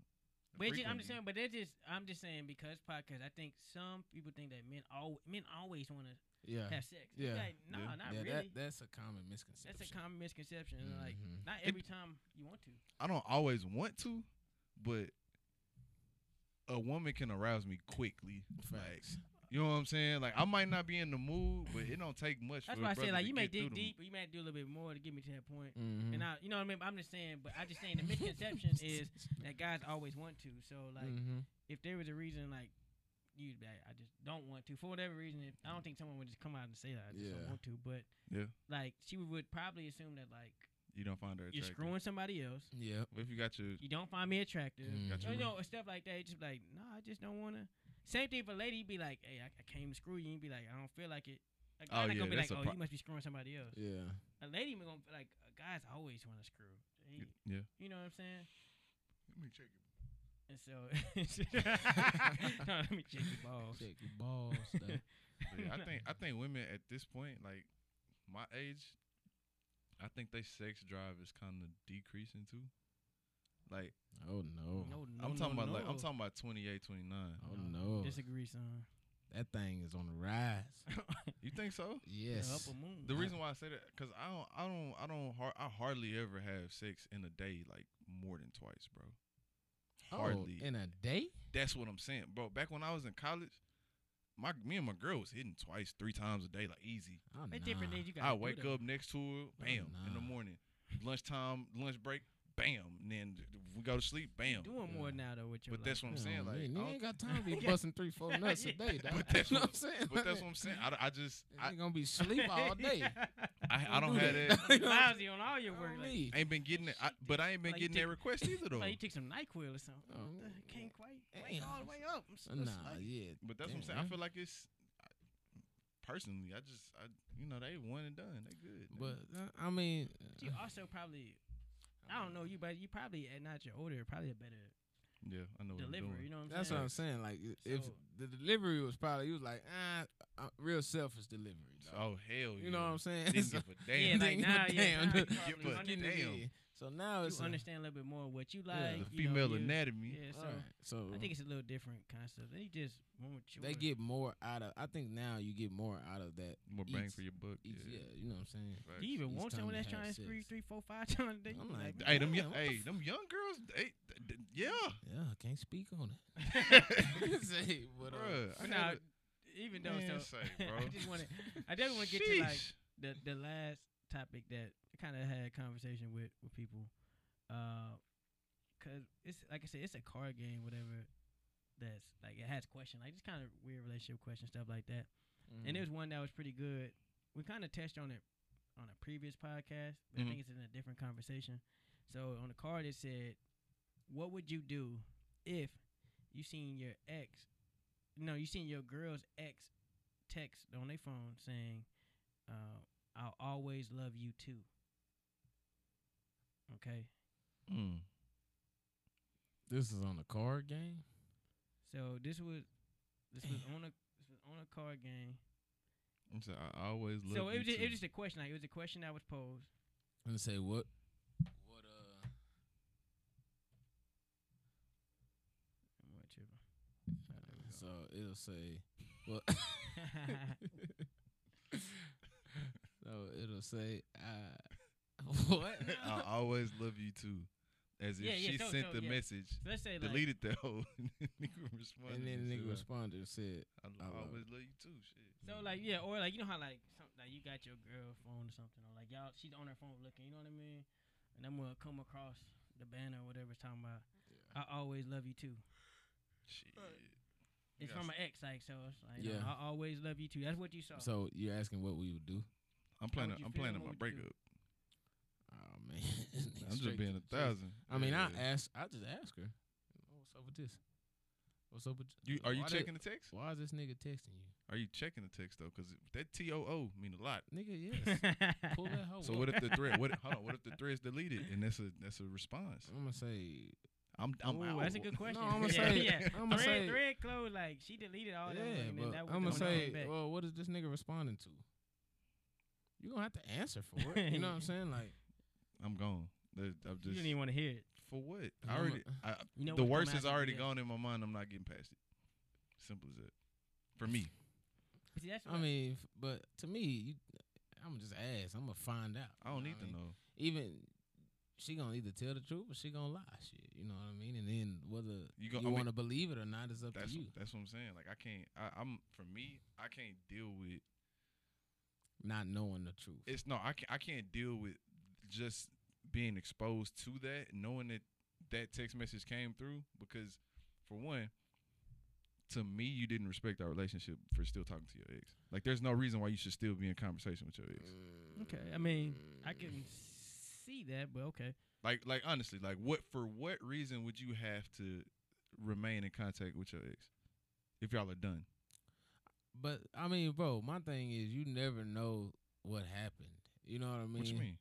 Speaker 1: But it's just, I'm just saying.
Speaker 2: frequently.
Speaker 1: But that's just I'm just saying because podcast. I think some people think that men all men always want to
Speaker 3: yeah,
Speaker 1: have sex. It's
Speaker 3: Yeah.
Speaker 1: Like, no,
Speaker 2: Yeah.
Speaker 1: not
Speaker 3: yeah,
Speaker 1: really.
Speaker 3: that, that's a common misconception.
Speaker 1: that's a common misconception. and, Like
Speaker 3: Mhm.
Speaker 1: not
Speaker 2: It-
Speaker 1: every time you want to.
Speaker 2: I don't always want to, but a woman can arouse me quickly. Like,
Speaker 3: Facts.
Speaker 2: you know what I'm saying? Like I might not be in the mood, but it don't take much.
Speaker 1: That's
Speaker 2: for
Speaker 1: why
Speaker 2: a
Speaker 1: I said
Speaker 2: brother
Speaker 1: like
Speaker 2: to
Speaker 1: you may
Speaker 2: get through
Speaker 1: dig
Speaker 2: the-
Speaker 1: deep, but you might do a little bit more to get me to that point.
Speaker 3: Mhm.
Speaker 1: And I, you know what I mean. I'm just saying, but I just saying the misconception
Speaker 3: [laughs]
Speaker 1: is that guys always want to. So like,
Speaker 3: Mhm.
Speaker 1: if there was a reason like you, like, I just don't want to for whatever reason. If, I don't think someone would just come out and say that I just
Speaker 3: Yeah.
Speaker 1: don't want to. But
Speaker 2: Yeah.
Speaker 1: like she would probably assume that like
Speaker 2: You don't find her
Speaker 1: you're
Speaker 2: attractive.
Speaker 1: screwing somebody else.
Speaker 3: Yep.
Speaker 2: What if you got your
Speaker 1: You don't find me attractive.
Speaker 3: Mhm.
Speaker 2: Got
Speaker 1: You
Speaker 2: you.
Speaker 1: know, stuff like that. You Just like, no, I just don't wanna. Same thing for a lady. you Be like, hey, I, I came to screw you. You be like, I don't feel like it. A guy's
Speaker 2: Oh,
Speaker 1: not
Speaker 2: yeah,
Speaker 1: gonna be like,
Speaker 2: that's a
Speaker 1: oh,
Speaker 2: pro-
Speaker 1: you must be screwing somebody else.
Speaker 3: Yeah.
Speaker 1: A lady gonna be like, a guys always want to screw. He-
Speaker 2: yeah.
Speaker 1: You know what I'm saying?
Speaker 2: Let me check it. [laughs]
Speaker 1: And so, [laughs] no, let me check your balls.
Speaker 3: Check your balls. though.
Speaker 2: But yeah, I think I think women at this point, like my age, I think they sex drive is kind of decreasing too. Like
Speaker 3: oh no.
Speaker 1: No, no,
Speaker 2: I'm talking
Speaker 1: no,
Speaker 2: about like I'm
Speaker 1: no.
Speaker 2: talking about 28, 29.
Speaker 3: Oh
Speaker 1: No,
Speaker 3: no.
Speaker 1: Disagree, son.
Speaker 3: That thing is on the rise.
Speaker 2: You think so?
Speaker 3: yes.
Speaker 1: The upper moon.
Speaker 2: The reason why I say that because I don't I don't I don't har- I hardly ever have sex in a day like more than twice, bro. Hardly.
Speaker 3: Oh, in a day?
Speaker 2: That's what I'm saying, bro. Back when I was in college, my me and my girl was hitting twice, three times a day, like easy.
Speaker 3: Oh,
Speaker 1: But different
Speaker 3: nah.
Speaker 1: things you got.
Speaker 2: I wake up next to her,
Speaker 1: Oh,
Speaker 2: bam, in
Speaker 3: nah.
Speaker 2: the morning. Lunchtime, lunch break, bam. And then th- th- we go to sleep, bam.
Speaker 1: Doing more
Speaker 3: Yeah.
Speaker 1: now though with your.
Speaker 2: But
Speaker 3: [laughs]
Speaker 2: that's what I'm
Speaker 3: Yeah,
Speaker 2: saying. Like,
Speaker 3: man,
Speaker 2: I
Speaker 3: you
Speaker 2: don't-
Speaker 3: ain't got time to be
Speaker 1: [laughs] Yeah.
Speaker 3: busting three, four nuts a day. Dog. [laughs]
Speaker 2: But that's
Speaker 3: you
Speaker 2: what-
Speaker 3: know what I'm saying.
Speaker 2: but that's what
Speaker 1: [laughs]
Speaker 3: [laughs]
Speaker 2: I'm saying. I, d- I just, I,
Speaker 3: You're gonna be asleep all day.
Speaker 2: I, I don't
Speaker 3: do
Speaker 2: have
Speaker 3: that.
Speaker 2: that.
Speaker 1: You lousy on all your
Speaker 3: I
Speaker 1: work.
Speaker 3: don't
Speaker 1: Like,
Speaker 3: need-
Speaker 2: ain't been getting it, I, but I ain't been
Speaker 1: Like, you
Speaker 2: getting that
Speaker 1: take-
Speaker 2: request either though.
Speaker 1: like you take some Nyquil or something.
Speaker 3: Oh,
Speaker 1: What the- I can't quite wake
Speaker 3: damn.
Speaker 1: all the way up. I'm s-
Speaker 3: Uh,
Speaker 1: I'm
Speaker 3: Nah,
Speaker 1: s- like-
Speaker 3: yeah.
Speaker 2: But that's what I'm saying. I feel like it's I, personally, I just, I, you know, they one and done. They good. They-
Speaker 3: But uh, I mean,
Speaker 1: But you also probably, I don't know you, but you probably at not your older, probably a better
Speaker 2: yeah, I know what I'm
Speaker 1: delivery.
Speaker 2: doing.
Speaker 1: You know what I'm
Speaker 3: That's what
Speaker 1: saying?
Speaker 3: I'm saying. Like i- if
Speaker 1: So-
Speaker 3: the delivery was probably, you was like, ah, uh, real selfish delivery. dog.
Speaker 2: Oh hell,
Speaker 3: you know what I'm saying?
Speaker 2: Didn't
Speaker 3: [laughs] So-
Speaker 2: give a damn.
Speaker 1: Yeah, like
Speaker 3: Didn't
Speaker 1: now,
Speaker 3: give a
Speaker 1: yeah, now
Speaker 3: damn.
Speaker 1: you
Speaker 3: Just [laughs]
Speaker 2: give
Speaker 1: probably
Speaker 2: a
Speaker 3: getting
Speaker 1: under-
Speaker 3: it
Speaker 2: damn.
Speaker 3: in. So now it's
Speaker 1: you
Speaker 3: a-
Speaker 1: understand a little bit more what you
Speaker 3: Yeah,
Speaker 1: like.
Speaker 2: the
Speaker 1: you know,
Speaker 2: female
Speaker 1: you-
Speaker 2: anatomy.
Speaker 1: Yeah, so
Speaker 3: Alright, so
Speaker 1: I think it's a little different concept. They just want you.
Speaker 3: they get more out of. I think now you get more out of that.
Speaker 2: More bang
Speaker 3: Each-
Speaker 2: for your buck.
Speaker 3: Each,
Speaker 2: yeah.
Speaker 3: yeah. you know what I'm saying.
Speaker 1: Do you even
Speaker 3: each
Speaker 1: want
Speaker 3: time
Speaker 1: someone
Speaker 3: you
Speaker 1: that's
Speaker 3: have
Speaker 1: trying to screw you
Speaker 3: sex.
Speaker 1: three, four, five [laughs] times a day? You
Speaker 3: I'm like,
Speaker 1: man,
Speaker 2: Hey, them,
Speaker 3: Yeah,
Speaker 2: yo-
Speaker 3: what the
Speaker 2: hey, them young girls. They, th- th-
Speaker 1: [laughs]
Speaker 2: yeah.
Speaker 3: Yeah, I can't speak on it. [laughs] Say, but, uh,
Speaker 2: Bruh, I
Speaker 1: But now,
Speaker 2: gotta-
Speaker 1: even though
Speaker 2: Man,
Speaker 1: so,
Speaker 2: say,
Speaker 1: [laughs] I
Speaker 2: bro.
Speaker 1: just
Speaker 2: [laughs]
Speaker 1: want to, I definitely want to get to like
Speaker 2: Sheesh.
Speaker 1: the the last topic that I kind of had a conversation with with people, uh, cause it's like I said, it's a card game, whatever. That's like it has question, like just kind of weird relationship question stuff like that.
Speaker 3: Mm.
Speaker 2: Mm-hmm.
Speaker 1: And there's one that was pretty good. We kind of touched on it on a previous podcast, but I
Speaker 2: Mhm.
Speaker 1: think it's in a different conversation. So on the card it said, "What would you do if you seen your ex? No, you seen your girl's ex text on their phone saying, uh, "I'll always love you too." Okay,
Speaker 2: Mm.
Speaker 3: this is on the card game.
Speaker 1: so this was this was on a this was on a card game.
Speaker 2: I'm sorry, I always love
Speaker 1: so it
Speaker 2: you
Speaker 1: was, just, it
Speaker 2: too.
Speaker 1: was just a question. Like it was a question that was posed.
Speaker 3: And say what? What? Uh,
Speaker 1: I'm gonna trip.
Speaker 3: so
Speaker 2: [laughs]
Speaker 3: it'll say, well, so it'll say,
Speaker 2: [laughs]
Speaker 3: uh, [laughs] what?
Speaker 1: [laughs]
Speaker 2: I always love you too. As if
Speaker 1: Yeah,
Speaker 2: she
Speaker 1: yeah, so-
Speaker 2: sent
Speaker 1: so,
Speaker 2: the
Speaker 1: yeah.
Speaker 2: message,
Speaker 1: So [laughs] let's say like,
Speaker 2: deleted the whole, and then [laughs] nigga responded.
Speaker 3: [laughs] and then the nigga
Speaker 2: said,
Speaker 3: responded and said,
Speaker 2: I,
Speaker 3: I
Speaker 2: I
Speaker 3: love
Speaker 2: always love you too. Shit.
Speaker 1: So like yeah, or like you know how like some, like you got your girl phone or something, or like y'all she's on her phone looking, you know what I mean? And I'm gonna come across the banner or whatever it's talking about. I always love you too.
Speaker 2: Shit.
Speaker 1: It's
Speaker 2: Yes.
Speaker 1: from an ex, like so. It's like
Speaker 3: Yeah.
Speaker 1: yeah. I always love you too. That's what you saw. [laughs]
Speaker 3: So you're asking what we would do?
Speaker 2: I'm planning.
Speaker 1: would you
Speaker 2: I'm
Speaker 1: feel?
Speaker 2: planning my
Speaker 1: What would you do?
Speaker 2: breakup.
Speaker 3: Oh man, [laughs]
Speaker 2: I'm
Speaker 3: Straight
Speaker 2: just being
Speaker 3: to
Speaker 2: a
Speaker 3: the chase.
Speaker 2: thousand.
Speaker 3: I mean,
Speaker 2: Yeah.
Speaker 3: I ask. I just ask her. What's up with this? What's up with
Speaker 2: You, are you
Speaker 3: why did-
Speaker 2: checking the text?
Speaker 3: why is this nigga texting you,
Speaker 2: Are you checking the text though? Because that T O O mean a lot.
Speaker 1: [laughs]
Speaker 3: nigga? Yes. Pull that
Speaker 1: Oh,
Speaker 3: hoe.
Speaker 2: So what if the thread? What? Hold on. What if the thread's deleted and that's a that's a response?
Speaker 3: I'm gonna say.
Speaker 2: I'm [laughs] I'm
Speaker 1: Ooh,
Speaker 2: out.
Speaker 1: that's a good question.
Speaker 3: No,
Speaker 1: [laughs]
Speaker 3: I'ma
Speaker 1: yeah,
Speaker 3: say-
Speaker 1: yeah. Oh,
Speaker 3: I'ma
Speaker 1: thread,
Speaker 3: say-
Speaker 1: thread closed. Like she deleted all that,
Speaker 3: yeah,
Speaker 1: and then
Speaker 3: but
Speaker 1: that was
Speaker 3: I'm
Speaker 1: the
Speaker 3: gonna
Speaker 1: one that came
Speaker 3: say.
Speaker 1: back.
Speaker 3: Well, what is this nigga responding to? You gonna have to answer for it.
Speaker 1: [laughs]
Speaker 3: You know what I'm saying? Like
Speaker 2: [laughs] I'm gone. That- I'm
Speaker 1: you
Speaker 2: just
Speaker 1: didn't even want to hear it.
Speaker 2: for what? I
Speaker 3: I'm
Speaker 2: already.
Speaker 3: a-
Speaker 2: I,
Speaker 1: You know
Speaker 2: the
Speaker 1: what
Speaker 2: worst
Speaker 1: come out
Speaker 2: is
Speaker 1: of it,
Speaker 2: already
Speaker 1: yeah.
Speaker 2: gone in my mind. I'm not getting past it. Simple as that. For me,
Speaker 1: But See, that's
Speaker 3: I
Speaker 1: what-
Speaker 3: mean, f- but to me, you, I'm just ass. I'm gonna find out.
Speaker 2: I don't
Speaker 3: you
Speaker 2: need
Speaker 3: what
Speaker 2: to
Speaker 3: mean?
Speaker 2: know.
Speaker 3: Even she gonna either tell the truth or she gonna lie. Shit, you know what I mean. And then whether
Speaker 2: You
Speaker 3: you,
Speaker 2: gon- I mean-
Speaker 3: want to believe it or not is up to
Speaker 2: That's
Speaker 3: you.
Speaker 2: that's what I'm saying. Like I can't. I, I'm for me, I can't deal with
Speaker 3: Not knowing the truth.
Speaker 2: it's no. I can't, I can't deal with just being exposed to that, knowing that that text message came through. Because for one, to me, you didn't respect our relationship for still talking to your ex. Like there's no reason why you should still be in conversation with your ex.
Speaker 3: Mm.
Speaker 1: Okay, I mean, I can see that, but okay.
Speaker 2: Like like honestly, like what for what reason would you have to remain in contact with your ex if y'all are done?
Speaker 3: But I mean, bro, my thing is you never know what happened. You know what I mean?
Speaker 2: what you mean?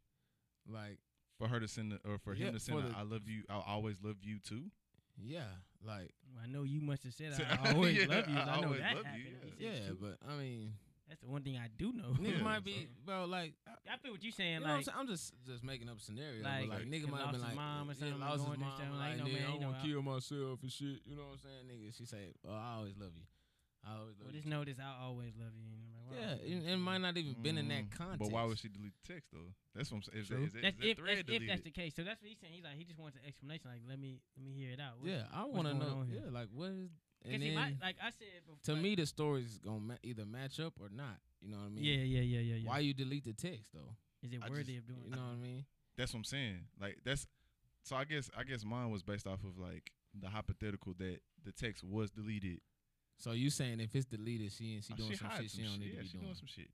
Speaker 3: Like,
Speaker 2: For her to send the, or for
Speaker 3: Yeah,
Speaker 2: him to send
Speaker 3: for
Speaker 2: a,
Speaker 3: the-
Speaker 2: I love you, I'll always love you too.
Speaker 3: yeah, like
Speaker 1: I know you must
Speaker 2: [laughs]
Speaker 1: have said
Speaker 2: So-
Speaker 1: I always
Speaker 2: yeah,
Speaker 1: love you.
Speaker 2: I
Speaker 1: I, know
Speaker 2: always
Speaker 1: that
Speaker 2: love
Speaker 1: happened.
Speaker 2: you,
Speaker 1: He said
Speaker 3: yeah,
Speaker 1: you-
Speaker 3: but I
Speaker 2: [laughs]
Speaker 3: mean,
Speaker 1: that's the one thing I do know.
Speaker 3: nigga
Speaker 2: Yeah,
Speaker 3: might
Speaker 2: so-
Speaker 3: be, bro. Like,
Speaker 1: [laughs]
Speaker 3: I-
Speaker 1: I feel what you're saying.
Speaker 3: you know what I'm,
Speaker 1: like,
Speaker 3: saying? I'm just just making up scenarios.
Speaker 1: Like,
Speaker 3: but like,
Speaker 2: Like,
Speaker 3: nigga
Speaker 1: he
Speaker 3: might
Speaker 1: lost
Speaker 3: have
Speaker 1: his
Speaker 3: been like,
Speaker 1: mom or
Speaker 3: yeah,
Speaker 1: something,
Speaker 3: lost his
Speaker 1: going through
Speaker 3: mom.
Speaker 1: something,
Speaker 3: Like,
Speaker 1: like, no,
Speaker 3: nigga,
Speaker 1: man,
Speaker 3: I
Speaker 1: you know,
Speaker 3: want
Speaker 1: I-
Speaker 3: to kill myself and shit. You know what I'm saying, nigga? She said, "Oh, I always love you. I always love
Speaker 1: well, just
Speaker 3: you."
Speaker 1: know this. I always love you. And I'm like, wow.
Speaker 3: Yeah, and it might not even been in that
Speaker 2: Mm,
Speaker 3: context.
Speaker 2: But why would she delete the text though? That's what I'm saying. Is that,
Speaker 3: True.
Speaker 2: is that,
Speaker 1: That's
Speaker 2: is that
Speaker 1: if,
Speaker 2: thread
Speaker 1: that's, if
Speaker 2: deleted?
Speaker 1: that's the case. So that's what he's saying. He's like, he just wants an explanation. Like, let me let me hear it out. What-
Speaker 3: Yeah, I
Speaker 1: what's
Speaker 3: want to
Speaker 1: going
Speaker 3: know.
Speaker 1: on here?
Speaker 3: Yeah, like what is?
Speaker 1: Cause
Speaker 3: And
Speaker 1: he
Speaker 3: then,
Speaker 1: might, like I said before.
Speaker 3: to
Speaker 1: like-
Speaker 3: me, the stories gonna ma- either match up or not. You know what I mean?
Speaker 1: yeah, yeah, yeah, yeah, yeah.
Speaker 3: Why you delete the text though?
Speaker 1: is it
Speaker 2: I
Speaker 1: worthy
Speaker 2: just-
Speaker 1: of doing?
Speaker 3: You know what I mean?
Speaker 2: That's what I'm saying. Like that's so. I guess I guess mine was based off of like the hypothetical that the text was deleted.
Speaker 3: So you saying if it's deleted, she and she
Speaker 2: Oh,
Speaker 3: doing some
Speaker 2: hide
Speaker 3: shit she don't need
Speaker 2: yeah,
Speaker 3: to be
Speaker 2: she
Speaker 3: doing.
Speaker 2: doing some shit.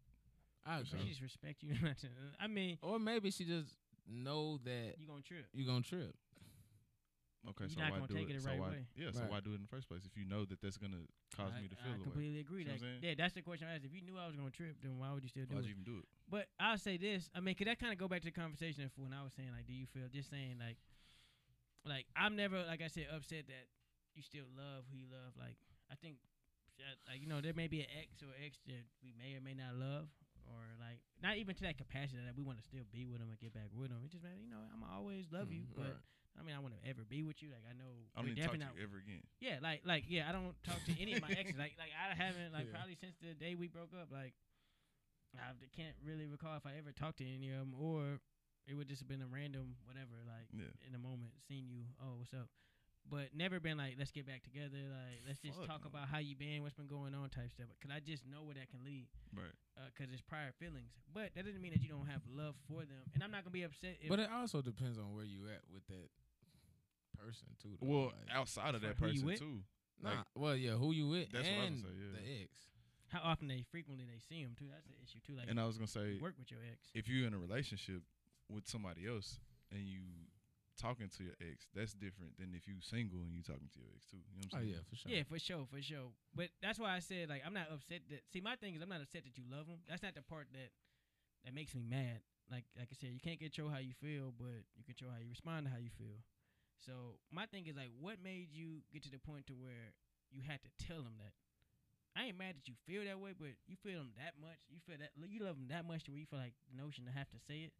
Speaker 3: I
Speaker 1: that?
Speaker 3: agree.
Speaker 2: So-
Speaker 1: She just respect you. [laughs] I mean,
Speaker 3: Or maybe she just know that
Speaker 1: you gonna trip.
Speaker 3: you gonna trip.
Speaker 2: Okay, so
Speaker 1: You're not
Speaker 2: why
Speaker 1: gonna
Speaker 2: do
Speaker 1: take it the
Speaker 2: so
Speaker 1: right
Speaker 2: why,
Speaker 1: way.
Speaker 2: Yeah, so why
Speaker 3: Right.
Speaker 2: do it in the first place if you know that that's gonna cause
Speaker 1: I,
Speaker 2: me to
Speaker 1: I
Speaker 2: feel the way?
Speaker 1: completely agree.
Speaker 2: See what I'm
Speaker 1: Like,
Speaker 2: saying?
Speaker 1: yeah, that's the question I asked. If you knew I was gonna trip, then why would you still do
Speaker 2: Why'd
Speaker 1: it?
Speaker 2: you even do it?
Speaker 1: But I'll say this. I mean, could that kind of go back to the conversation of when I was saying like, do you feel? Just saying like, like I'm never like I said upset that you still love who you love. Like I think, that, like you know, there may be an ex or ex that we may or may not love, or like not even to that capacity that we want to still be with them and get back with them. It just matter, you know, I'm always love you,
Speaker 3: Mm,
Speaker 1: but
Speaker 3: right.
Speaker 1: I mean, I want to ever be with you. Like I know
Speaker 2: Mm-hmm, I don't
Speaker 1: we're
Speaker 2: need to talk to
Speaker 1: definitely not
Speaker 2: you ever again.
Speaker 1: yeah, like like yeah, I don't talk to any of my exes. Like like I haven't like
Speaker 3: Yeah.
Speaker 1: probably since the day we broke up. Like I d- can't really recall if I ever talked to any of them, or it would just have been a random whatever. Like
Speaker 2: Yeah.
Speaker 1: in a moment, seeing you, oh what's up, but never been like let's get back together. Like let's just
Speaker 2: Fuck
Speaker 1: talk
Speaker 2: no.
Speaker 1: about how you been, what's been going on, type stuff. Cause I just know where that can lead
Speaker 2: Right.
Speaker 1: because it's prior feelings. But that doesn't mean that you don't have love for them, and I'm not gonna be upset. If
Speaker 2: uh,
Speaker 3: But it also depends on where you at with that person too. though.
Speaker 2: Well,
Speaker 3: Like,
Speaker 2: outside of
Speaker 1: Like,
Speaker 2: that
Speaker 1: who you
Speaker 2: person
Speaker 1: with?
Speaker 2: too.
Speaker 3: nah,
Speaker 2: like-
Speaker 3: well, yeah, who you with
Speaker 2: That's what I was
Speaker 3: and
Speaker 2: gonna say, yeah.
Speaker 3: the ex.
Speaker 1: how often they frequently they see them too. That's the issue too. Like
Speaker 2: And I was gonna
Speaker 1: you
Speaker 2: say
Speaker 1: work with your ex.
Speaker 2: if you're in a relationship with somebody else and you talking to your ex, that's different than if you single and you talking to your ex too. You know what
Speaker 3: Oh
Speaker 2: I'm saying?
Speaker 3: yeah, for sure.
Speaker 1: Yeah, for sure, for sure. But that's why I said like I'm not upset that. See, my thing is I'm not upset that you love them. That's not the part that that makes me mad. Like like I said, you can't control how you feel, but you control how you respond to how you feel. So my thing is like, what made you get to the point to where you had to tell them that? I ain't mad that you feel that way, but you feel them that much. You feel that you love them that much to where you feel like the notion to have to say it.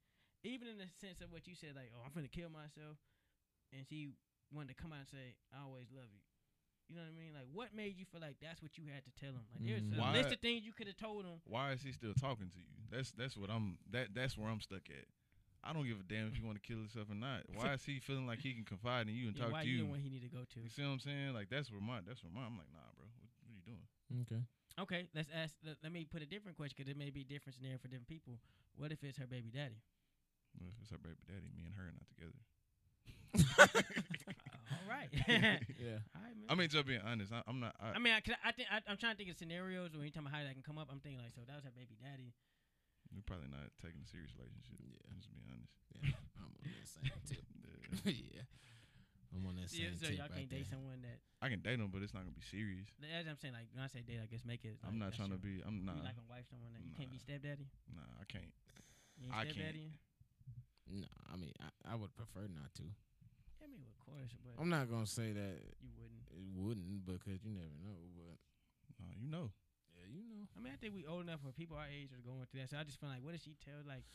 Speaker 1: Even in the sense of what you said, like, oh, I'm finna kill myself, and she wanted to come out and say, I always love you. You know what I mean? Like, what made you feel like that's what you had to tell them? Like, there's a
Speaker 3: Mhm.
Speaker 2: Mm, Why-
Speaker 1: list of things you could have told them.
Speaker 2: Why is he still talking to you? That's that's what I'm that that's where I'm stuck at. I don't give a damn if you want to kill yourself or not.
Speaker 1: [laughs]
Speaker 2: Why is he feeling like he can confide in you and
Speaker 1: Yeah,
Speaker 2: talk
Speaker 1: why
Speaker 2: to
Speaker 1: you the
Speaker 2: you?
Speaker 1: one he need to go to?
Speaker 2: You see what I'm saying? Like that's where my that's where my I'm like, nah, bro. What, what are you doing? [laughs]
Speaker 3: Okay. [laughs]
Speaker 1: Okay, let's ask. Let, let me put a different question because it may be different scenario for different people. What if it's her baby
Speaker 2: [laughs]
Speaker 1: daddy?
Speaker 2: Well, if it's her baby daddy, me and her are not together.
Speaker 1: all right, [laughs] all right,
Speaker 2: [laughs]
Speaker 3: Yeah.
Speaker 1: man.
Speaker 2: I mean, just being honest, I, I'm not. I,
Speaker 1: I mean, I, 'cause I think I, I'm trying to think of scenarios when you talking about how that can come up. I'm thinking like, so that was her baby daddy.
Speaker 2: we're probably not taking a serious relationship.
Speaker 3: Yeah.
Speaker 2: Just being honest.
Speaker 3: I'm on that same
Speaker 2: [laughs]
Speaker 3: tip. [laughs]
Speaker 2: Yeah.
Speaker 3: yeah. I'm on that
Speaker 1: Yeah,
Speaker 3: same
Speaker 1: so
Speaker 3: tip
Speaker 1: y'all
Speaker 3: right
Speaker 1: can't
Speaker 3: there.
Speaker 1: date someone that.
Speaker 2: I can date him, but it's not gonna be serious.
Speaker 1: As I'm saying, like when I say date, I guess make it.
Speaker 2: I'm not trying to be. I'm
Speaker 1: Nah.
Speaker 2: not.
Speaker 1: You like a wife someone that you can't be
Speaker 2: Nah.
Speaker 1: stepdaddy.
Speaker 2: Nah, I can't.
Speaker 1: You ain't
Speaker 2: I can't.
Speaker 1: stepdaddy.
Speaker 3: No, I mean, I, I would prefer not to.
Speaker 1: I mean, of course, but
Speaker 3: I'm not gonna say that
Speaker 1: you wouldn't.
Speaker 3: it wouldn't because you never know. But
Speaker 2: Nah, you know.
Speaker 3: yeah, you know,
Speaker 1: I mean, I think we old enough where people our age are going through that. So I just feel like, what does she tell? Like,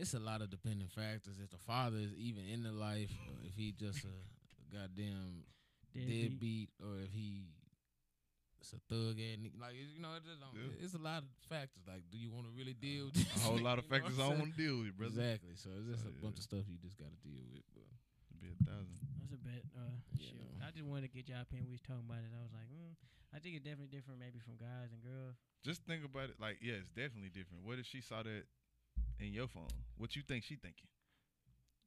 Speaker 3: it's a lot of dependent factors. If the father is even in the life, or if he just a goddamn
Speaker 1: deadbeat?
Speaker 3: deadbeat, or if he it's a thug and like it's- you know it just don't,
Speaker 2: Yeah.
Speaker 3: it's a lot of factors. Like, do you want to really deal? with
Speaker 2: A
Speaker 3: this?
Speaker 2: whole lot
Speaker 3: [laughs]
Speaker 2: of
Speaker 3: You know what
Speaker 2: factors
Speaker 3: I'm
Speaker 2: I don't
Speaker 3: saying?
Speaker 2: want to deal with, brother.
Speaker 3: Exactly. So it's just
Speaker 2: So,
Speaker 3: a
Speaker 2: yeah.
Speaker 3: bunch of stuff you just got to deal with. But
Speaker 2: It'd be a thousand.
Speaker 1: That's a bit. Uh,
Speaker 3: Yeah,
Speaker 1: shoot.
Speaker 3: no.
Speaker 1: I just wanted to get y'all opinion. We was talking about it. I was like, mm, I think it's definitely different, maybe from guys and girls.
Speaker 2: Just think about it. Like, yeah, it's definitely different. What if she saw that in your phone? What you think she thinking?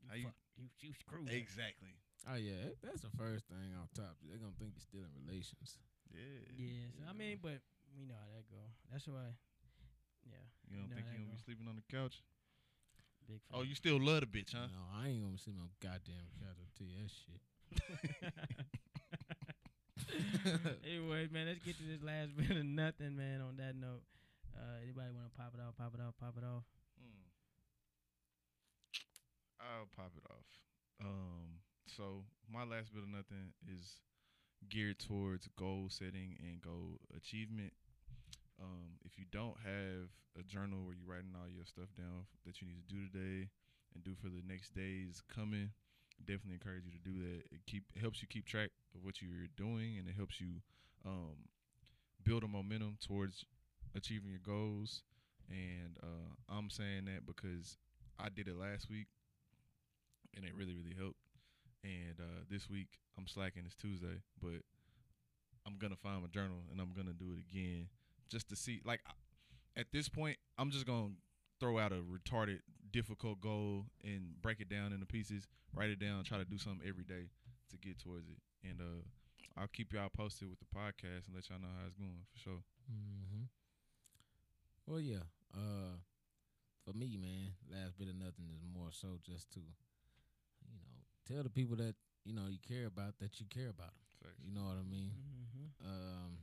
Speaker 2: How you-
Speaker 1: fuck, you, you screwed. up.
Speaker 2: Exactly.
Speaker 3: oh yeah, that- that's the first thing off top. They're gonna think you're still in relations.
Speaker 2: Yeah.
Speaker 1: Yeah, so I
Speaker 3: Yeah.
Speaker 1: mean, but we know how that go. That's why. Yeah,
Speaker 2: You don't
Speaker 1: No,
Speaker 2: think
Speaker 1: that
Speaker 2: you gonna be
Speaker 1: go.
Speaker 2: sleeping on the couch?
Speaker 1: big.
Speaker 2: Oh,
Speaker 1: fan. [laughs]
Speaker 3: [laughs]
Speaker 2: you still love the bitch, huh?
Speaker 3: No, I ain't gonna see no goddamn casualty. That shit.
Speaker 1: anyway, man, let's get to this last bit of nothing, man. On that note, uh, anybody want to pop it off? Pop it off? Pop it off?
Speaker 2: Hmm. I'll pop it off. Um, so my last bit of nothing is geared towards goal setting and goal achievement. Um, if you don't have a journal where you're writing all your stuff down f- that you need to do today and do for the next days coming, definitely encourage you to do that. It keep it helps you keep track of what you're doing and it helps you um, build a momentum towards achieving your goals. And uh, I'm saying that because I did it last week and it really, really helped. And uh, this week I'm slacking. It's Tuesday, but I'm gonna find my journal and I'm gonna do it again just to see. Like I- at this point, I'm just gonna throw out a retarded, difficult goal and break it down into pieces. Write it down. Try to do something every day to get towards it. And uh, I'll keep y'all posted with the podcast and let y'all know how it's going for sure.
Speaker 3: Mm-hmm. Well, yeah. Uh, for me, man, last bit of nothing is more so just to, you know, tell the people that you know you care about that you care about 'em.
Speaker 2: Facts.
Speaker 3: You know what I mean?
Speaker 1: Mm-hmm.
Speaker 3: Um,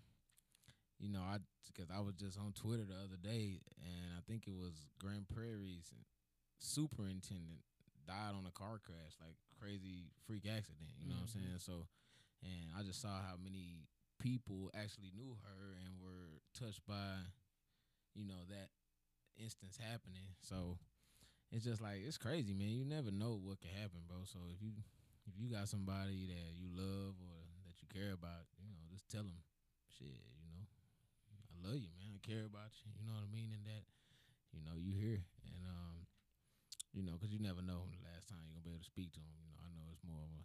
Speaker 3: you know, I because I was just on Twitter the other day, and I think it was Grand Prairie's superintendent died on a car crash, like crazy freak accident. You know what I'm saying? So, and I just saw how many people actually knew her and were touched by, you know, that instance happening. So it's just like it's crazy, man. You never know what can happen, bro. So if you if you got somebody that you love or that you care about, you know, just tell them, shit, you know, I love you, man. I care about you. You know what I mean? And that, you know, you here and um, you know, 'cause you never know the last time you're gonna be able to speak to them. You know, I know it's more of a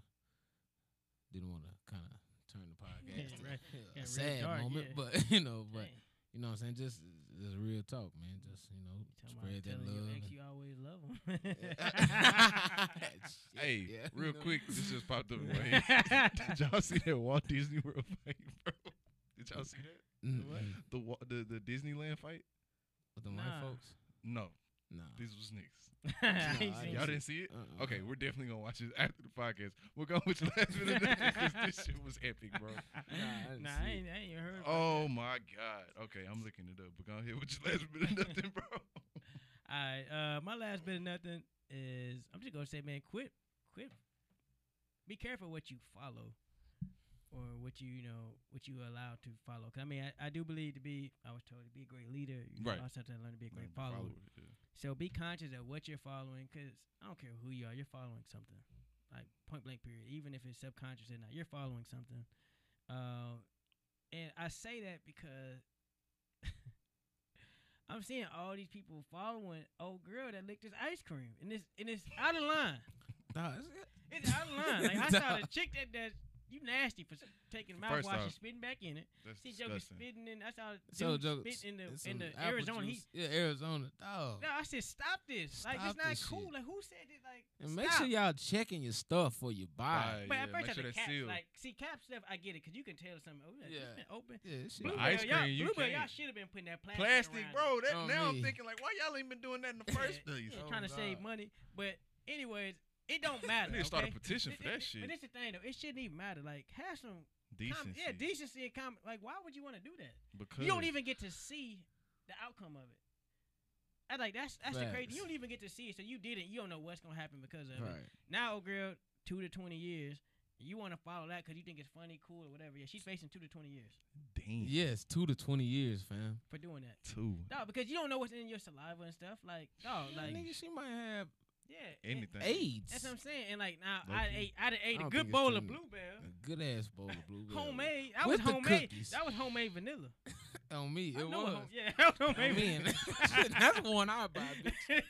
Speaker 3: didn't want to kind of turn the podcast
Speaker 1: [laughs] Yeah,
Speaker 3: to
Speaker 1: right.
Speaker 3: [laughs] a
Speaker 1: real
Speaker 3: sad
Speaker 1: dark,
Speaker 3: moment,
Speaker 1: yeah.
Speaker 3: but [laughs] you know, but
Speaker 1: Dang,
Speaker 3: you know what I'm saying? Just just real talk, man. Just, you know,
Speaker 1: you talking about
Speaker 3: spread that
Speaker 1: telling
Speaker 3: love.
Speaker 1: your ex
Speaker 3: [laughs] and-
Speaker 1: you [laughs] always love 'em.
Speaker 3: Shit,
Speaker 2: Hey,
Speaker 3: yeah,
Speaker 2: real
Speaker 3: you know.
Speaker 2: quick, this just popped up in my
Speaker 3: [laughs]
Speaker 1: [laughs]
Speaker 2: head. Did y'all see that Walt Disney World fight, bro? Did y'all see that?
Speaker 3: Mm,
Speaker 1: What?
Speaker 3: mm.
Speaker 2: The Wa- the the Disneyland fight?
Speaker 3: With the white
Speaker 1: Nah.
Speaker 3: folks?
Speaker 2: No,
Speaker 3: Nah.
Speaker 2: these was niggas.
Speaker 1: [laughs]
Speaker 2: [laughs]
Speaker 1: I ain't
Speaker 3: I
Speaker 1: seen
Speaker 3: ain't
Speaker 2: Y'all
Speaker 1: shit.
Speaker 2: didn't see it?
Speaker 3: Uh-uh.
Speaker 2: Okay, we're definitely gonna watch this after the podcast. We're going with the last minute because this shit was epic, bro.
Speaker 3: I didn't
Speaker 1: nah,
Speaker 3: see
Speaker 1: I
Speaker 3: it.
Speaker 1: ain't, I ain't even heard. about
Speaker 2: Oh my god. Okay, I'm looking it up. But go ahead with your last minute nothing, bro.
Speaker 1: All right. Uh, my last bit of nothing is I'm just gonna say, man, quit, quit. Be careful what you follow, or what you you know what you allow to follow. 'Cause I mean, I, I do believe to be I was told to be a great leader. You
Speaker 2: Right.
Speaker 1: know, also have to learn to be a great
Speaker 2: Like,
Speaker 1: follower.
Speaker 2: follower, yeah.
Speaker 1: So be conscious of what you're following, 'cause I don't care who you are, you're following something. Like point blank period. Even if it's subconscious or not, you're following something. Uh, and I say that because [laughs] I'm seeing all these people following old girl that licked this ice cream, and it's and it's out of line.
Speaker 3: Nah, it's- it-
Speaker 1: It's out of line. Like
Speaker 3: [laughs]
Speaker 1: I saw the chick that that you nasty for s- taking
Speaker 2: First
Speaker 1: mouthwash and
Speaker 2: off,
Speaker 1: spitting back in it.
Speaker 2: That's
Speaker 1: See Joker
Speaker 2: disgusting.
Speaker 1: spitting, and I saw
Speaker 3: so
Speaker 1: dude
Speaker 3: jokes.
Speaker 1: spit in
Speaker 3: and
Speaker 1: the in
Speaker 3: some
Speaker 1: the
Speaker 3: apple
Speaker 1: Arizona heat.
Speaker 3: juice. Yeah, Arizona. Dog.
Speaker 1: No, I said stop this. like
Speaker 3: Stop
Speaker 1: it's not
Speaker 3: this
Speaker 1: cool.
Speaker 3: shit.
Speaker 1: Like who said it? Like
Speaker 3: And make
Speaker 1: stop.
Speaker 3: sure y'all checking your stuff for you buy.
Speaker 2: Buy.
Speaker 1: But at
Speaker 2: Ah, Yeah,
Speaker 1: first,
Speaker 2: make
Speaker 1: I
Speaker 2: sure
Speaker 1: the
Speaker 2: that's
Speaker 1: cap
Speaker 2: sealed.
Speaker 1: like see cap stuff. I get it because you can tell something. Oh, yeah,
Speaker 3: Yeah.
Speaker 1: it's been open.
Speaker 3: Yeah, this shit.
Speaker 1: Bluebell,
Speaker 2: ice
Speaker 1: y'all,
Speaker 2: cream, you
Speaker 1: Bluebell,
Speaker 2: can't.
Speaker 1: y'all should have been putting that plastic.
Speaker 2: Plastic,
Speaker 1: around
Speaker 2: bro. That
Speaker 3: On
Speaker 2: now I'm
Speaker 3: me.
Speaker 2: thinking like, why y'all ain't been doing that in the
Speaker 1: it.
Speaker 2: first
Speaker 1: Yeah,
Speaker 2: place?
Speaker 1: yeah,
Speaker 3: Oh,
Speaker 1: trying to save
Speaker 3: God.
Speaker 1: money, but anyways,
Speaker 2: [laughs]
Speaker 1: it don't matter.
Speaker 2: I need to start a
Speaker 1: okay?
Speaker 2: petition for
Speaker 1: Th-
Speaker 2: that
Speaker 1: th-
Speaker 2: shit.
Speaker 1: But it's the thing though, it shouldn't even matter. Like have some com-
Speaker 2: Decency.
Speaker 1: yeah decency and comment. Like why would you want to do that?
Speaker 2: because
Speaker 1: You don't even get to see the outcome of it. I like that's that's the crazy.
Speaker 3: Facts.
Speaker 1: You don't even get to see it, so you didn't. You don't know what's gonna happen because of it.
Speaker 3: Right.
Speaker 1: Now, old girl, two to twenty years. You want to follow that because you think it's funny, cool, or whatever. Yeah, she's facing two to twenty years
Speaker 2: damn
Speaker 3: Yes, two to 20 years, fam.
Speaker 1: for doing that.
Speaker 2: two.
Speaker 1: No, because you don't know what's in your saliva and stuff. Oh, Like, no,
Speaker 3: Yeah,
Speaker 1: like,
Speaker 3: nigga, she might have
Speaker 1: Yeah. and-
Speaker 2: anything.
Speaker 1: [laughs]
Speaker 3: AIDS.
Speaker 1: That's what I'm saying. And like now,
Speaker 2: Low
Speaker 1: I
Speaker 2: key.
Speaker 1: ate, I done ate
Speaker 3: I
Speaker 1: a
Speaker 3: don't
Speaker 1: good
Speaker 3: think it's
Speaker 1: bowl of
Speaker 3: too-
Speaker 1: bluebell,
Speaker 3: A good ass bowl of blueberry.
Speaker 1: homemade. That was
Speaker 3: With the
Speaker 1: homemade.
Speaker 3: cookies.
Speaker 1: That was homemade vanilla.
Speaker 3: On me,
Speaker 1: I
Speaker 3: it
Speaker 1: know
Speaker 3: was.
Speaker 1: home- yeah, [laughs] that was
Speaker 3: I
Speaker 1: homemade.
Speaker 3: mean, [laughs]
Speaker 1: vanilla.
Speaker 3: shit, that's one I buy. bitch.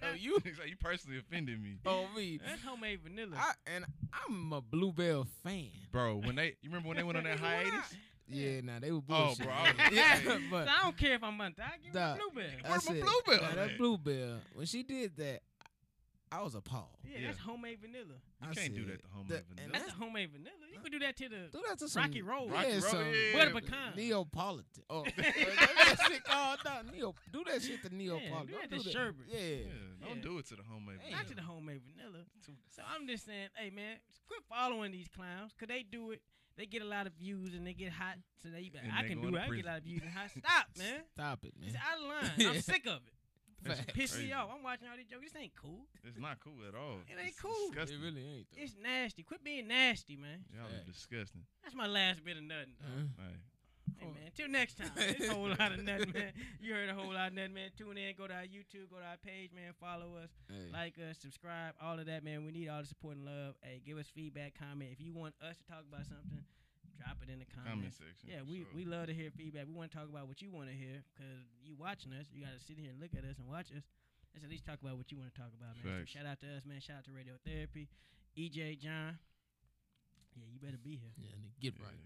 Speaker 3: So you
Speaker 2: It's [laughs] like you personally offended me,
Speaker 3: on me.
Speaker 1: [laughs] that's homemade vanilla.
Speaker 3: I, and I'm a Bluebell fan.
Speaker 2: bro. When they, you remember when they went on that
Speaker 1: Nigga, [laughs] why not?
Speaker 2: hiatus?
Speaker 3: Yeah, nah, they were
Speaker 2: Oh,
Speaker 3: bullshit.
Speaker 2: bro, I
Speaker 1: [laughs]
Speaker 2: was-
Speaker 3: [laughs] [laughs] yeah, but
Speaker 1: So I don't care if I'm on top. Give me
Speaker 3: Nah.
Speaker 1: a bluebell.
Speaker 2: Where
Speaker 3: that's
Speaker 2: my
Speaker 3: it.
Speaker 2: Bluebell
Speaker 3: Nah, that
Speaker 2: at?
Speaker 3: Bluebell. When she did that, I was appalled.
Speaker 1: Yeah,
Speaker 2: Yeah.
Speaker 1: that's homemade
Speaker 2: You
Speaker 1: vanilla.
Speaker 3: I
Speaker 2: can't do
Speaker 3: said,
Speaker 2: that to homemade vanilla.
Speaker 3: that- and
Speaker 1: That's,
Speaker 3: that's-
Speaker 1: the homemade vanilla. You can do that to the.
Speaker 3: Do that to some
Speaker 1: Rocky Road.
Speaker 2: Rocky
Speaker 3: yeah,
Speaker 2: Road,
Speaker 3: some
Speaker 2: yeah.
Speaker 1: Butter pecan.
Speaker 3: Neapolitan.
Speaker 2: [laughs]
Speaker 3: Oh,
Speaker 1: [laughs]
Speaker 3: that shit called out Neo. Do that shit to Neapolitan.
Speaker 1: Yeah, do
Speaker 3: Don't
Speaker 1: that to sherbet.
Speaker 3: Yeah.
Speaker 2: Yeah, don't
Speaker 1: Yeah.
Speaker 2: do it to the homemade.
Speaker 3: Hey.
Speaker 2: vanilla.
Speaker 1: Not to the homemade vanilla. So I'm just saying, hey man, quit following these clowns, 'cause they do it. They get a lot of views and they get hot. So they, be like,
Speaker 2: And
Speaker 1: I
Speaker 2: they
Speaker 1: can
Speaker 2: going
Speaker 1: do it.
Speaker 2: to
Speaker 1: I get a
Speaker 2: prison.
Speaker 1: lot of
Speaker 2: [laughs]
Speaker 1: views and hot. Stop, man.
Speaker 3: Stop it,
Speaker 1: It's
Speaker 3: man.
Speaker 1: out of line. I'm
Speaker 3: Yeah.
Speaker 1: sick of it.
Speaker 2: That's
Speaker 3: Facts.
Speaker 1: Piss me
Speaker 2: crazy.
Speaker 1: off. I'm watching all these jokes. This ain't cool.
Speaker 2: It's not cool at all.
Speaker 1: It ain't
Speaker 2: It's
Speaker 1: cool.
Speaker 2: Disgusting.
Speaker 3: It really ain't though.
Speaker 1: It's nasty. Quit being nasty, man.
Speaker 2: Y'all are
Speaker 3: Facts.
Speaker 2: disgusting.
Speaker 1: That's my last bit of nothing. dog.
Speaker 3: Huh?
Speaker 2: All right.
Speaker 1: Hey man, till
Speaker 2: [laughs]
Speaker 1: next time. It's a whole lot of nothing, man. You heard a whole lot of nothing, man. Tune in, go to our YouTube, go to our page, man. Follow us,
Speaker 3: Hey.
Speaker 1: like us, subscribe, all of that, man. We need all the support and love. Hey, give us feedback, comment. If you want us to talk about something, drop it in the
Speaker 2: Comment
Speaker 1: comments.
Speaker 2: section.
Speaker 1: Yeah, we,
Speaker 2: sure.
Speaker 1: we love to hear feedback. We want to talk about what you want to hear because you watching us. You got to sit here and look at us and watch us. Let's at least talk about what you want to talk about, man. So
Speaker 2: Facts.
Speaker 1: shout out to us, man. Shout out to Radio Therapy, EJ John. Yeah, you better be here.
Speaker 3: Yeah, nigga, get
Speaker 2: Yeah, get right.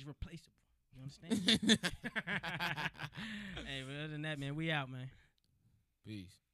Speaker 1: Everybody's replaceable. You understand? [laughs]
Speaker 3: right. [laughs]
Speaker 1: hey, but other than that, man, we out, man.
Speaker 3: Peace.